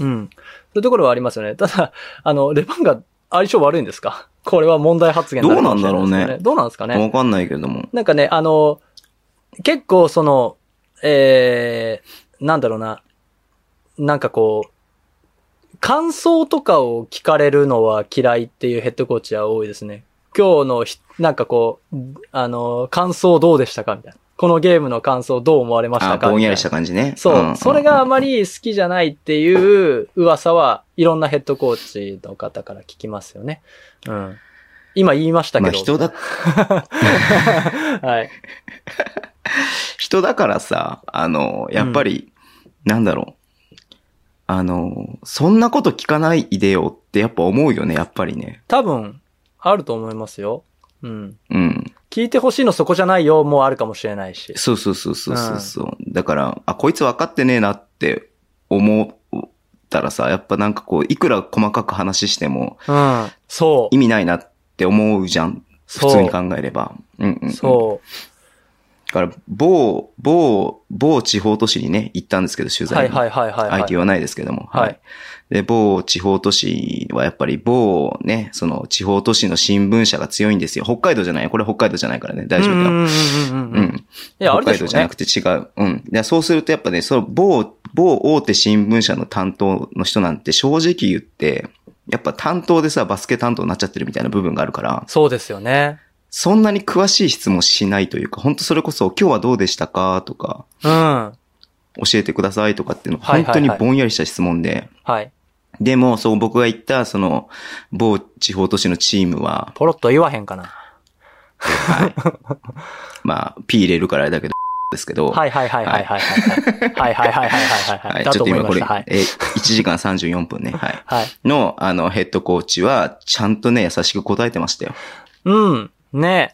S3: うん、そういうところはありますよね。ただ、あの、レバンが相性悪いんですかこれは問題発言にるかもしれいです
S2: どうなんだろ
S3: よ
S2: うね
S3: どうなんですかね。
S2: わかんないけれども。
S3: なんかね、あの、結構その、えー、なんだろうな、なんかこう、感想とかを聞かれるのは嫌いっていうヘッドコーチは多いですね。今日のひ、なんかこう、あの、感想どうでしたかみたいな。このゲームの感想どう思われました
S2: あ、
S3: か
S2: ぼんやりし
S3: み
S2: た感じね。
S3: たいなそう、
S2: んん
S3: それがあまり好きじゃないっていう噂はいろんなヘッドコーチの方から聞きますよね。うん。今言いましたけ
S2: ま
S3: ど。
S2: あ人だ、
S3: はい。
S2: 人だからさ、あの、やっぱり、なんだろう。あの、そんなこと聞かないでよってやっぱ思うよね、やっぱりね。
S3: 多分、あると思いますよ。うん。
S2: うん。
S3: 聞いてほしいのそこじゃないよ、もうあるかもしれないし。
S2: そうそうそうそうそうそう、だから、あ、こいつ分かってねえなって思ったらさ、やっぱなんかこう、いくら細かく話しても
S3: うん。そう
S2: 意。味ないなって思うじゃん。
S3: そ
S2: 普
S3: う
S2: 通に考えれば。うんうん、うん。
S3: そ
S2: だから、某、某、某地方都市にね、行ったんですけど、取
S3: う。は
S2: 材
S3: い
S2: に。
S3: はいはいはい、
S2: あえ
S3: は
S2: て言
S3: い。
S2: わないですけども。
S3: はい。
S2: で、某地方都市はやっぱり某ね、その地方都市の新聞社が強いんですよ。北海道じゃない北海道じゃないからね。大丈夫だよ。
S3: うんうんうんうん
S2: う
S3: うん。
S2: ん。
S3: いや、あれ
S2: 北海
S3: でし
S2: 道
S3: ょう
S2: じゃな
S3: ね
S2: く。て違う。うん。でそうするとやっぱね、その某、某大手新聞社の担当の人なんて正直言って、やっぱ担当でさ、バスケ担当になっちゃってるみたいな部分があるから、
S3: そうですよね。
S2: そんなに詳しい質問しないというか、本当それこそ今日はどうでしたかとか、
S3: うん。は
S2: 教えてくださいとかっていうの、
S3: はい
S2: 本
S3: はいは
S2: 当
S3: い
S2: にぼんやりした質問で、
S3: い。
S2: でも、そう僕が言った、その、某地方都市のチームは、
S3: ポロッと言わへんかな。
S2: まあ、P 入れるからあれだけど、ですけど、
S3: はいはいはいはいはいはい。はいはいはいはいはいはい。
S2: は
S3: はいい。
S2: ちょ
S3: だ
S2: っ
S3: と
S2: と
S3: 思い
S2: 今
S3: ま
S2: こ
S3: し
S2: れ、
S3: た。はい。
S2: え、1時間34分ね、はい。
S3: はい。
S2: の、あの、ヘッドコーチは、ちゃんとね、優しく答えてましたよ。
S3: うん。ね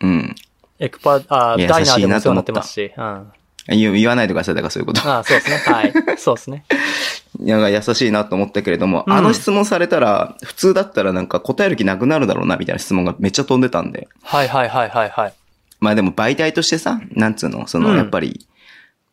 S2: うん。
S3: エクパ、あ
S2: いや
S3: ダイナー
S2: 優しい
S3: でもお
S2: な
S3: 世
S2: と
S3: 話に
S2: 思
S3: な
S2: っ
S3: って
S2: た
S3: ますし。うん。あ
S2: 言う言わないでください、だからそういうこと。
S3: あ、そうですね。はい。そうですね。
S2: いや優しいなと思ったけれども、
S3: うん
S2: あの質問されたら、普通だったらなんか答える気なくなるだろうな、みたいな質問がめっちゃ飛んでたんで。
S3: はいはいはいはいはい。
S2: まあでも媒体としてさ、なんつうの、その、
S3: うん
S2: やっぱり、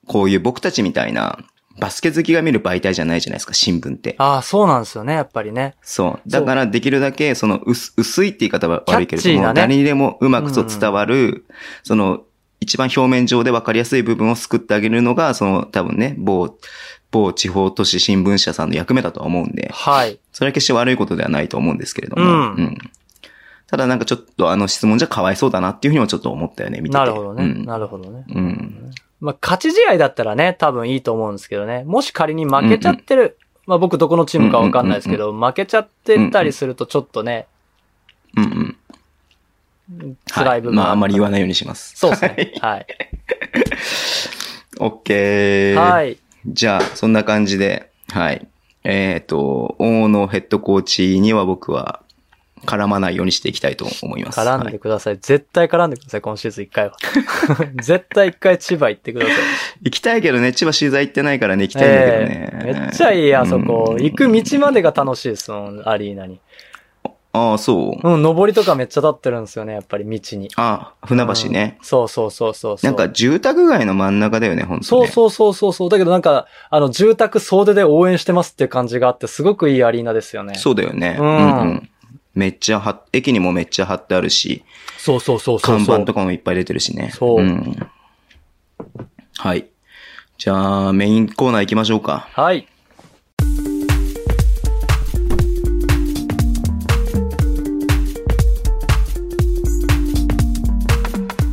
S2: こういう僕たちみたいな、バスケ好きが見る媒体じゃないじゃないですか、新聞って。
S3: ああ、そうなんですよね、やっぱりね。
S2: そう。だからできるだけ、その薄、薄いって言い方は悪いけれ
S3: キャッチ
S2: ど
S3: ー
S2: も、
S3: なね
S2: 誰にでもうまくと伝わる、その、一番表面上で分かりやすい部分を救ってあげるのが、その、多分ね、某、某地方都市新聞社さんの役目だとは思うんで、
S3: はい。
S2: それは決して悪いことではないと思うんですけれども、
S3: うん
S2: ただなんかちょっとあの質問じゃかわいそうだなっていうふうにもちょっと思ったよね、見てて。
S3: なるほどね。
S2: うん
S3: なるほどね。
S2: うん。
S3: まあ、勝ち試合だったらね、多分いいと思うんですけどね。もし仮に負けちゃってる。まあ、僕どこのチームかわかんないですけど、負けちゃってたりするとちょっとね、
S2: うんうん。はい
S3: 辛い部分
S2: まあ、あんまり言
S3: わ
S2: わないようにします。
S3: そうですね。はい。
S2: オッケー。
S3: はい。
S2: じゃあ、そんな感じで、はい。えっ、と、大野ヘッドコーチには僕は絡まないようにしていきたいと思います。
S3: 絡ん
S2: はい
S3: でください。絶対絡んでください、今シーズン一回 は。絶対一回千葉行ってください。
S2: 行きたいけどね、千葉取材行ってないからね、行きたいんだけどね。
S3: ええめっちゃいい、あそこ。
S2: うん
S3: 行く道までが楽しいですもん、アリーナに。
S2: ああ、そう。
S3: うん、上りとかめっちゃ立ってるんですよね、やっぱり道に。
S2: ああ、船橋ね
S3: う。ん。そうそうそうそうそ
S2: な
S3: う。
S2: んか住宅街の真ん中だよね、本当
S3: そう
S2: う。
S3: そうそうそうそう。だけどなんか、あの、住宅総出で応援してますっていう感じがあって、すごくいいアリーナですよね。
S2: そうだよね。
S3: うん
S2: んめっちゃは、駅にもめっちゃ貼ってあるし、
S3: そうそうそうそう
S2: 看
S3: そう。
S2: 板とかもいっぱい出てるしね。。
S3: そうん
S2: はい。じゃあ、メインコーナー行きましょうか。
S3: はい。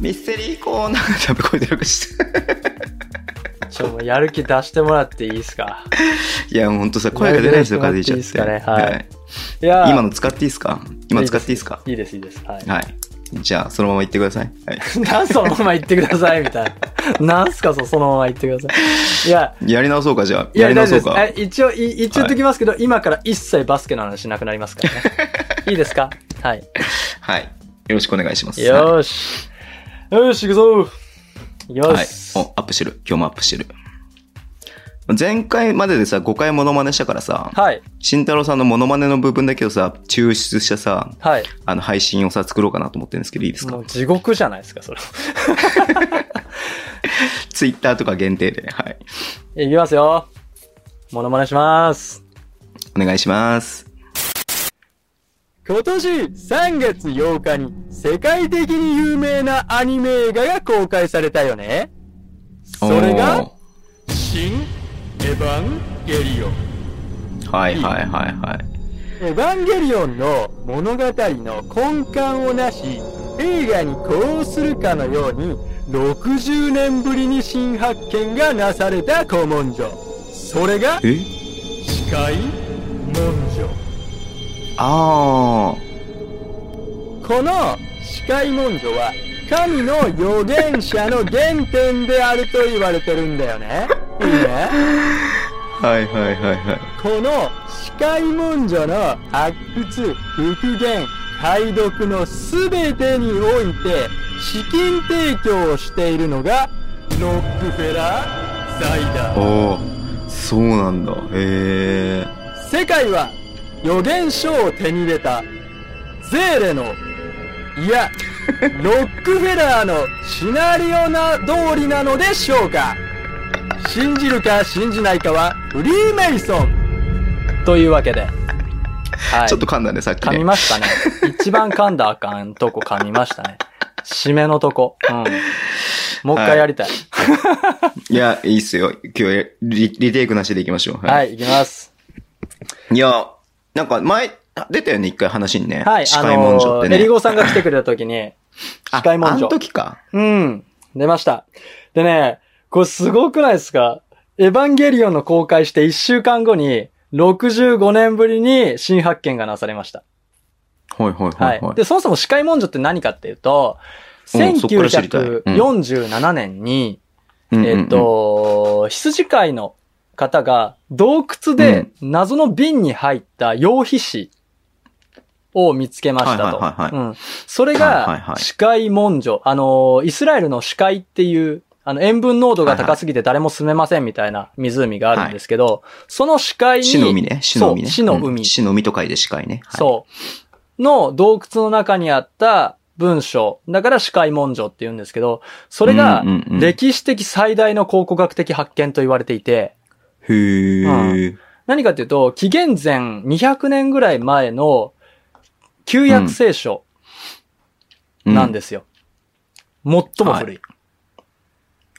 S2: ミステリーコーナー、多分これで録して。
S3: ちょ、もうやる気出してもらっていいですか。
S2: いや、もうほんと さ、声が出ないですよ、風邪ひいちゃって。
S3: いいですかねはいいやー
S2: 今の使っていいですか今の使っていいですか
S3: いいです、いいです。はい。
S2: はい。じゃあ、そのまま言ってください。はい。
S3: なんそのまま言ってくださいみたいな。 なんすかそそのまま言ってください。いや、
S2: やり直そうか、じゃあ。
S3: いや、
S2: り
S3: 大
S2: 直そ
S3: 丈夫
S2: う
S3: です
S2: か。。
S3: え一応、い一応言っときますけど、今から一切バスケの話しなくなりま すからね。いいですかはい。
S2: はい。よろしくお願いします。
S3: よーし。よーし、行くぞ行
S2: はい。
S3: きま
S2: はい
S3: す。
S2: お、アップしてる。今日もアップしてる。前回まででさ、5回モノマネしたからさ、
S3: はい。
S2: 慎太郎さんのモノマネの部分だけをさ、抽出したさ、
S3: はい。
S2: あの、配信をさ、作ろうかなと思ってるんですけど、いいです
S3: も
S2: か
S3: う地獄じゃないですか、それ。
S2: ツイッターとか限定で、はい。
S3: いきますよ。モノマネします。
S2: お願いします。
S3: 今年3月8日に世界的に有名なアニメ映画が公開されたよね。それが、新エヴァンゲリオン。
S2: おーはいはいはいはい。
S3: エヴァンゲリオンの物語の根幹をなし、映画に呼応するかのように、 60年ぶりに新発見がなされた古文書それが
S2: え
S3: 司会文書
S2: あ
S3: この司会文書は神の預言者の原点であると言われてるんだよね。いいね。
S2: あ。はいはいはいはい。
S3: この司会文書の発掘、復元、解読のすべてにおいて資金提供をしているのがロックフェラー財団。
S2: おーそうなんだ。へえ。
S3: 世界は予言書を手に入れたゼーレのい やロックフェラーのシナリオな通りなのでしょうか信じるか信じないかはフリーメイソンというわけで、はい、
S2: ちょっと噛んだね、さっき
S3: 噛み
S2: ね。
S3: ましたね 一番噛んだらあかんとこ噛みましたね締めのとこ、 うん、もう一回やりたい
S2: いや、いいっすよ。今日リ、リテイクなしでいきましょう。
S3: はい、い、きます
S2: いや、なんか前、出たよね、一回話にね。
S3: はい
S2: 司
S3: あ
S2: 会文書っ
S3: の
S2: て
S3: ー、
S2: ね。
S3: エリゴさんが来てくれた時に
S2: あ
S3: 司会文書
S2: あの時か。
S3: うん。出ました。でね、これすごくないですかエヴァンゲリオンの公開して1週間後に、65年ぶりに新発見がなされました。
S2: はいはいは
S3: はいい。
S2: はい。
S3: で、そもそも司会文書って何かっていうと、
S2: うんそっから知りたいうん
S3: 1947年に、
S2: うんうんうん
S3: えっ、と、羊飼いの方が洞窟で謎の瓶に入った羊皮紙を見つけましたと。
S2: はいはいはいは
S3: うんそれ
S2: はいはいは
S3: が、
S2: い
S3: 司会文書。あのー、イスラエルの司会っていう、あの、塩分濃度が高すぎて誰も住めませんみたいな湖があるんですけど、その司会に、
S2: 死の海ね。死の海ね。
S3: そう死の海
S2: うん死の海と書いて死海ね。はい
S3: そう。の洞窟の中にあった文章。だから司会文書って言うんですけど、それが
S2: うんうんうん
S3: 歴史的最大の考古学的発見と言われていて、
S2: へー。
S3: 何かというと、紀元前200年ぐらい前の旧約聖書なんですよ。最も古い。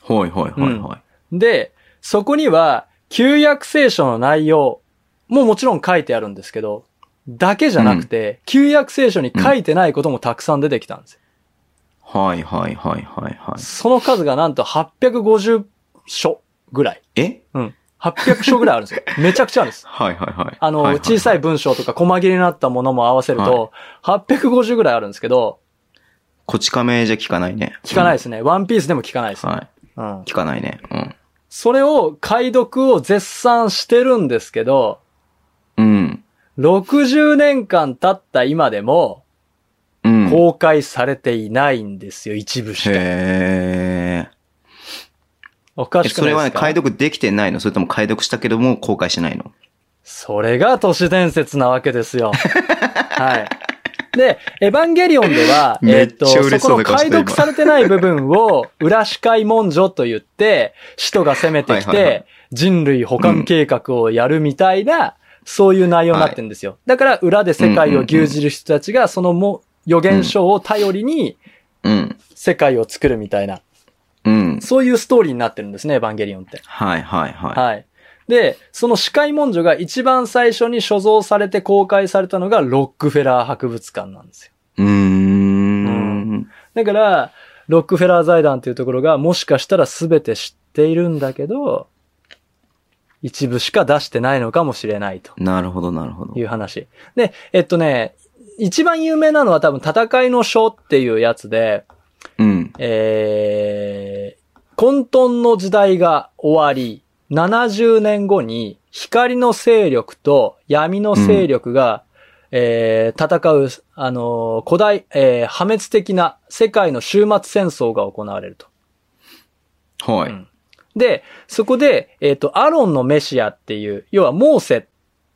S2: す。はいはいはいはい。
S3: で、そこには旧約聖書の内容ももちろん書いてあるんですけど、だけじゃなくて、旧約聖書に書いてないこともたくさん出てきたんですよ
S2: はいはいはいはいはい。
S3: その数がなんと850書ぐらい。
S2: え
S3: うん。800書ぐらいある んですよ。めちゃくちゃあるんです。
S2: はいはいはい。
S3: あの、
S2: はは
S3: 小さい。文章とか細切れになったものも合わせると、850ぐらいあるんですけど、
S2: こち亀じゃ聞かないね。
S3: 聞かない
S2: で
S3: ですね。ワンピースでも聞かないです、ね
S2: は
S3: うん
S2: い。。聞かないね。うん。
S3: それを解読を絶賛してるんですけど、
S2: うん。
S3: 60年間経った今でも、
S2: うん。
S3: 公開されていないんですよ、一部しか。
S2: へー
S3: おか
S2: え。
S3: しく
S2: そ
S3: ない
S2: れは
S3: です
S2: ね、
S3: か
S2: 解読できてないのそれとも解読したけども公開しないの
S3: それが都市伝説なわけで すよ。はい。で、エヴァンゲリオンでは、
S2: め
S3: え
S2: っ
S3: っ
S2: ちゃ
S3: と、
S2: 嬉し
S3: そ
S2: そ
S3: こ
S2: う
S3: の
S2: な顔して
S3: 解
S2: た
S3: 読されてない部分を、裏視界文書と言って、使徒が攻めてき
S2: はいはいはい
S3: て、人類保管計画をやるみたいな、そういう内容になってるんですよ。だから、裏で世界を牛耳る人たちが、そのも、予言書を頼りに、
S2: うん。
S3: 世界を作るみたいな、
S2: うん。
S3: そういうストーリーになってるんですね、エヴァンゲリオンって。
S2: はいはいは
S3: はい。で、その司会文書が一番最初に所蔵されて公開されたのがロックフェラー博物館なんですよ。
S2: い。うーん。
S3: だから、ロックフェラー財団っていうところがもしかしたら全て知っているんだけど、一部しか出してないのかもしれないと
S2: なるほどなるほど
S3: い。う話。で、えっとね、一番有名なのは多分戦いの書っていうやつで、
S2: うん。
S3: えー、混沌の時代が終わり、70年後に光の勢力と闇の勢力が、えー戦う、あのー古代、えー破滅的な世界の終末戦争が行われると。
S2: は
S3: うん
S2: い。
S3: で、そこで、えっ、と、アロンのメシアっていう、要はモーセっ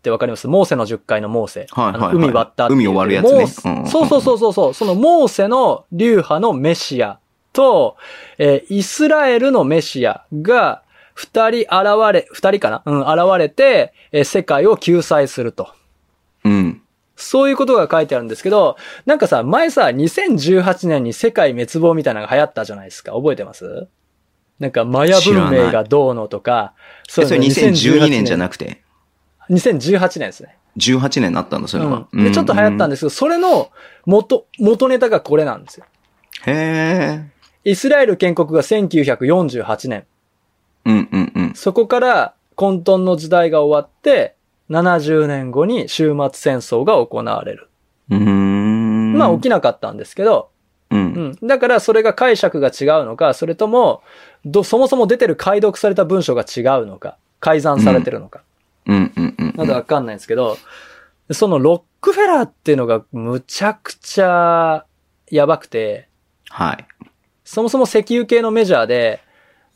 S3: てわかりますモーセの10回のモーセ。
S2: はいはいはい
S3: あの海割ったっていう。
S2: 海を割るやつね
S3: モーセ
S2: うんうんうん
S3: そうそうそうそうそう。そのモーセの流派のメシアと、えーイスラエルのメシアが、二人現れ、二人かなうん、現れて、えー世界を救済すると。
S2: うん。
S3: そういうことが書いてあるんですけど、なんかさ、前さ、2018年に世界滅亡みたいなのが流行ったじゃないですか。覚えてますなんか、マヤ文
S2: 知らな
S3: 明
S2: い
S3: がどうのとか、そ
S2: えそれ2012年じゃ
S3: く
S2: なくて、
S3: て。2018年ですね。
S2: 18年になったんだ、それは。
S3: うん。で、ちょっと流行ったん
S2: で
S3: ですけど、それの元、元ネタがこれなんですよ。
S2: す。へ
S3: イスラエル建国が1948年。
S2: うんうんうん。
S3: そこから混沌の時代が終わって、70年後に終末戦争が行われる。
S2: うーん。
S3: まあ起きなかったんですけど、
S2: う。
S3: うんん。だからそれが解釈が違うのか、それとも、ど、そもそも出てる解読された文章が違うのか、改ざんされてるのか、
S2: うんうんうん。
S3: まだわかんないんですけど、そのロックフェラーっていうのがむちゃくちゃやばくて、
S2: はい。
S3: そもそも石油系のメジャーで、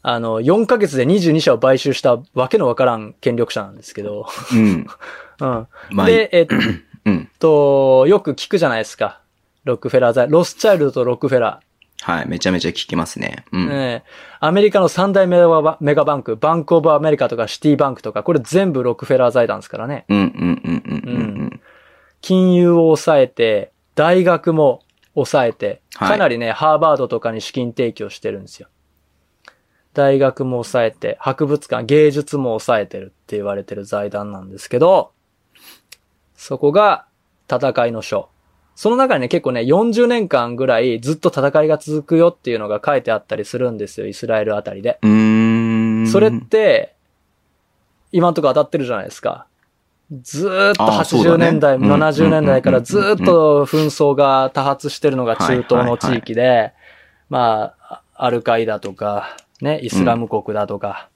S3: あの、4ヶ月で22社を買収したわけのわからん権力者なんですけ ど、
S2: うん。
S3: うん。
S2: まあ、
S3: で、えっ
S2: うん。
S3: と、よく聞くじゃないですか。ロックフェラー財、ロスチャイルドとロックフェラー。
S2: はい。めちゃめちゃ聞きますね。うん。
S3: ねえ、アメリカの三大メガバメガバンク、バンクオブアメリカとかシティバンクとか、これ全部ロックフェラー財団ですからね。
S2: うんうんうんうんうんうん。
S3: 金融を抑えて、大学も抑えて、
S2: はい
S3: かなりね、ハーバードとかに資金提供してるんですよ。大学も抑えて、博物館、芸術も抑えてるって言われてる財団なんですけど、そこが戦いの書。その中にね、結構ね、40年間ぐらいずっと戦いが続くよっていうのが書いてあったりするんですよ、イスラエルあたりで。
S2: うーん。
S3: それって、今んとこ当たってるじゃないですか。ずーっと
S2: あーそうだ
S3: 80
S2: ね
S3: 年代、
S2: うん
S3: 70年代からずーっと紛争が多発してるのが中東の地域で、まあ、アルカイダとか、ね、イスラム国だとか、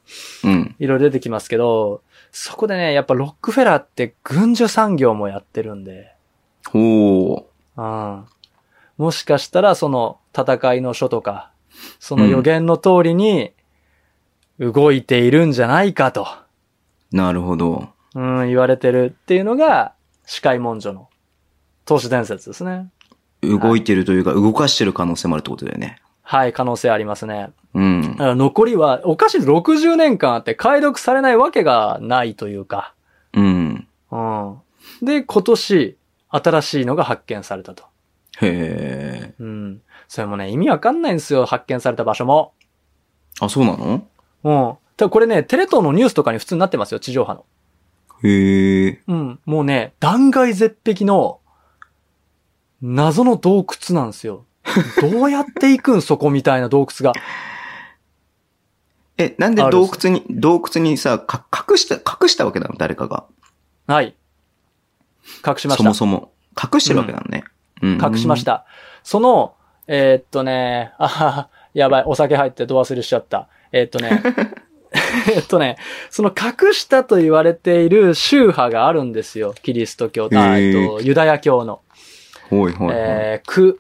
S2: うん。
S3: いろいろ出てきますけど、そこでね、やっぱロックフェラーって軍需産業もやってるんで、
S2: ほ
S3: うん。もしかしたらその戦いの書とか、その予言の通りに動いているんじゃないかと。
S2: う。なるほど。
S3: うん、言われてるっていうのが、司会文書の投資伝説ですね。
S2: 動いてるというか、動かしてる可能性もあるってことだよね。
S3: はい、可能性ありますね。
S2: うん
S3: だ。から残りは、おかしい60年間あって解読されないわけがないというか。
S2: うん。
S3: うん。で、今年、新しいのが発見されたと。
S2: へえ。
S3: うん。それもね、意味わかんないんですよ、発見された場所も。
S2: あ、そうなの
S3: うん。ただこれね、テレ東のニュースとかに普通になってますよ、地上波の。
S2: へえ。
S3: うん。もうね、断崖絶壁の、謎の洞窟なんで すよ。どうやって行くんそこみたいな洞窟が。
S2: え、なんで
S3: ある
S2: 洞窟に、洞窟にさ、か隠した、隠したわけなの誰かが。
S3: はい。隠しました。
S2: そもそも。隠してるわけなのね。うん
S3: 隠しまし。た。その、えーっとね、あははやばい、お酒入ってド忘れしちゃった。えーっ とね、えーっとね、その隠したと言われている宗派があるんですよ。キリスト教と、あ
S2: へ
S3: え
S2: ー
S3: ーっと、ユダヤ教の。
S2: ほいほいはい。
S3: えー、く、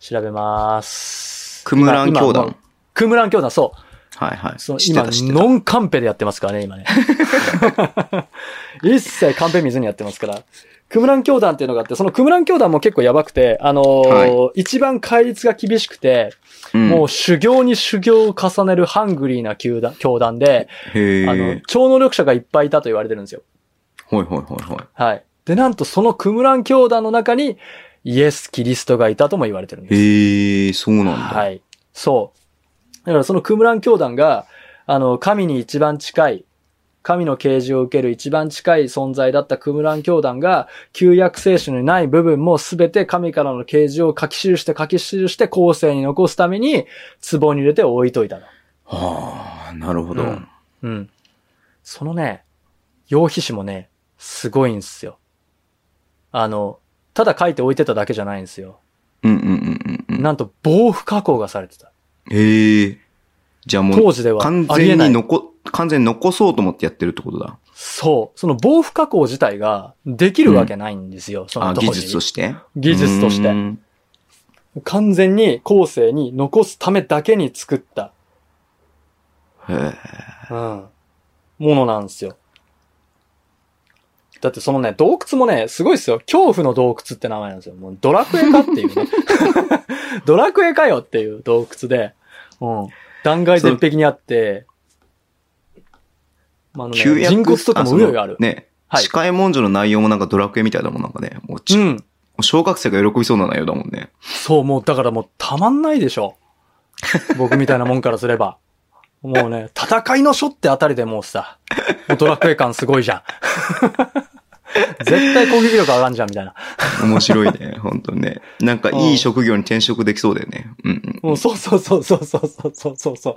S3: 調べます。
S2: クムラン
S3: 今
S2: 教。
S3: 今もう
S2: 団。
S3: クムラン教団、そ
S2: はいは
S3: う。
S2: い。
S3: その
S2: 知って
S3: 今
S2: た、知ってた。
S3: ノンカンペでやってますからね、今 ね。一切カンペ見ずにやってますから。クムラン教団っていうのがあって、そのクムラン教団も結構やばくて、あのー
S2: は
S3: 一番戒律が厳しくて、
S2: うん
S3: もう修行に修行を重ねるハングリーな教団教団で、
S2: へ
S3: あの
S2: え。、
S3: 超能力者がいっぱいいたと言われてるんですよ。
S2: ほいほいほいほい。
S3: はい。で、なんとそのクムラン教団の中に、イエス・キリストがいたとも言われてるんです。
S2: へえ、そうなんだ。。
S3: はいい。そう。だからそのクムラン教団が、あの、神に一番近い、神の啓示を受ける一番近い存在だったクムラン教団が、旧約聖書にない部分もすべて神からの啓示を書き記して書き記して後世に残すために、壺に入れて置いといたの。
S2: はあ、なるほど。
S3: うんうん。そのね、羊皮紙もね、すごいんですよ。あの、ただ書いて置いてただけじゃないんですよ。
S2: うんうんうんうんうん。
S3: なんと、防腐加工がされてた。
S2: へえ。じゃあもう、
S3: 当時では。
S2: 完
S3: ありえ
S2: 全
S3: な
S2: に
S3: い
S2: 残、完全に残そうと思ってやってるってことだ。
S3: そう。その防腐加工自体ができるわけないんですよ。その
S2: あ、
S3: 当時
S2: 技術として
S3: 技術として
S2: うーん
S3: 完全に後世に残すためだけに作った、
S2: へえ。
S3: うん、ものなんですよ。だってそのね、洞窟もね、すごいですよ。恐怖の洞窟って名前なんですよ。もうドラクエかっていうね。 ドラクエかよっていう洞窟で、うん。断崖絶壁にあって、まああのね、
S2: 旧約
S3: 人骨とかもうよいよある。
S2: ね。
S3: はい
S2: 司会文書の内容もなんかドラクエみたいだもん、なんかね。もうち、
S3: うん。
S2: 小学生が喜びそうな内容だもんね。
S3: そう、もう、だからもうたまんないでしょ。僕みたいなもんからすれば。もうね、戦いの書ってあたりでもうさ、もうドラクエ感すごいじゃん。絶対攻撃力上がんじゃん、みたいな。
S2: 面白い ね、本当ね。なんかいい職業に転職できそうだよね。うんうん。
S3: もうそうそうそうそうそうそうそうそうそ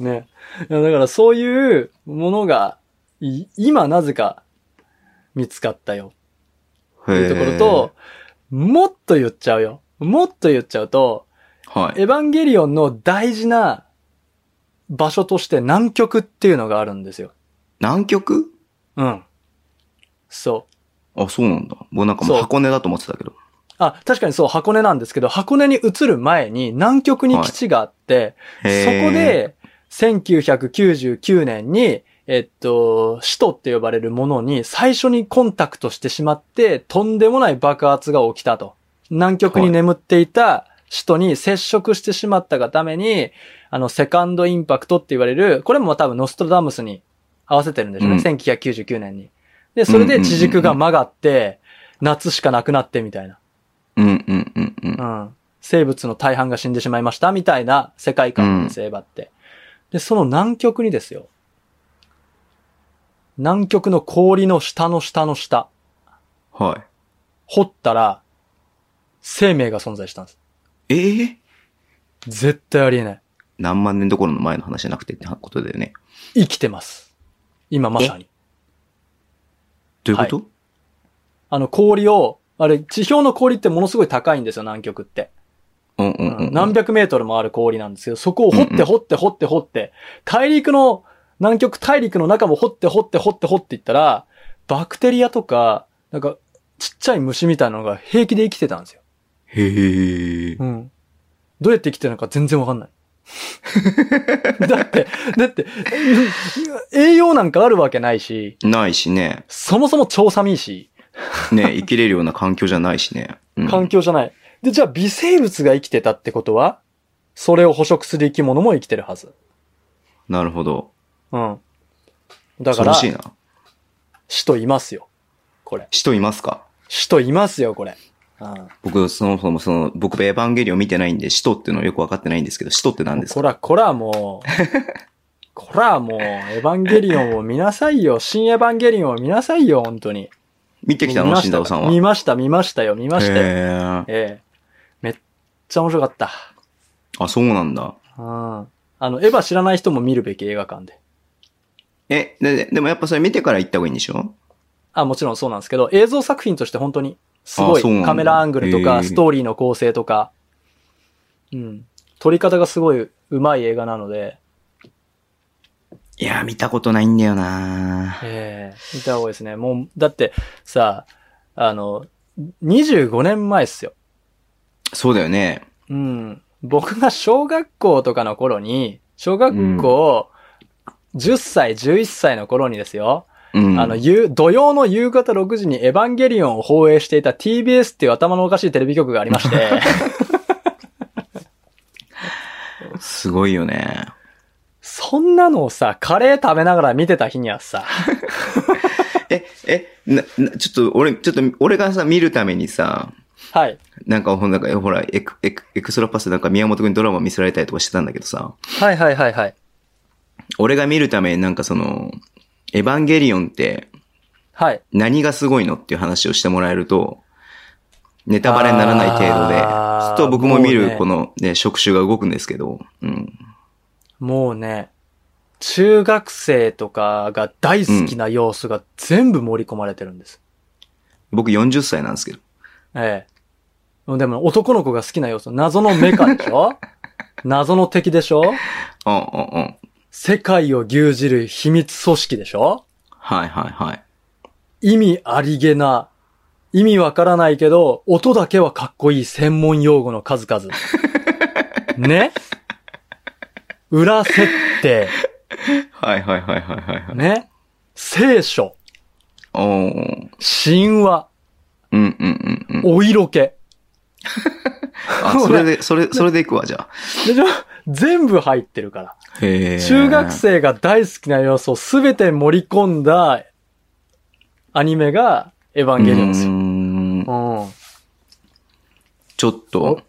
S3: う。ね。いやだからそういうものが、い今なぜか見つかったよっていうところと、もっと言っちゃうよ。もっと言っちゃうと、
S2: へー、はい。
S3: エヴァンゲリオンの大事な場所として南極っていうのがあるんですよ。
S2: 南極
S3: うん。そう。
S2: あ、そうなんだ。もうなんかもう
S3: そう
S2: 箱根だと思ってたけど。
S3: あ、確かにそう、箱根なんですけど、箱根に移る前に南極に基地があって、
S2: へ
S3: そ
S2: ー
S3: こ、で、1999年に、えっと、使徒って呼ばれるものに最初にコンタクトしてしまって、とんでもない爆発が起きたと。南極に眠っていた使徒に接触してしまったがために、あの、セカンドインパクトって言われる、これも多分ノストラダムスに合わせてるんでしょうね、
S2: うん
S3: 1999年に。で、それで地軸が曲がって、夏しかなくなってみたいな。
S2: うんうんうんうん。
S3: うん。生物の大半が死んでしまいました、みたいな世界観なんです、エヴァって。で、その南極にですよ。南極の氷の下の下の下、
S2: は
S3: 掘ったら、生命が存在したんです。
S2: い。ええー
S3: 絶対ありえない。
S2: 何万年どころの前の話じゃなくてってことだよね。
S3: 生きてます。今まさに。
S2: どういうこと、
S3: あの氷を、あれ、地表の氷ってものすごい高いんですよ、南極って。
S2: うんうんうん。
S3: 何百メートルもある氷なんですけど、そこを掘っ
S2: うんう
S3: て
S2: ん
S3: 掘って掘って掘って、大陸の、南極大陸の中も掘って掘って掘って掘っていったら、バクテリアとか、なんか、ちっちゃい虫みたいなのが平気で生きてたんですよ。
S2: へえ。
S3: うん。どうやって生きてるのか全然わかんない。 だって、だって、栄養なんかあるわけないし、
S2: ないしね。
S3: そもそも超寒いし、
S2: ね、生きれるような環境じゃないしね。うん
S3: 環境じゃない。で、じゃあ微生物が生きてたってことは、それを捕食する生き物も生きてるはず。
S2: なるほど。
S3: うん。だ
S2: 恐
S3: から
S2: ろ、しいな。
S3: 使徒いますよ。これ。
S2: 人いますか
S3: 使徒いますよ、これ。うん。
S2: 僕、そもそもその、僕、エヴァンゲリオン見てないんで、使徒っていうのはよくわかってないんですけど、使徒って何です
S3: こ、
S2: から
S3: こらもう、こらもう、 エヴァンゲリオンを見なさいよ。新エヴァンゲリオンを見なさいよ、本当に。
S2: 見てきた
S3: 見
S2: の
S3: ま
S2: 慎
S3: した
S2: 太郎さんは。
S3: 見ました、見ましたよ、見ましたよ。
S2: へえ。
S3: ええめっちゃ面白かった。
S2: あ、そうなんだ。
S3: うん。あの、エヴァ知らない人も見るべき映画館で。
S2: え、で、でもやっぱそれ見てから行った方がいいんでしょ
S3: あ、もちろんそうなんですけど、映像作品として本当に、すご
S2: あそうなん
S3: い
S2: だ
S3: カメラアングルと
S2: へ
S3: か、
S2: ー
S3: ストーリーの構成とか、うん。撮り方がすごい上手い映画なので、
S2: いやー、見たことないんだよな
S3: ええ見た方がいいですね。もう、だって、さ、あの、25年前っすよ。
S2: そうだよね。
S3: うん。僕が小学校とかの頃に、小学校、10歳、11歳の頃にですよ。
S2: うん。
S3: あの、ゆ土曜の夕方6時にエヴァンゲリオンを放映していた TBS っていう頭のおかしいテレビ局がありまして、
S2: すごいよね。
S3: そんなのをさ、カレー食べながら見てた日にはさ、
S2: え、え、な、な、ちょっと、俺、ちょっと、俺がさ、見るためにさ、
S3: はい、
S2: なんか、ほんなんか、ほら、エク、エク、エクストラパスなんか宮本くんにドラマ見せられたりとかしてたんだけどさ、
S3: はいはいはいはい。
S2: 俺が見るためになんかその、エヴァンゲリオンって
S3: はい。
S2: 何がすごいのっていう話をしてもらえると、ネタバレにならない程度で、
S3: あー
S2: ちょっと僕も見
S3: もう
S2: る
S3: ね
S2: このね、触手が動くんですけど、うん。
S3: もうね、中学生とかが大好きな要素が全部盛り込まれてるんです。
S2: 僕40歳なんですけど、
S3: ええ。でも男の子が好きな要素、謎のメカでし ょ謎の敵でしょ
S2: うんうんうん。
S3: 世界を牛耳る秘密組織でしょ
S2: はいはいはい。
S3: 意味ありげな、意味わからないけど、音だけはかっこいい専門用語の 数々。ね裏設定。
S2: はいはいはいはいはいはい。
S3: ね聖書。
S2: おー。
S3: 神話。
S2: うんうんうんうん。
S3: お色気。
S2: あ、それで、それ、それでいくわ、じゃあ。
S3: でしょ全部入ってるから。
S2: へー
S3: 中学生が大好きな要素をすべて盛り込んだアニメがエヴァンゲリオンです
S2: う
S3: よ。
S2: ーん
S3: うん。
S2: ちょっと
S3: お、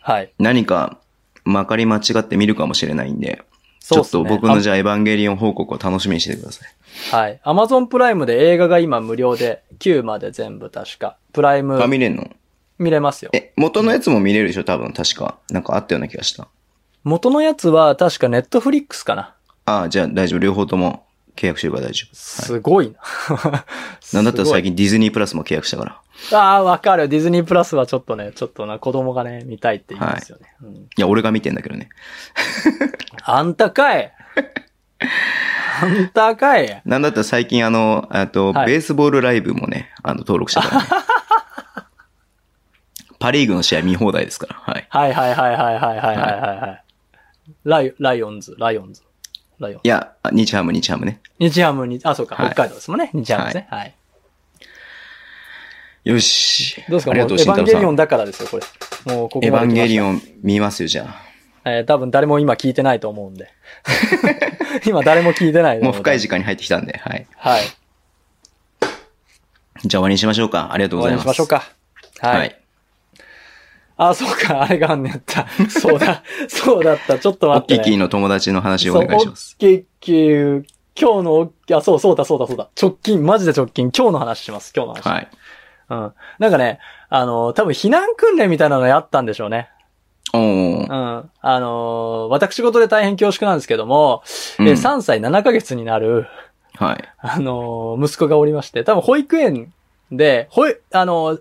S3: はい。
S2: 何か、まかり間違って見るかもしれないんで、ち
S3: そう
S2: ょ
S3: っ
S2: っ
S3: すね
S2: と僕のじゃあエヴァンゲリオン報告を楽しみにしててください。
S3: あはい。アマゾンプライムで映画が今無料で、9まで全部確か。プライム
S2: あ、見れんの
S3: 見れますよ。
S2: え、元のやつも見れるでしょ多分、確か。なんかあったような気がした。
S3: 元のやつは確かネットフリックスかな。
S2: ああ、じゃあ大丈夫。両方とも契約してるから大丈
S3: すごいな。
S2: 夫。 なんだったら最
S3: 近。
S2: 近ディズニープラスも契約したから。
S3: ああ、わかる。ディズニープラスはちょっとね、ちょっとな、子供がね、見たいって言いますよね。うん
S2: いや、俺が見てんだけどね。
S3: あんた かいあんたかい
S2: なんだったら最近あの、あと、
S3: はい
S2: ベースボールライブもね、あの、登録した から、ね。パリーグの試合見放題ですから。はい。
S3: はいはいはいはいはいはいはいはい。はい、ライライオンズ、ライオンズ。ライオン
S2: いや、あ日ハム、日ハムね。
S3: 日ハムに、あ、そうか、
S2: はい
S3: 北海道ですもんね。日ハムですね。はい。
S2: よし。
S3: どうですか
S2: あり
S3: も
S2: が
S3: う、エ
S2: とう、慎太
S3: ヴァン
S2: 郎
S3: ゲ
S2: さ
S3: リオン
S2: ん。
S3: だからですよ、これ。もう、ここ
S2: エヴ
S3: ま
S2: ァン
S3: で来ま
S2: ゲ
S3: し
S2: リ
S3: た。
S2: オン見ますよ、じゃあ。
S3: えー多分誰も今聞いてないと思う んで。今誰も聞いてないと
S2: も
S3: 思
S2: う深い時間に入ってきたんで、はい。
S3: はい。
S2: じゃあ終わりにしましょうか。ありがとう
S3: 終
S2: ご
S3: わ
S2: ざい
S3: りに
S2: ます。
S3: しましょうか。はい。
S2: はい。
S3: あ、そうか、あれがあんねやった。そうだ、そうだった。ちょっと
S2: オ
S3: 待っ
S2: ッキ
S3: て、
S2: ー
S3: ね。
S2: キーの友達の話をお願いします。
S3: そうオッケーキー今日のオッケー、あ、そう、そうだ、そうだ、そうだ。直近、マジで直近、今日の話します、今日の話。
S2: はい。
S3: うん。なんかね、あの、多分避難訓練みたいなのやったんでしょうね。
S2: お
S3: うん。
S2: ー。
S3: あのー私事で大変恐縮なんですけども、
S2: うん
S3: えー3歳7ヶ月になる、
S2: はい。
S3: あのー息子がおりまして、多分保育園で、ほい、あのー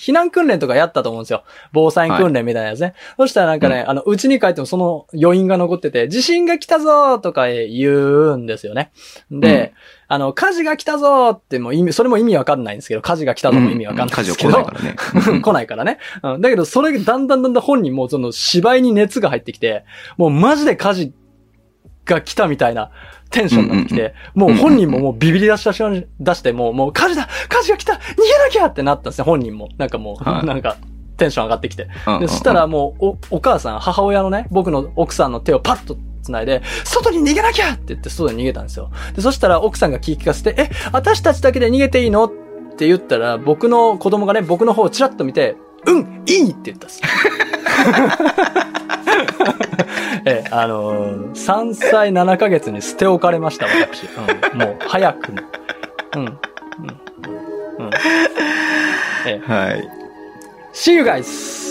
S3: 避難訓練とかやったと思うんですよ。防災訓練みたいなやつね。そしたらなんかね、あの、うちに帰ってもその余韻が残ってて、地震が来たぞーとか言うんですよね。で、あの、火事が来たぞーっても意味、それも意味わかんないんですけど、火事が来たぞも意味わかんないん
S2: 家事
S3: で
S2: を
S3: す
S2: 来
S3: け
S2: な
S3: ど、
S2: いからね。うん
S3: 来ないからね。うん、だけど、それがだんだんだんだん本人もその芝居に熱が入ってきて、もうマジで火事が来たみたいなテンションになってきて、もう本人ももうビビり出したし、出して、もう、もう火事だ火事が来た逃げなきゃってなったんですね、本人も。なんかもう、
S2: はい
S3: なんか、テンション上がってきて。
S2: うん
S3: で、そしたら、もう、お、お母さん、母親のね、僕の奥さんの手をパッと繋いで、外に逃げなきゃって言って外に逃げたんですよ。で、そしたら奥さんが聞き聞かせて、え、私たちだけで逃げていいのって言ったら、僕の子供がね、僕の方をチラッと見て、うん、いいって言ったんです。 ええ、あのー、3歳7ヶ月に捨て置かれました、私。うん、もう、早くも。うん。うん。うん。ええ、
S2: はい。
S3: See you guys!